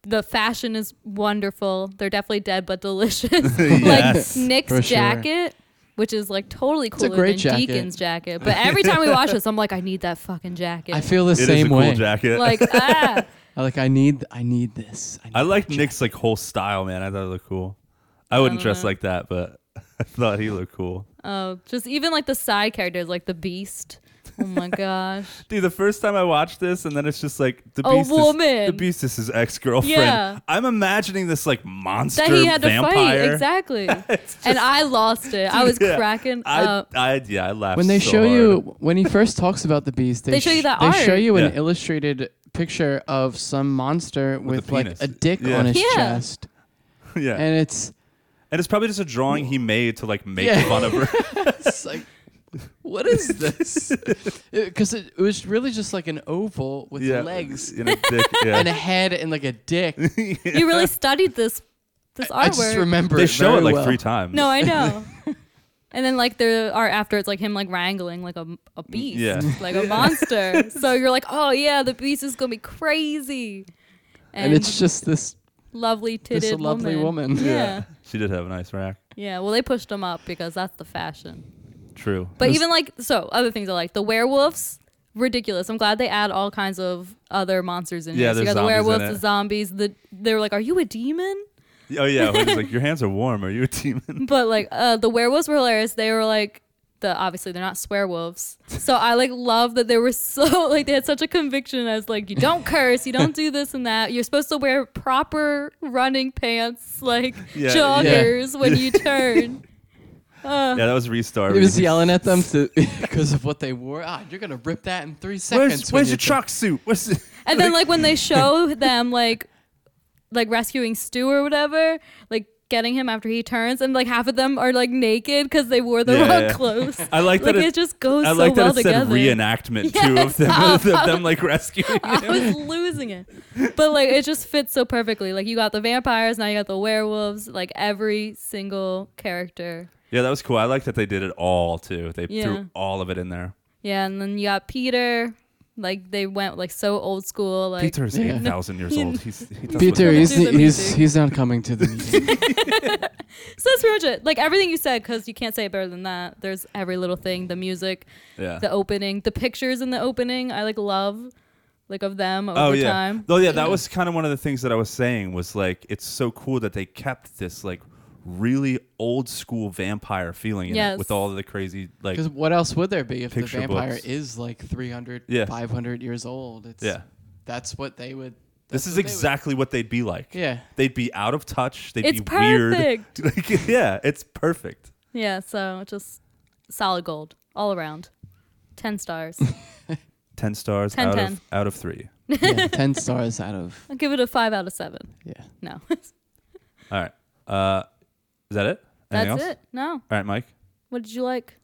Speaker 2: the fashion is wonderful. They're definitely dead but
Speaker 3: [laughs]
Speaker 2: delicious.
Speaker 3: Yes,
Speaker 2: like Nick's
Speaker 3: for sure.
Speaker 2: jacket, which is like totally
Speaker 3: a
Speaker 2: cooler
Speaker 3: great
Speaker 2: than
Speaker 3: jacket.
Speaker 2: Deacon's jacket.
Speaker 3: [laughs]
Speaker 2: But every time we watch this, I'm like, I need that fucking jacket.
Speaker 3: I feel the
Speaker 1: It is a
Speaker 3: same
Speaker 1: cool
Speaker 3: way.
Speaker 1: jacket.
Speaker 2: like ah.
Speaker 3: I like I need I need this. I
Speaker 1: I liked Nick's like whole style, man. I thought it looked cool. I wouldn't
Speaker 2: don't
Speaker 1: dress
Speaker 2: know.
Speaker 1: like that, but [laughs] I thought he looked cool.
Speaker 2: Oh, just even like the side characters, like the Beast. Oh
Speaker 3: [laughs]
Speaker 2: my gosh.
Speaker 1: Dude, the first time I watched this, and then it's just like the
Speaker 2: A
Speaker 1: beast. Is, the
Speaker 2: woman.
Speaker 1: beast is his ex girlfriend.
Speaker 2: Yeah.
Speaker 1: I'm imagining this like monster
Speaker 2: that he had
Speaker 1: vampire.
Speaker 2: to fight
Speaker 3: [laughs]
Speaker 2: exactly, and I lost it. I was
Speaker 1: [laughs] Yeah.
Speaker 2: cracking
Speaker 1: I,
Speaker 2: up.
Speaker 1: I, yeah, I laughed.
Speaker 3: when they
Speaker 1: so
Speaker 3: show
Speaker 1: hard.
Speaker 3: you [laughs] when he first talks about the beast, they,
Speaker 2: They show you that
Speaker 3: they show
Speaker 2: art.
Speaker 3: you an
Speaker 1: Yeah.
Speaker 3: illustrated picture of some monster with,
Speaker 1: a
Speaker 3: like
Speaker 1: penis.
Speaker 3: a dick
Speaker 1: Yeah.
Speaker 3: on his
Speaker 2: Yeah.
Speaker 3: chest.
Speaker 1: [laughs] yeah,
Speaker 3: and it's
Speaker 1: and it's probably just a drawing he made to like make
Speaker 3: [laughs] Yeah.
Speaker 1: fun of her.
Speaker 3: it's like What
Speaker 1: [laughs]
Speaker 3: is this? Because it, it was really just like an oval with
Speaker 15: Yeah,
Speaker 3: legs
Speaker 15: and a
Speaker 3: [laughs]
Speaker 15: dick, yeah.
Speaker 3: and a head and like
Speaker 2: [laughs]
Speaker 3: a dick.
Speaker 2: You
Speaker 3: [laughs]
Speaker 2: really studied this this artwork.
Speaker 3: I just remember
Speaker 1: They
Speaker 3: it
Speaker 1: show
Speaker 3: very
Speaker 1: it like
Speaker 3: well.
Speaker 1: three times.
Speaker 2: No,
Speaker 3: [laughs]
Speaker 2: I know. and then like there are after it's like him like wrangling like a, a
Speaker 3: Mm,
Speaker 2: beast,
Speaker 1: Yeah.
Speaker 2: like
Speaker 3: [laughs]
Speaker 2: a monster. so you're like, oh yeah, the beast is gonna be crazy.
Speaker 3: And it's just this
Speaker 2: lovely titted
Speaker 3: this lovely woman.
Speaker 2: Yeah. yeah.
Speaker 1: She did have a nice rack.
Speaker 2: Well, they pushed him up because that's the fashion.
Speaker 1: True.
Speaker 2: But even like so, other things I like the werewolves. Ridiculous! I'm glad they add all kinds of other monsters in
Speaker 1: Yeah,
Speaker 2: here. So you
Speaker 1: there's
Speaker 2: got the
Speaker 1: zombies in
Speaker 2: werewolves,
Speaker 1: it.
Speaker 2: the zombies. The they're like, "Are you a demon?" [laughs]
Speaker 1: Oh yeah, when he's like your hands are warm. Are you a demon?
Speaker 2: But like uh, the werewolves were hilarious. They were like the obviously they're not swearwolves. [laughs] So I like love that they were [laughs] so like they had such a conviction as like you don't curse, you don't do this and that. You're supposed to wear proper running pants, like
Speaker 1: [laughs] Yeah, yeah.
Speaker 2: joggers when
Speaker 1: Yeah. [laughs]
Speaker 2: you turn. Uh,
Speaker 1: Yeah, that was restart.
Speaker 3: He was yelling
Speaker 1: [laughs]
Speaker 3: at them to [laughs] because of what they wore. Ah, you're gonna rip that in three seconds. when
Speaker 1: where's
Speaker 3: you
Speaker 1: your
Speaker 3: think-
Speaker 1: tracksuit? [laughs] Where's the-
Speaker 2: And then
Speaker 1: [laughs]
Speaker 2: like when they show them like like rescuing Stu or whatever, like getting him after he turns, and like half of them are like naked because they wore the
Speaker 1: Yeah,
Speaker 2: wrong
Speaker 1: yeah.
Speaker 2: clothes.
Speaker 1: [laughs] I like that
Speaker 2: Like, it just goes
Speaker 1: I
Speaker 2: so
Speaker 1: like that
Speaker 2: well
Speaker 1: it said
Speaker 2: together.
Speaker 1: reenactment too
Speaker 2: Yes,
Speaker 1: of them, [laughs]
Speaker 2: I
Speaker 1: of them,
Speaker 2: was-
Speaker 1: them, like rescuing
Speaker 2: [laughs] I was losing it. But like it just fits so perfectly. Like you got the vampires, now you got the werewolves, like every single character.
Speaker 1: Yeah, that was cool. I like that they did it all too. They
Speaker 2: Yeah.
Speaker 1: threw all of it in [laughs] there.
Speaker 2: Yeah, and then you got Peter. Like they went like so old school. Like
Speaker 1: Peter's Yeah. 8,000 years old. He's- he does
Speaker 3: Peter,
Speaker 1: That's what- Do
Speaker 3: he's
Speaker 1: the
Speaker 3: he's
Speaker 1: meeting.
Speaker 3: he's not coming to
Speaker 1: [laughs]
Speaker 3: the meeting.
Speaker 2: So that's pretty much it. Like everything you said, because you can't say it better than that. There's every little thing, the music,
Speaker 1: Yeah.
Speaker 2: [laughs] the opening, the pictures in the opening. I like love, like of them over
Speaker 1: Oh yeah.
Speaker 2: time.
Speaker 1: Oh yeah, that was kind of one of the things that I was saying was like it's so cool that they kept this like really old school vampire feeling in
Speaker 3: Yes.
Speaker 1: it with all of the crazy like
Speaker 3: Because what else would there be if the
Speaker 1: picture
Speaker 3: vampire
Speaker 1: books.
Speaker 3: is like 300,
Speaker 1: Yeah.
Speaker 3: 500 years old? It's,
Speaker 1: Yeah.
Speaker 3: That's what they would.
Speaker 1: This is exactly what they'd be like.
Speaker 3: Yeah.
Speaker 1: They'd be out of touch. They'd
Speaker 2: It's
Speaker 1: be weird.
Speaker 2: perfect.
Speaker 1: [laughs] Like, yeah, it's perfect.
Speaker 2: Yeah. So just solid gold all around. Ten
Speaker 1: [laughs]
Speaker 2: stars.
Speaker 1: 10 stars
Speaker 2: 10,
Speaker 1: out
Speaker 2: 10.
Speaker 1: of out of 3.
Speaker 3: Yeah, [laughs] 10 stars out of.
Speaker 2: I'll give it a five out of seven.
Speaker 3: Yeah.
Speaker 2: No. [laughs]
Speaker 1: All right. Uh is that it? Anything
Speaker 2: That's
Speaker 1: else?
Speaker 2: it. No.
Speaker 1: All right, Mike.
Speaker 2: What did you like?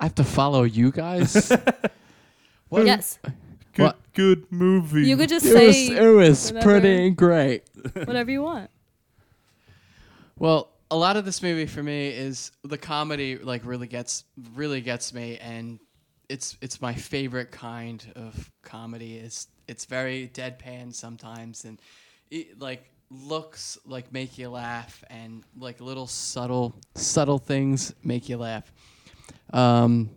Speaker 3: I have to follow you
Speaker 1: [laughs]
Speaker 3: guys.
Speaker 2: Yes.
Speaker 3: Good,
Speaker 1: good movie.
Speaker 2: You could
Speaker 1: [laughs]
Speaker 2: just
Speaker 3: it
Speaker 2: say
Speaker 3: was, it was
Speaker 2: whatever-
Speaker 3: pretty great.
Speaker 2: Whatever you want.
Speaker 3: Well, a lot of this movie for me is the comedy like really gets really gets me and it's it's my favorite kind of comedy. It's it's very deadpan sometimes and it like looks like make you laugh and like little subtle subtle things make you laugh. Um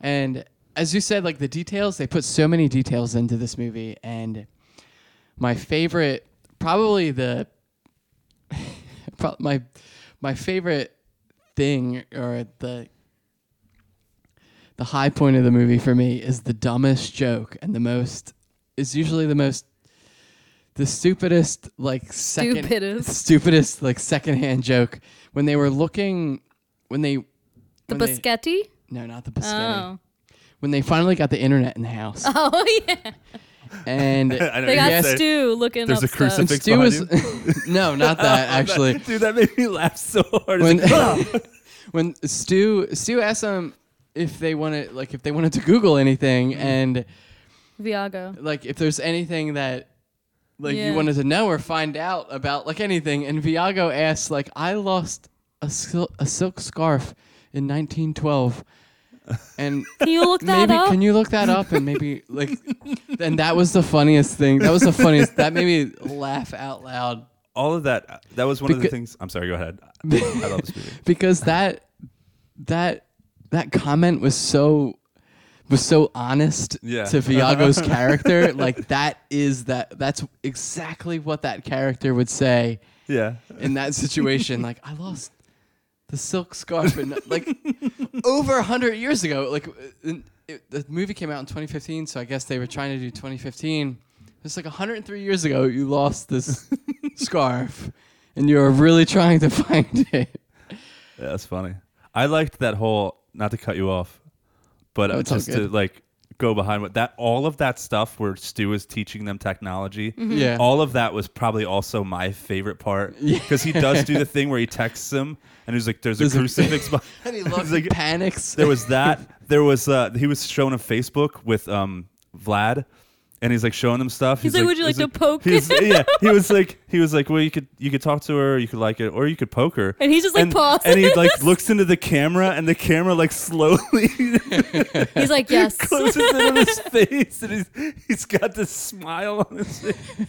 Speaker 3: and as you said like the details, they put so many details into this movie and my favorite probably the [laughs] Pro- my my favorite thing or the the high point of the movie for me is the dumbest joke and the most is usually the most the stupidest like second
Speaker 2: Stupidest.
Speaker 3: stupidest like secondhand joke when they were looking when they
Speaker 2: The
Speaker 3: when they-
Speaker 2: Boschetti?
Speaker 3: no not the
Speaker 2: Oh.
Speaker 3: biscotti
Speaker 2: [laughs]
Speaker 3: when they finally got the internet in the house
Speaker 2: Oh yeah.
Speaker 1: [laughs]
Speaker 3: and
Speaker 1: I know
Speaker 2: They
Speaker 1: you
Speaker 2: got
Speaker 1: said-
Speaker 2: Stu looking
Speaker 1: There's
Speaker 2: up
Speaker 1: a
Speaker 2: stuff.
Speaker 1: crucifix
Speaker 3: And Stu
Speaker 1: behind [laughs]
Speaker 3: was- no, not that actually.
Speaker 1: Dude, that made me laugh so hard. It's
Speaker 3: When,
Speaker 1: like, [laughs] "Oh."
Speaker 3: when Stu Stu asked them if they wanted like if they wanted to Google
Speaker 1: Mm.
Speaker 3: anything and
Speaker 2: Viago.
Speaker 3: like if there's anything that like
Speaker 2: Yeah.
Speaker 3: you wanted to know or find out about like anything and Viago asks like I lost a sil- a silk scarf in 1912
Speaker 1: [laughs]
Speaker 3: and
Speaker 2: Can you look that
Speaker 3: maybe
Speaker 2: up?
Speaker 3: can you look that up and maybe like and that was the funniest thing that was the funniest that made me laugh out loud
Speaker 1: all of that uh, that was one of the
Speaker 3: Becau-
Speaker 1: things. I'm sorry, go
Speaker 3: [laughs]
Speaker 1: ahead. I love this movie.
Speaker 3: because that that that comment was so was so honest
Speaker 1: Yeah.
Speaker 3: to Viago's character. Like that is that that's exactly what that character would say.
Speaker 1: Yeah.
Speaker 3: In that situation, like I lost the silk scarf and like over a hundred years ago. Like uh, in- it, the movie came out in 2015, so I guess they were trying to do 2015. It's like 103 years ago you lost this scarf, and you're really trying to [laughs] find it.
Speaker 1: Yeah, that's funny. I liked that whole not to cut you off, but
Speaker 3: No,
Speaker 1: uh,
Speaker 3: it's all
Speaker 1: just to
Speaker 3: good.
Speaker 1: like go behind what that all of that stuff where Stu is teaching them technology.
Speaker 2: Mm-hmm.
Speaker 3: Mhm. Yeah.
Speaker 1: All of that was probably also my favorite part because he does do the thing where he texts him and he's like, "There's a
Speaker 3: There's a-
Speaker 1: crucifix." behind-"
Speaker 3: [laughs] [laughs]
Speaker 1: [laughs]
Speaker 3: And he
Speaker 1: He's
Speaker 3: looks-
Speaker 1: like-
Speaker 3: panics. [laughs]
Speaker 1: There was that. There was uh, he was shown on Facebook with um Vlad. And he's like showing them stuff.
Speaker 2: He's like, "Would you
Speaker 1: he's
Speaker 2: like to poke?" [laughs]
Speaker 1: he's- yeah, he was like, he was like, well, you could you could talk to her, you could like it, or you could poke her.
Speaker 2: And he's just, like,
Speaker 1: and,
Speaker 2: pauses.
Speaker 1: And he
Speaker 2: [laughs]
Speaker 1: like looks into the camera, and the camera like slowly [laughs]
Speaker 2: [laughs] He's like, yes.
Speaker 1: closes in on his face, and he's he's got this smile on his face.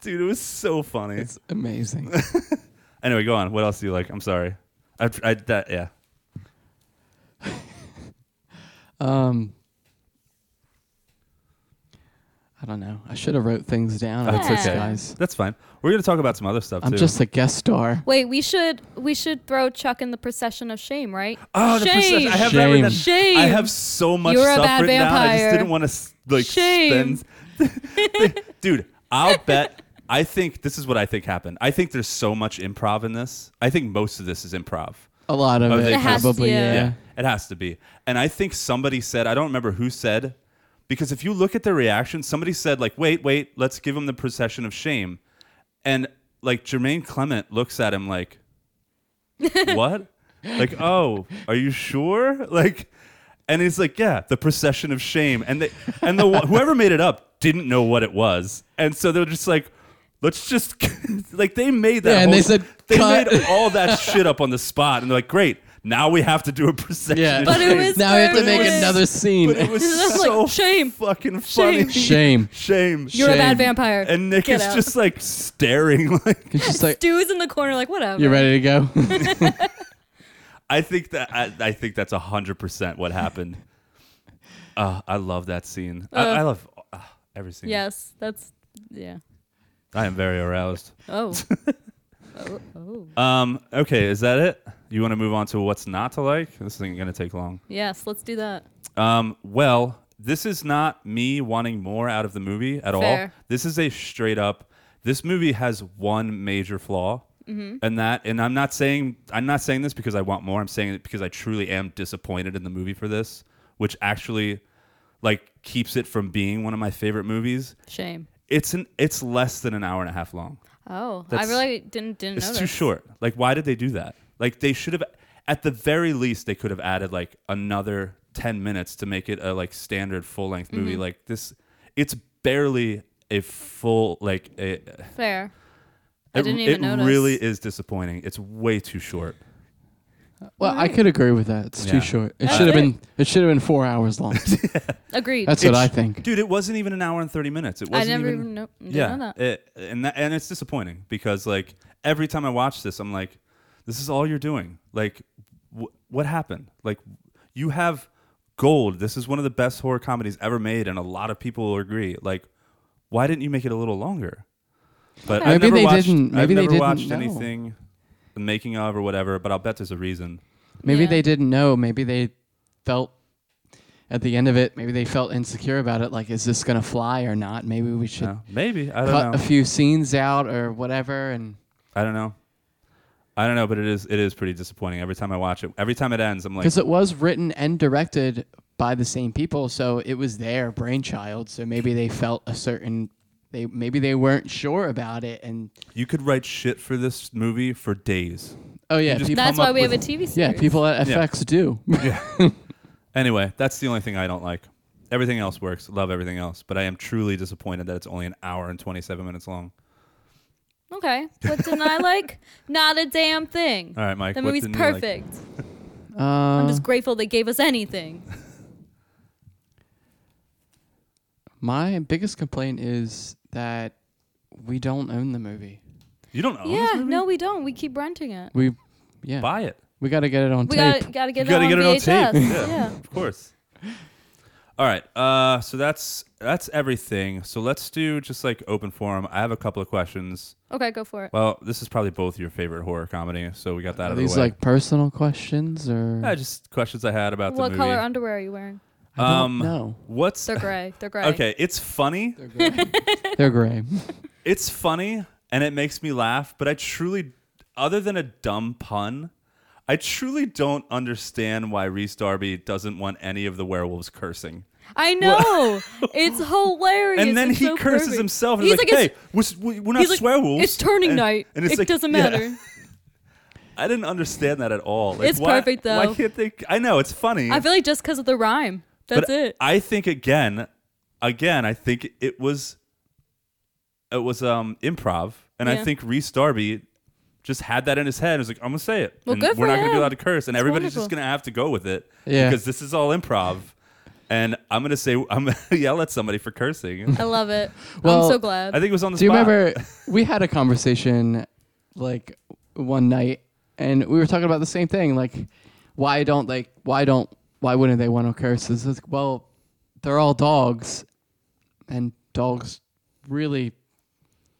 Speaker 1: Dude, it was so funny. It's
Speaker 3: amazing.
Speaker 1: anyway, go on. What else do you like? I'm sorry. I, I that yeah.
Speaker 3: Um, I don't know. I should have wrote things down.
Speaker 1: That's
Speaker 3: I
Speaker 1: okay.
Speaker 3: guys.
Speaker 1: That's fine. We're gonna talk about some other stuff
Speaker 3: I'm
Speaker 1: too.
Speaker 3: just a guest star.
Speaker 2: Wait, we should we should throw Chuck in the procession of shame, right?
Speaker 1: Oh, the
Speaker 2: shame.
Speaker 1: procession. I have that written-
Speaker 2: Shame.
Speaker 1: I have so much
Speaker 2: You're a
Speaker 1: stuff
Speaker 2: bad
Speaker 1: written down. I just
Speaker 2: vampire.
Speaker 1: didn't want to like
Speaker 2: Shame. [laughs]
Speaker 1: spend. Dude, I'll bet. I think this is what I think happened. I think there's so much improv in this. I think most of this is improv.
Speaker 3: A lot of it,
Speaker 1: the
Speaker 3: It has to, probably, yeah.
Speaker 1: It has to be. And I think somebody said, I don't remember who said, because if you look at their reaction, somebody said, like, wait, wait, let's give him the procession of shame. And like Jermaine Clement looks at him
Speaker 3: [laughs]
Speaker 1: like, what? like, oh, are you sure? [laughs] Like, and he's like, yeah, the procession of shame. And the and the [laughs] one- whoever made it up didn't know what it was, and so they're just like, let's just [laughs] like they made that.
Speaker 3: Yeah, and
Speaker 1: whole-
Speaker 3: they said,
Speaker 1: they
Speaker 3: "Cut."
Speaker 1: made all that shit up on the spot, and they're like, great, now we have to do a procession.
Speaker 3: Yeah.
Speaker 1: of
Speaker 3: But it
Speaker 1: shame.
Speaker 3: was [laughs] Now we have to make perfect. another
Speaker 1: [laughs]
Speaker 3: scene.
Speaker 1: But it was
Speaker 2: That's [laughs] like,
Speaker 1: so
Speaker 2: shame.
Speaker 1: fucking
Speaker 2: Shame.
Speaker 1: funny. [laughs]
Speaker 3: Shame.
Speaker 1: shame.
Speaker 2: You're a bad vampire.
Speaker 1: And Nick
Speaker 2: Get
Speaker 1: is
Speaker 2: out.
Speaker 1: just like staring, [laughs] like
Speaker 3: It's just like
Speaker 2: Stu's in the corner, like whatever.
Speaker 3: you ready
Speaker 1: [laughs]
Speaker 3: to go. [laughs]
Speaker 1: I think that I, I think that's hundred percent what
Speaker 2: [laughs]
Speaker 1: happened. Uh, I love that scene. I,
Speaker 2: Uh,
Speaker 1: I love uh, every scene.
Speaker 2: Yes, that's yeah.
Speaker 1: I am very aroused.
Speaker 3: [laughs]
Speaker 2: Oh. oh, oh.
Speaker 1: Um. Okay. Is that it? You want to move on to what's not to like? This isn't gonna take long.
Speaker 2: Yes, let's do that.
Speaker 1: Um. Well, this is not me wanting more out of the movie at all.
Speaker 2: Fair.
Speaker 1: This is a straight up. This movie has one major flaw.
Speaker 2: Mhm.
Speaker 1: And that, and I'm not saying I'm not saying this because I want more. I'm saying it because I truly am disappointed in the movie for this, which actually, like, keeps it from being one of my favorite movies.
Speaker 2: Shame.
Speaker 1: It's an it's less than an hour and a half long.
Speaker 2: Oh,
Speaker 1: That's-
Speaker 2: I really didn't didn't
Speaker 1: It's
Speaker 2: know.
Speaker 1: too
Speaker 2: this.
Speaker 1: short. Like, why did they do that? Like, they should have, at the very least, they could have added like another ten minutes to make it a like standard full length movie.
Speaker 2: Mhm.
Speaker 1: Like this, it's barely a full like a.
Speaker 2: Fair. I
Speaker 1: it-
Speaker 2: didn't even
Speaker 1: it
Speaker 2: notice.
Speaker 1: really is disappointing. It's way too short.
Speaker 3: Well, I could agree with that. It's
Speaker 1: Yeah.
Speaker 3: too short. It
Speaker 1: That's
Speaker 3: should have
Speaker 1: it.
Speaker 3: been. It should have been four
Speaker 1: [laughs]
Speaker 3: hours long.
Speaker 2: Agreed.
Speaker 3: That's what I think.
Speaker 1: Dude, it wasn't even an hour and thirty minutes. It
Speaker 2: I
Speaker 1: wasn't
Speaker 2: never
Speaker 1: even.
Speaker 2: even know- didn't
Speaker 1: yeah,
Speaker 2: know that.
Speaker 1: it- and that, and it's disappointing because like every time I watch this, I'm like, this is all you're doing. Like, wh- what happened? Like, you have gold. This is one of the best horror comedies ever made, and a lot of people will agree. Like, why didn't you make it a little longer? But I've
Speaker 3: Maybe
Speaker 1: never
Speaker 3: they
Speaker 1: watched.
Speaker 3: didn't-
Speaker 1: I've
Speaker 3: maybe they
Speaker 1: never
Speaker 3: didn't
Speaker 1: watched
Speaker 3: know.
Speaker 1: anything, the making of or whatever. But I'll bet there's a reason.
Speaker 3: Maybe they didn't know. Maybe they felt at the end of it. Maybe they felt insecure about it. Like, is this gonna fly or not? Maybe we should.
Speaker 1: No, maybe. I don't
Speaker 3: cut
Speaker 1: know.
Speaker 3: a few scenes out or whatever. And
Speaker 1: I don't know. I don't know, but it is it is pretty disappointing every time I watch it. Every time it ends, I'm like,
Speaker 3: because it was written and directed by the same people, so it was their brainchild. So maybe they felt a certain. They maybe they weren't sure about it, and
Speaker 1: You could write shit for this movie for days.
Speaker 3: oh
Speaker 1: You
Speaker 3: yeah,
Speaker 1: just
Speaker 3: people-
Speaker 2: That's why we have a TV series.
Speaker 3: Yeah, people at
Speaker 1: Yeah.
Speaker 3: FX do.
Speaker 1: Yeah. anyway, that's the only thing I don't like. Everything else works. Love everything else, but I am truly disappointed that it's only an hour and 27 minutes long.
Speaker 2: Okay. What didn't
Speaker 1: [laughs]
Speaker 2: I like? Not a damn thing.
Speaker 1: All right, Mike,
Speaker 2: The
Speaker 1: what
Speaker 2: movie's
Speaker 1: didn't you like?
Speaker 2: perfect.
Speaker 3: [laughs] Uh,
Speaker 2: I'm just grateful they gave us anything.
Speaker 3: [laughs] My biggest complaint is that we don't own the movie.
Speaker 1: You don't own
Speaker 2: yeah. No, we don't. We keep renting it.
Speaker 3: We yeah.
Speaker 1: Buy it.
Speaker 3: We got to get it on
Speaker 2: We
Speaker 3: tape.
Speaker 2: gotta gotta get it on VHS.
Speaker 1: [laughs] Yeah, of course. All right. Uh, so that's that's everything. So let's do just like open forum. I have a couple of questions.
Speaker 2: Okay, go for it.
Speaker 1: Well, this is probably both your favorite horror comedy, so we got that out
Speaker 3: Are
Speaker 1: of the
Speaker 3: these
Speaker 1: way.
Speaker 3: like personal questions or
Speaker 1: Yeah, just questions I had about the
Speaker 2: What
Speaker 1: movie.
Speaker 2: color underwear are you wearing?
Speaker 3: I don't
Speaker 1: um,
Speaker 3: know.
Speaker 1: What's
Speaker 2: They're gray. They're gray.
Speaker 1: Okay, it's funny.
Speaker 3: They're gray. [laughs]
Speaker 1: it's funny and it makes me laugh, but I truly, other than a dumb pun, I truly don't understand why Reese Darby doesn't want any of the werewolves cursing. [laughs]
Speaker 2: I know. it's hilarious.
Speaker 1: and then
Speaker 2: It's
Speaker 1: he
Speaker 2: so
Speaker 1: curses
Speaker 2: perfect.
Speaker 1: himself and he's, like,
Speaker 2: it's-
Speaker 1: "Hey, we're, we're not
Speaker 2: he's like,
Speaker 1: werewolves.
Speaker 2: It's turning
Speaker 1: And-
Speaker 2: night.
Speaker 1: and it's
Speaker 2: it
Speaker 1: like,
Speaker 2: doesn't
Speaker 1: yeah.
Speaker 2: matter.
Speaker 1: [laughs] I didn't understand that at all. Like,
Speaker 2: It's
Speaker 1: why-
Speaker 2: perfect,
Speaker 1: Why
Speaker 2: though.
Speaker 1: can't they? I know it's funny.
Speaker 2: I feel like just because of the rhyme. That's
Speaker 1: [laughs] but
Speaker 2: it.
Speaker 1: I think again, again, I think it was, it was um improv, and I
Speaker 2: Yeah.
Speaker 1: think Reese Darby just had that in his head. and was like, I'm gonna say it.
Speaker 2: Well,
Speaker 1: and
Speaker 2: good
Speaker 1: we're
Speaker 2: for
Speaker 1: not gonna be
Speaker 2: him.
Speaker 1: allowed to curse, and
Speaker 2: It's
Speaker 1: everybody's just
Speaker 2: wonderful.
Speaker 1: gonna have to go with it
Speaker 3: Yeah.
Speaker 1: because this is all improv. And I'm gonna say [laughs] I'm gonna yell at somebody for cursing.
Speaker 2: I love it.
Speaker 3: Well,
Speaker 2: I'm so glad.
Speaker 1: I think it was on the
Speaker 3: Do you
Speaker 1: spot.
Speaker 3: remember we had a conversation like one night and we were talking about the same thing like why don't like why don't why wouldn't they want to curse? It's like, well, they're all dogs and dogs really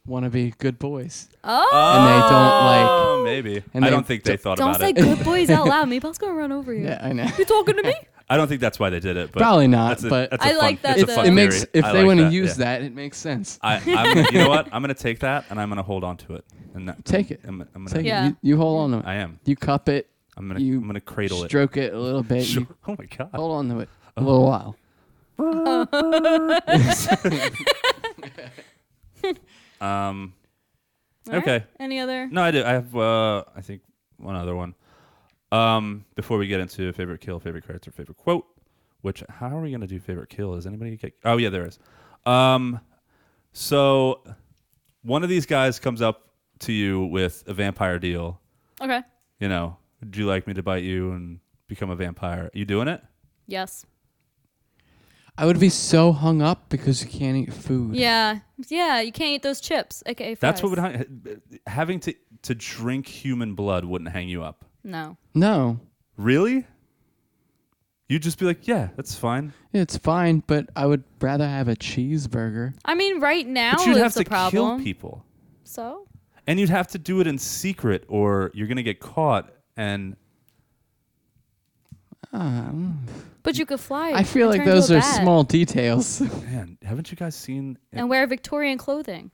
Speaker 3: want to be good boys.
Speaker 2: Oh.
Speaker 3: And they don't like
Speaker 1: Oh, maybe.
Speaker 3: and
Speaker 1: I don't think they thought
Speaker 2: Don't
Speaker 1: about
Speaker 2: say
Speaker 1: it.
Speaker 2: good boys
Speaker 1: [laughs]
Speaker 2: out loud. Maybe I was gonna run over you.
Speaker 3: Yeah, I know.
Speaker 2: You talking to me?
Speaker 1: I don't think that's why they did it. But
Speaker 3: Probably not,
Speaker 1: that's a-
Speaker 3: but-
Speaker 1: that's a
Speaker 2: I
Speaker 1: fun-
Speaker 2: like that,
Speaker 1: that's a
Speaker 2: though.
Speaker 1: fun
Speaker 3: It makes-
Speaker 1: theory.
Speaker 3: if
Speaker 1: I
Speaker 3: they
Speaker 1: like
Speaker 3: wanna
Speaker 1: that,
Speaker 3: use
Speaker 1: yeah.
Speaker 3: that, it makes sense.
Speaker 1: I, I'm,
Speaker 3: [laughs]
Speaker 1: you know what? I'm gonna take that and I'm gonna hold on to it. And that,
Speaker 3: Take it.
Speaker 1: I'm, I'm gonna,
Speaker 3: Take it. You, you hold on to it.
Speaker 1: I am.
Speaker 3: You cup it.
Speaker 1: I'm gonna-
Speaker 3: You
Speaker 1: I'm gonna cradle it.
Speaker 3: Stroke it a little bit.
Speaker 1: Sure. Uh-huh.
Speaker 3: You
Speaker 1: [laughs] Oh my god.
Speaker 3: Hold on to it a little while.
Speaker 1: Um.
Speaker 2: All right.
Speaker 1: okay.
Speaker 2: Any other-
Speaker 1: No, I do. I have. Uh, I think one other one. Um. Before we get into favorite kill, favorite character, favorite quote. Which how are we gonna do favorite kill? Is anybody? Get, oh yeah, there is. Um. So, one of these guys comes up to you with a vampire deal.
Speaker 2: Okay.
Speaker 1: You know, would you like me to bite you and become a vampire? You doing it?
Speaker 2: Yes.
Speaker 3: I would be so hung up because you can't eat food.
Speaker 2: Yeah. Yeah. You can't eat those chips. Okay.
Speaker 1: That's what would hang, having to to drink human blood wouldn't hang you up.
Speaker 2: No.
Speaker 3: No.
Speaker 1: Really? You'd just be like, yeah, that's fine.
Speaker 3: It's fine, but I would rather have a cheeseburger.
Speaker 2: I mean, right now
Speaker 1: but you'd
Speaker 2: it's
Speaker 1: have
Speaker 2: a
Speaker 1: to
Speaker 2: problem.
Speaker 1: kill people,
Speaker 2: So
Speaker 1: and you'd have to do it in secret, or you're gonna get caught. And
Speaker 3: Um,
Speaker 2: But you could fly.
Speaker 3: I feel
Speaker 2: and
Speaker 3: like
Speaker 2: turn into
Speaker 3: those
Speaker 2: a
Speaker 3: are
Speaker 2: bat
Speaker 3: small details. [laughs]
Speaker 1: man, haven't you guys seen?
Speaker 2: And wear Victorian clothing.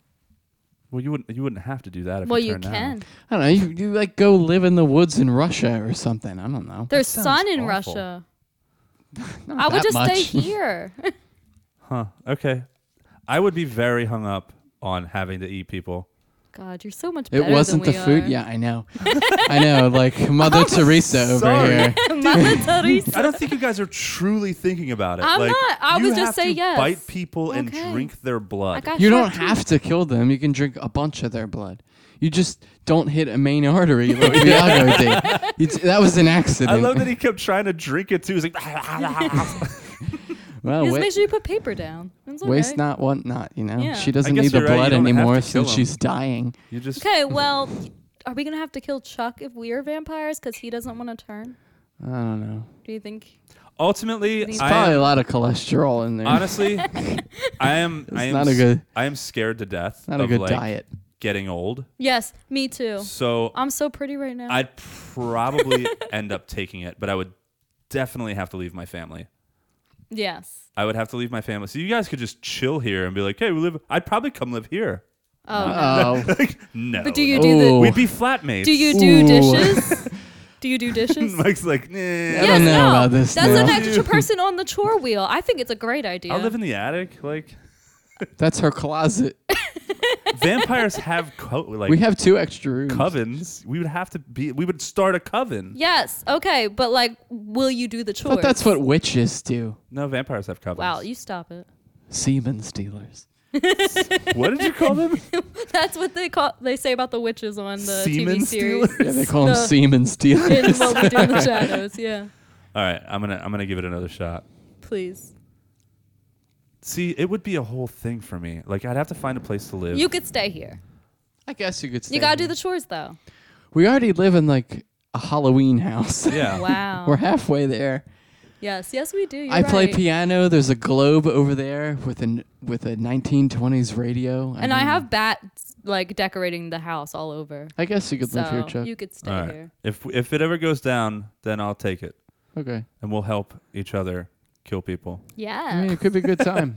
Speaker 1: Well, you wouldn't. You wouldn't have to do that. If
Speaker 2: Well,
Speaker 1: you,
Speaker 2: you
Speaker 1: turn out.
Speaker 2: can.
Speaker 3: I don't know. You, you like go live in the woods in Russia or something. I don't know.
Speaker 2: There's sun in
Speaker 1: [laughs]
Speaker 3: awful.
Speaker 2: Russia.
Speaker 3: Not
Speaker 2: I would
Speaker 3: that
Speaker 2: just stay
Speaker 3: much.
Speaker 2: here.
Speaker 1: Huh? Okay. I would be very hung up on having to eat people.
Speaker 2: God, you're so much
Speaker 3: It
Speaker 2: better.
Speaker 3: wasn't the
Speaker 2: than we
Speaker 3: food.
Speaker 2: Are. [laughs]
Speaker 3: Yeah, [laughs] I know. I know. Like Mother Teresa over
Speaker 1: Sorry.
Speaker 2: [laughs]
Speaker 3: here.
Speaker 2: Mother
Speaker 3: [laughs]
Speaker 2: Teresa.
Speaker 1: I don't think you guys are truly thinking about it.
Speaker 2: I'm
Speaker 1: like,
Speaker 2: not. I
Speaker 1: you
Speaker 2: would just
Speaker 1: have
Speaker 2: say
Speaker 1: to
Speaker 2: yes.
Speaker 1: Bite people and
Speaker 2: Okay.
Speaker 1: drink their blood.
Speaker 2: got
Speaker 3: You don't
Speaker 2: short
Speaker 3: have to kill them. You can drink a bunch of their blood. You just don't hit a main artery
Speaker 2: [laughs]
Speaker 3: like Viago did. It's, that was an accident.
Speaker 1: I love that he kept trying to drink it too. He's like,
Speaker 2: [laughs]
Speaker 3: well,
Speaker 2: Just
Speaker 3: wa-
Speaker 2: make sure you put paper down. It's okay.
Speaker 3: waste not, want not. You know,
Speaker 2: Yeah.
Speaker 3: she
Speaker 1: I
Speaker 3: doesn't
Speaker 1: guess
Speaker 3: need the
Speaker 1: you're right. You
Speaker 3: blood
Speaker 1: don't have to
Speaker 3: anymore
Speaker 1: kill
Speaker 3: since
Speaker 1: them.
Speaker 3: she's dying.
Speaker 1: You just
Speaker 2: Okay, well, are we gonna have to kill Chuck if we are vampires because he doesn't want to turn?
Speaker 3: I don't know.
Speaker 2: Do you think?
Speaker 1: ultimately,
Speaker 2: It's
Speaker 1: I am-
Speaker 3: Probably a lot of cholesterol in there.
Speaker 1: Honestly,
Speaker 2: [laughs]
Speaker 1: I am. I am
Speaker 3: not a
Speaker 1: s-
Speaker 3: good-
Speaker 1: I am scared to death.
Speaker 3: not a
Speaker 1: of,
Speaker 3: good
Speaker 1: like,
Speaker 3: diet.
Speaker 1: Getting old.
Speaker 2: Yes, me too.
Speaker 1: So
Speaker 2: I'm so pretty right now.
Speaker 1: I'd
Speaker 2: [laughs]
Speaker 1: probably end up taking it, but I would definitely have to leave my family.
Speaker 2: yes.
Speaker 1: I would have to leave my family. So you guys could just chill here and be like, "Hey, we live." I'd probably come live here.
Speaker 2: [laughs]
Speaker 1: [laughs]
Speaker 2: Oh.
Speaker 3: Oh.
Speaker 1: Like, no.
Speaker 2: But do you
Speaker 1: no.
Speaker 2: do the?
Speaker 3: Ooh.
Speaker 1: We'd be flatmates.
Speaker 2: Do you do
Speaker 3: Ooh.
Speaker 2: dishes?
Speaker 3: [laughs]
Speaker 2: do you do
Speaker 1: [laughs]
Speaker 2: dishes?
Speaker 1: Mike's like, nah. I
Speaker 3: don't
Speaker 2: yes,
Speaker 3: know
Speaker 2: no.
Speaker 3: about this
Speaker 2: That's an
Speaker 3: now.
Speaker 2: extra person on the chore wheel. I think it's a great idea.
Speaker 1: I'll live in the attic.
Speaker 2: [laughs]
Speaker 1: Like
Speaker 3: That's
Speaker 1: [laughs]
Speaker 3: her closet.
Speaker 1: vampires have co- like
Speaker 3: we have two extra rooms.
Speaker 1: covens. We would have to be. We would start a coven.
Speaker 2: yes. Okay, but like, will you do the chores?
Speaker 3: But that's what witches do.
Speaker 1: No, vampires have covens.
Speaker 2: Wow, you stop it. [laughs]
Speaker 1: [laughs]
Speaker 3: Semen stealers.
Speaker 1: What did you call
Speaker 2: [laughs]
Speaker 1: them? [laughs]
Speaker 2: That's what they call. They say about the witches on the
Speaker 1: Semen
Speaker 2: TV series.
Speaker 1: stealers?
Speaker 3: Yeah, they call them
Speaker 2: The- [laughs]
Speaker 3: semen
Speaker 2: in
Speaker 3: stealers.
Speaker 2: what we do in
Speaker 3: [laughs]
Speaker 2: the shadows. Yeah,
Speaker 1: All right, I'm gonna I'm gonna give it another shot.
Speaker 2: please.
Speaker 1: See, it would be a whole thing for me. Like I'd have to find a place to live.
Speaker 2: You could stay here.
Speaker 3: I guess you could. Stay
Speaker 2: You gotta
Speaker 3: here.
Speaker 2: do the chores though.
Speaker 3: We already live in like a Halloween house.
Speaker 1: yeah.
Speaker 2: Wow.
Speaker 3: [laughs] [laughs] We're halfway there.
Speaker 2: yes, yes, we do. You're
Speaker 3: I play
Speaker 2: right.
Speaker 3: piano. There's a globe over there with an with a 1920s radio.
Speaker 2: and I
Speaker 3: mean,
Speaker 2: have bats like decorating the house all over.
Speaker 3: I guess you could live here,
Speaker 2: So,
Speaker 3: Chuck.
Speaker 2: You could stay
Speaker 1: All right.
Speaker 2: here.
Speaker 1: If if it ever goes down, then I'll take it,
Speaker 3: okay.
Speaker 1: and we'll help each other kill people.
Speaker 2: Yeah,
Speaker 3: I mean, it could be a good time.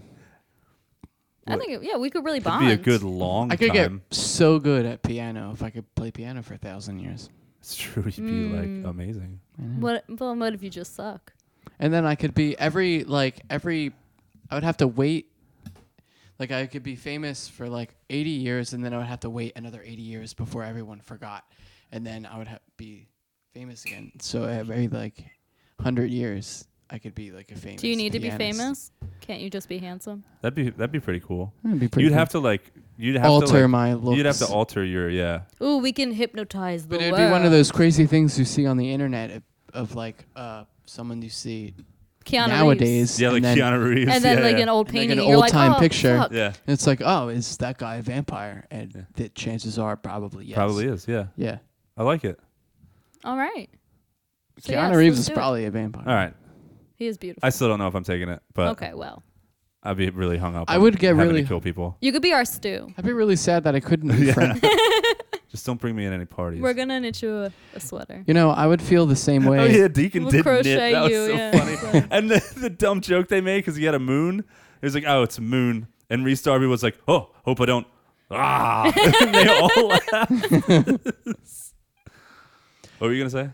Speaker 2: I think it- yeah, we could really
Speaker 1: It'd
Speaker 2: bond.
Speaker 1: be a good long
Speaker 3: I could
Speaker 1: time. [laughs]
Speaker 3: get so good at piano if I could play piano for a thousand years.
Speaker 1: It's true. You'd be
Speaker 2: Mm.
Speaker 1: like amazing.
Speaker 2: What? Well, what if you just suck?
Speaker 3: And then I could be every like every I would have to wait like I could be famous for like 80 years and then I would have to wait another 80 years before everyone forgot and then I would ha- be famous again. So every like 100 years I could be like a famous
Speaker 2: Do you need to be
Speaker 3: pianist.
Speaker 2: famous? Can't you just be handsome?
Speaker 1: That'd be that'd be pretty cool.
Speaker 3: That'd be Hmm. pretty
Speaker 1: you'd
Speaker 3: cool.
Speaker 1: have to like you'd have to,
Speaker 3: Alter
Speaker 1: like-
Speaker 3: my
Speaker 1: You'd have to
Speaker 3: looks.
Speaker 1: alter your yeah.
Speaker 2: Ooh, we can hypnotize the
Speaker 3: But it'd
Speaker 2: world.
Speaker 3: be one of those crazy things you see on the internet of, of like uh, someone you see
Speaker 2: Keanu
Speaker 3: nowadays. [laughs]
Speaker 1: Yeah,
Speaker 3: and
Speaker 1: like
Speaker 3: then-
Speaker 1: Keanu Reeves.
Speaker 2: And then,
Speaker 1: yeah,
Speaker 2: like,
Speaker 1: yeah.
Speaker 2: an old
Speaker 3: and, like,
Speaker 2: painting,
Speaker 3: an
Speaker 2: and you're
Speaker 3: old
Speaker 2: like,
Speaker 3: time
Speaker 2: "Oh,
Speaker 3: picture.
Speaker 2: fuck."
Speaker 1: Yeah.
Speaker 3: And it's like, oh, is that guy a vampire? And the chances are probably yes.
Speaker 1: Probably is. Yeah.
Speaker 3: Yeah.
Speaker 1: I like it.
Speaker 2: All right. So
Speaker 3: Keanu
Speaker 2: yes, let's
Speaker 3: Reeves is
Speaker 2: do it.
Speaker 3: probably a vampire.
Speaker 1: All right.
Speaker 2: He is beautiful.
Speaker 1: I still don't know if I'm taking it, but
Speaker 3: Uh,
Speaker 2: okay, well,
Speaker 1: I'd be really hung up.
Speaker 3: I
Speaker 1: on
Speaker 3: would get
Speaker 1: having to
Speaker 3: really-
Speaker 1: kill people.
Speaker 2: you could be our stew.
Speaker 3: I'd be really sad that
Speaker 1: [laughs]
Speaker 3: I couldn't. be friends.
Speaker 1: Just don't bring me in any parties.
Speaker 2: We're gonna knit you a, a sweater.
Speaker 3: You know, I would feel the same way.
Speaker 1: [laughs] Oh yeah, Deacon
Speaker 2: We'll
Speaker 1: did
Speaker 2: crochet
Speaker 1: knit. That
Speaker 2: you,
Speaker 1: was so
Speaker 2: yeah.
Speaker 1: [laughs] funny. and the, the dumb joke they made because he had a moon. It was like, oh, it's moon. And Reese Darby was like, oh, hope I don't. Ah, [laughs] and they all laughed. what were you gonna say?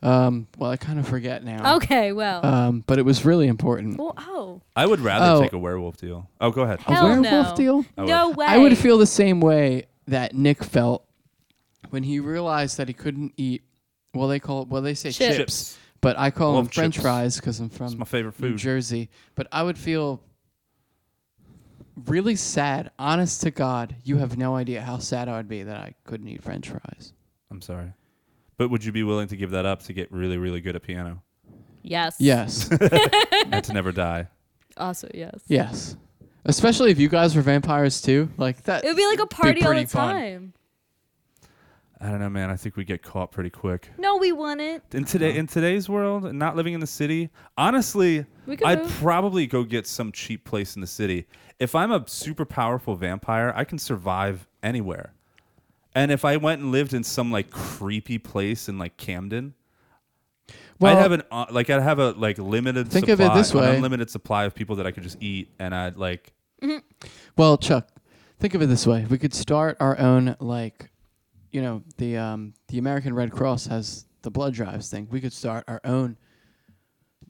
Speaker 3: Um, well, I kind of forget now.
Speaker 2: Okay, well.
Speaker 3: Um, but it was really important.
Speaker 2: Well, oh,
Speaker 1: I would rather
Speaker 3: Oh.
Speaker 1: take a werewolf deal. Oh, go ahead.
Speaker 3: A Hell werewolf
Speaker 2: no.
Speaker 3: deal?
Speaker 1: I would.
Speaker 2: No way.
Speaker 3: I would feel the same way that Nick felt when he realized that he couldn't eat. Well, they call well they say
Speaker 1: Chips.
Speaker 3: chips, Mm,
Speaker 1: Chips.
Speaker 3: but I call
Speaker 1: Love
Speaker 3: them French
Speaker 1: chips.
Speaker 3: fries because I'm from
Speaker 1: my favorite
Speaker 3: New
Speaker 1: food.
Speaker 3: Jersey. But I would feel really sad. Honest to God, you have no idea how sad I would be that I couldn't eat French fries.
Speaker 1: I'm sorry, but would you be willing to give that up to get really, really good at piano
Speaker 2: yes.
Speaker 1: [laughs]
Speaker 3: Yes.
Speaker 1: and to never die?
Speaker 2: Also, yes.
Speaker 3: yes. Especially if you guys were vampires too, like that.
Speaker 2: It would be like a party all
Speaker 3: pretty
Speaker 2: the
Speaker 3: fun.
Speaker 2: time.
Speaker 1: I don't know, man. I think we get caught pretty quick.
Speaker 2: No, we wouldn't.
Speaker 1: In today in today's world, and not living in the city, honestly,
Speaker 2: We could
Speaker 1: I'd
Speaker 2: move.
Speaker 1: probably go get some cheap place in the city. If I'm a super powerful vampire, I can survive anywhere. And if I went and lived in some like creepy place in like Camden,
Speaker 3: Well-
Speaker 1: I'd have an uh, like I'd have a like limited
Speaker 3: Think of it
Speaker 1: supply,
Speaker 3: this
Speaker 1: an
Speaker 3: way.
Speaker 1: unlimited supply of people that I could just eat, and I'd like
Speaker 3: Well, Chuck, think of it this way: we could start our own, like, you know, the um, the American Red Cross has the blood drives thing. We could start our own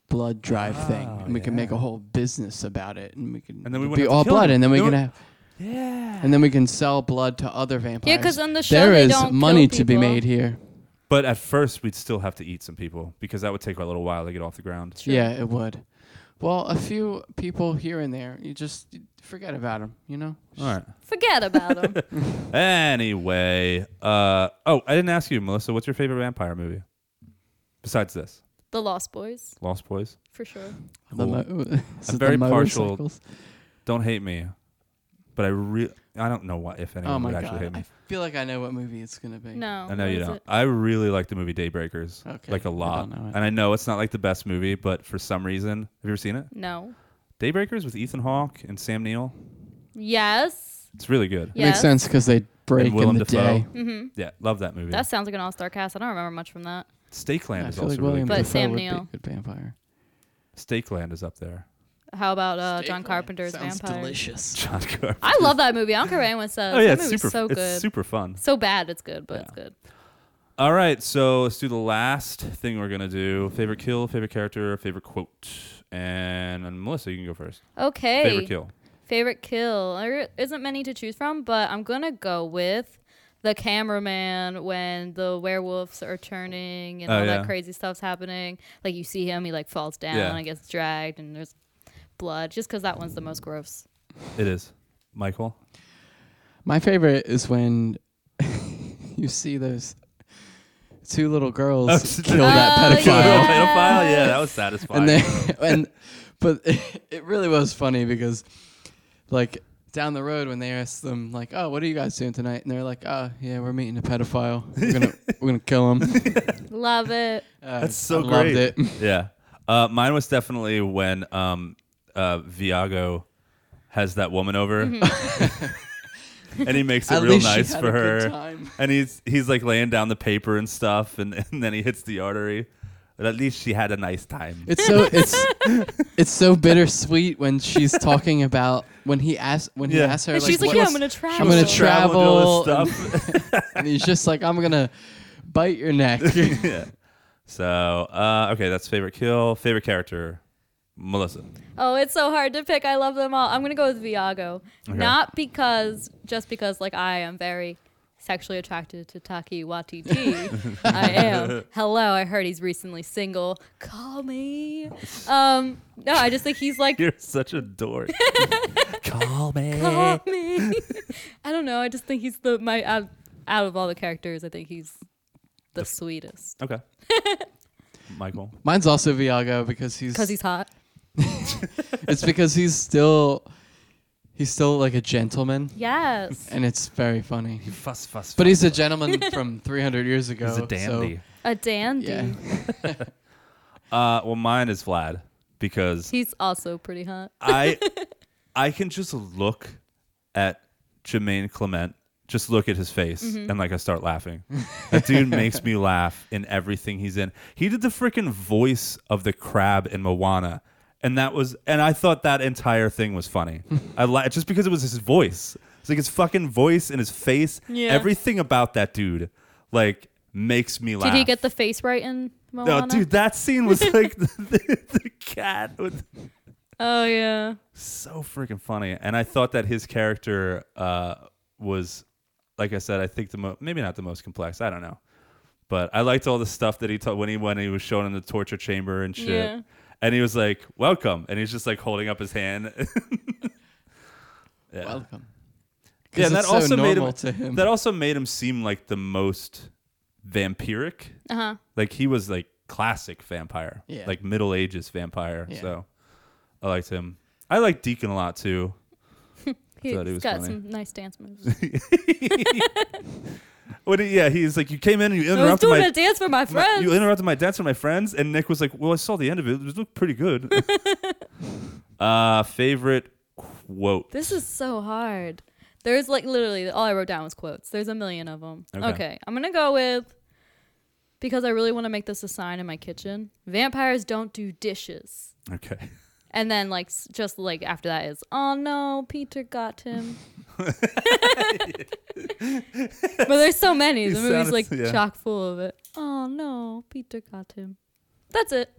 Speaker 3: blood drive thing, and we can make a whole business about it, and we can
Speaker 1: Oh, And then we wouldn't
Speaker 3: be
Speaker 1: have to
Speaker 3: all
Speaker 1: kill
Speaker 3: blood,
Speaker 1: them.
Speaker 3: and then we
Speaker 1: Then
Speaker 3: can
Speaker 1: we-
Speaker 3: have. Yeah. And then we can sell blood to other vampires.
Speaker 2: 'cause on the show
Speaker 3: there
Speaker 2: they
Speaker 3: is
Speaker 2: don't kill
Speaker 3: money to be
Speaker 2: people.
Speaker 3: made here.
Speaker 1: But at first, we'd still have to eat some people because that would take a little while to get off the ground.
Speaker 3: Yeah, it would. Well, a few people here and there. You just forget about them, you know.
Speaker 1: All right.
Speaker 2: Forget about him.
Speaker 1: Anyway, uh, oh, I didn't ask you, Melissa. What's your favorite vampire movie besides this?
Speaker 2: the Lost Boys,
Speaker 1: Lost Boys.
Speaker 2: for sure.
Speaker 3: The mo- is it the
Speaker 1: I'm very partial.
Speaker 3: motorcycles?
Speaker 1: Don't hate me, but I re- I don't know why if anyone
Speaker 3: Oh my
Speaker 1: would actually hate
Speaker 3: god!
Speaker 1: me.
Speaker 3: I feel like I know what movie it's gonna be.
Speaker 2: No.
Speaker 1: I know
Speaker 2: what
Speaker 1: you
Speaker 2: is
Speaker 1: don't.
Speaker 2: it?
Speaker 1: I really like the movie Daybreakers,
Speaker 3: Okay,
Speaker 1: like a
Speaker 3: I don't
Speaker 1: lot.
Speaker 3: know it.
Speaker 1: And I know it's not like the best movie, but for some reason, have you ever seen it?
Speaker 2: No.
Speaker 1: Daybreakers with Ethan Hawke and Sam Neill.
Speaker 2: Yes.
Speaker 1: It's really good.
Speaker 2: Yes.
Speaker 3: Makes sense because they break
Speaker 1: and Willem
Speaker 3: in the
Speaker 1: Dafoe.
Speaker 3: day.
Speaker 2: Mhm.
Speaker 1: Yeah, love that movie.
Speaker 2: That sounds like an all-star cast. I don't remember much from that.
Speaker 1: Stakeland
Speaker 3: I
Speaker 1: is
Speaker 3: feel
Speaker 1: also
Speaker 3: like
Speaker 1: really
Speaker 3: William
Speaker 1: good.
Speaker 2: But
Speaker 3: Dafoe
Speaker 2: Sam
Speaker 3: would be a
Speaker 2: Neill.
Speaker 3: good vampire.
Speaker 1: Stakeland is up there. [laughs]
Speaker 2: How about uh, John Carpenter's
Speaker 3: Sounds
Speaker 2: Vampire?
Speaker 3: delicious.
Speaker 1: John Carpenter.
Speaker 2: I love that movie. I don't care what anyone says.
Speaker 1: Oh, yeah,
Speaker 2: that
Speaker 1: it's
Speaker 2: movie's
Speaker 1: super-
Speaker 2: so
Speaker 1: it's
Speaker 2: good.
Speaker 1: super fun.
Speaker 2: So bad, it's good, but it's good.
Speaker 1: All right, so let's do the last thing we're gonna do: favorite kill, favorite character, favorite quote, and, and Melissa, you can go first.
Speaker 2: Okay.
Speaker 1: Favorite kill.
Speaker 2: Favorite kill. There isn't many to choose from, but I'm gonna go with the cameraman when the werewolves are turning and
Speaker 1: Oh,
Speaker 2: all
Speaker 1: yeah.
Speaker 2: that crazy stuff's happening. Like you see him, he like falls down
Speaker 1: Yeah.
Speaker 2: and gets dragged, and there's blood. Just because that one's the most gross.
Speaker 1: It is Michael.
Speaker 3: My favorite is when [laughs] you see those two little girls
Speaker 1: Oh, [laughs]
Speaker 3: kill
Speaker 1: [laughs]
Speaker 3: that
Speaker 1: Oh,
Speaker 3: pedophile.
Speaker 1: yeah. Pedophile? Yeah, that was satisfying.
Speaker 3: And, then, [laughs] and but [laughs] it really was funny because, like down the road when they asked them like, "Oh, what are you guys doing tonight?" and they're like, "Oh, yeah, we're meeting a pedophile.
Speaker 1: [laughs]
Speaker 3: We're gonna we're gonna kill him." Uh,
Speaker 2: Love it.
Speaker 1: That's so
Speaker 3: I
Speaker 1: great.
Speaker 3: loved it.
Speaker 1: yeah, uh, mine was definitely when um, uh, Viago has that woman over. [laughs] And he makes it
Speaker 3: [laughs] At
Speaker 1: real
Speaker 3: least she
Speaker 1: nice
Speaker 3: had
Speaker 1: for
Speaker 3: a good
Speaker 1: her,
Speaker 3: time.
Speaker 1: and he's he's like laying down the paper and stuff, and, [laughs] and then he hits the artery. But at least she had a nice time.
Speaker 3: It's so it's [laughs] it's so bittersweet when she's talking about when he asks when he
Speaker 1: Yeah.
Speaker 3: asks her
Speaker 2: And
Speaker 3: like,
Speaker 2: she's like,
Speaker 3: what-
Speaker 2: "Yeah, I'm gonna
Speaker 3: I'm gonna
Speaker 1: travel." Travel and
Speaker 3: [laughs] travel
Speaker 1: do all this
Speaker 3: and, and he's just like I'm gonna bite
Speaker 1: [laughs]
Speaker 3: your neck.
Speaker 1: yeah. So, uh, okay, that's favorite kill. Favorite character, Melissa.
Speaker 2: Oh, it's so hard to pick. I love them all. I'm gonna go with Viago,
Speaker 1: Okay.
Speaker 2: not because just because like I am very sexually attracted to Taki Watiti.
Speaker 1: [laughs]
Speaker 2: I am. Hello, I heard he's recently single. Call me. Um, no, I just think he's
Speaker 1: [laughs]
Speaker 2: like
Speaker 1: You're such a dork. [laughs] Call me. [laughs]
Speaker 2: [laughs] call me. [laughs] I don't know. I just think he's the my out, out of all the characters. I think he's the sweetest
Speaker 1: Okay. [laughs] Michael.
Speaker 3: Mine's also Viago because he's
Speaker 2: because he's hot.
Speaker 3: it's because he's still he's still like a gentleman.
Speaker 2: Yes.
Speaker 3: And it's very funny. He
Speaker 1: fuss fuss.
Speaker 3: But he's
Speaker 1: fuss,
Speaker 3: a
Speaker 1: fuss.
Speaker 3: [laughs] gentleman from 300 years ago.
Speaker 1: He's a
Speaker 3: so-
Speaker 1: dandy.
Speaker 2: A dandy.
Speaker 3: Yeah.
Speaker 1: Uh, well, mine is Vlad because
Speaker 2: He's also pretty hot.
Speaker 1: I I can just look at Jermaine Clement, just look at his face,
Speaker 2: Mhm.
Speaker 1: and like I start laughing. that dude makes me laugh in everything he's in. He did the freaking voice of the crab in Moana. And that was, and I thought that entire thing was funny. I li- just because it was his voice. It's like his fucking voice and his face.
Speaker 2: Yeah.
Speaker 1: Everything about that dude, like, makes me laugh.
Speaker 2: Did he get the face right in Moana?
Speaker 1: No, dude, that scene was
Speaker 2: [laughs]
Speaker 1: like the, the, the cat with
Speaker 2: Oh yeah.
Speaker 1: so freaking funny. And I thought that his character uh, was, like I said, I think the mo- maybe not the most complex. I don't know, but I liked all the stuff that he taught when he when he was shown in the torture chamber and shit.
Speaker 2: Yeah.
Speaker 1: And he was like, "Welcome," and he's just like holding up his hand. [laughs] yeah.
Speaker 3: Welcome.
Speaker 1: Yeah,
Speaker 3: 'Cause
Speaker 1: and that
Speaker 3: it's so
Speaker 1: also made him,
Speaker 3: normal to him.
Speaker 1: That also made him seem like the most vampiric.
Speaker 2: Uh-huh.
Speaker 1: Like he was like classic vampire.
Speaker 2: Yeah.
Speaker 1: Like Middle Ages vampire.
Speaker 2: Yeah.
Speaker 1: So I liked him. I liked Deacon a lot too.
Speaker 2: He's
Speaker 1: Thought he was
Speaker 2: got
Speaker 1: funny.
Speaker 2: some nice
Speaker 1: [laughs]
Speaker 2: dance moves.
Speaker 1: What? he- yeah, he's like, you came in and you
Speaker 2: I was
Speaker 1: interrupted
Speaker 2: doing
Speaker 1: my
Speaker 2: a dance for my friends."
Speaker 1: you interrupted my dance for my friends, and Nick was like, "Well, I saw the end of it. It looked pretty
Speaker 2: [laughs]
Speaker 1: good." uh, favorite quote.
Speaker 2: This is so hard. There's like literally all I wrote down was quotes. There's a million of them.
Speaker 1: Okay.
Speaker 2: Okay. I'm going to go with because I really want to make this a sign in my kitchen. Vampires don't do dishes.
Speaker 1: Okay.
Speaker 2: And then like s- just like after that is, "Oh no, Peter
Speaker 1: [laughs]
Speaker 2: got him." but there's so many.
Speaker 15: He
Speaker 2: The movie's
Speaker 15: sounded-
Speaker 2: like
Speaker 15: yeah.
Speaker 2: chock full of it. Oh no, Peter got him. That's it.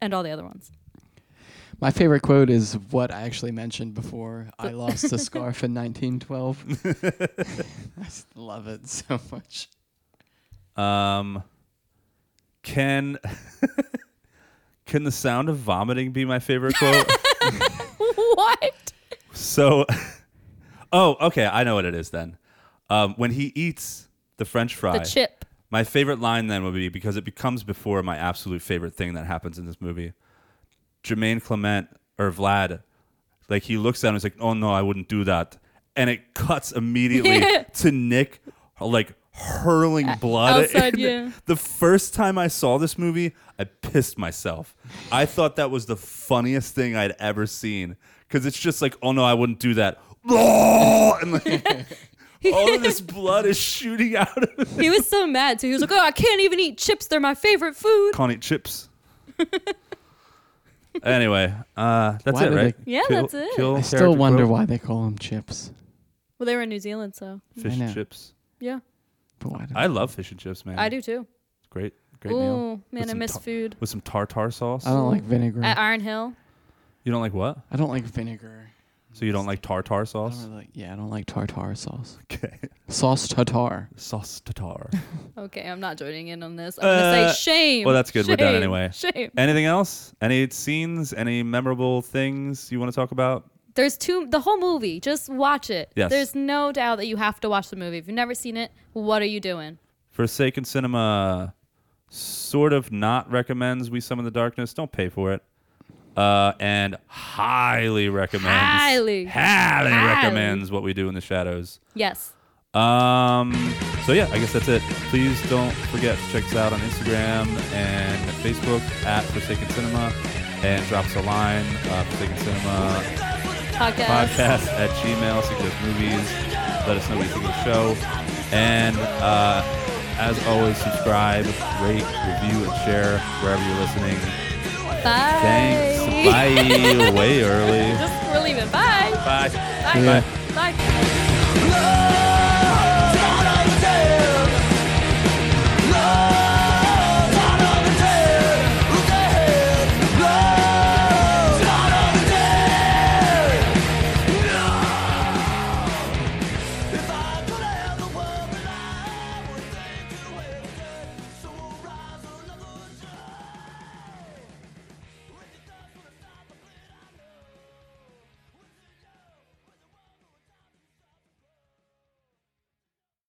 Speaker 2: And all the other ones. [laughs]
Speaker 3: My favorite quote is what I actually mentioned before. I lost a scarf in 1912. [laughs] I s- love it so much.
Speaker 1: Um, can [laughs] can the sound of vomiting be my favorite quote?
Speaker 2: [laughs] what?
Speaker 1: so, [laughs] oh, okay, I know what it is then. Um, when he eats the French fry,
Speaker 2: chip.
Speaker 1: My favorite line then would be because it becomes before my absolute favorite thing that happens in this movie. Jermaine Clement or Vlad, like he looks at him, he's like, "Oh no, I wouldn't do that," and it cuts immediately to Nick, like hurling blood.
Speaker 15: outside,
Speaker 1: And
Speaker 15: yeah.
Speaker 1: [laughs] The first time I saw this movie, I pissed myself. I thought that was the funniest thing I'd ever seen because it's just like, "Oh no, I wouldn't do that," [laughs] and like. All of this blood is shooting out of
Speaker 2: he was so mad too. He was like, "Oh, I can't even eat chips. They're my favorite food."
Speaker 1: Can't eat chips. anyway, uh, that's
Speaker 3: Why
Speaker 1: it,
Speaker 3: did
Speaker 1: right?
Speaker 3: they-
Speaker 2: Yeah, that's it.
Speaker 3: I still
Speaker 1: character
Speaker 3: wonder
Speaker 1: growth.
Speaker 3: why they call them chips.
Speaker 2: Well, they were in New Zealand, so
Speaker 1: Fish
Speaker 3: I know.
Speaker 1: and chips.
Speaker 2: yeah,
Speaker 1: I love fish and chips, man.
Speaker 2: I do too.
Speaker 1: Great, great
Speaker 2: Ooh,
Speaker 1: meal.
Speaker 2: man, I
Speaker 1: some
Speaker 2: miss
Speaker 1: tar-
Speaker 2: food.
Speaker 1: With some tartar sauce.
Speaker 3: I don't like vinegar.
Speaker 2: At Iron Hill,
Speaker 1: You don't like what?
Speaker 3: I don't like vinegar.
Speaker 1: So you don't like tartar sauce?
Speaker 3: I don't really like, yeah, I don't like tartar sauce. [laughs]
Speaker 1: Okay.
Speaker 3: Sauce tartar.
Speaker 1: Sauce tartar.
Speaker 2: okay, I'm not joining in on this. I'm gonna
Speaker 1: Uh,
Speaker 2: say shame.
Speaker 1: Well, that's good. We're done
Speaker 2: shame,
Speaker 1: anyway.
Speaker 2: Shame.
Speaker 1: Anything else? Any scenes? Any memorable things you want to talk about?
Speaker 2: There's two. The whole movie. Just watch it.
Speaker 1: Yes.
Speaker 2: There's no doubt that you have to watch the movie. If you've never seen it, what are you doing?
Speaker 1: Forsaken Cinema sort of not recommends We Summon the Darkness. Don't pay for it. Uh, and highly recommends.
Speaker 2: Highly.
Speaker 1: highly
Speaker 2: Highly.
Speaker 1: recommends what we do in the shadows.
Speaker 2: Yes.
Speaker 1: Um, so yeah, I guess that's it. Please don't forget to check us out on Instagram and Facebook at Forsaken Cinema, and drop us a line. Uh, Forsaken Cinema
Speaker 2: Podcast.
Speaker 1: podcast at gmail suggest movies let us know what you think of the show and uh, as always subscribe rate review and share wherever you're listening
Speaker 2: Bye.
Speaker 1: thanks bye way early [laughs]
Speaker 2: Just we're leaving. Bye.
Speaker 1: bye
Speaker 2: Bye.
Speaker 1: Bye.
Speaker 2: Bye.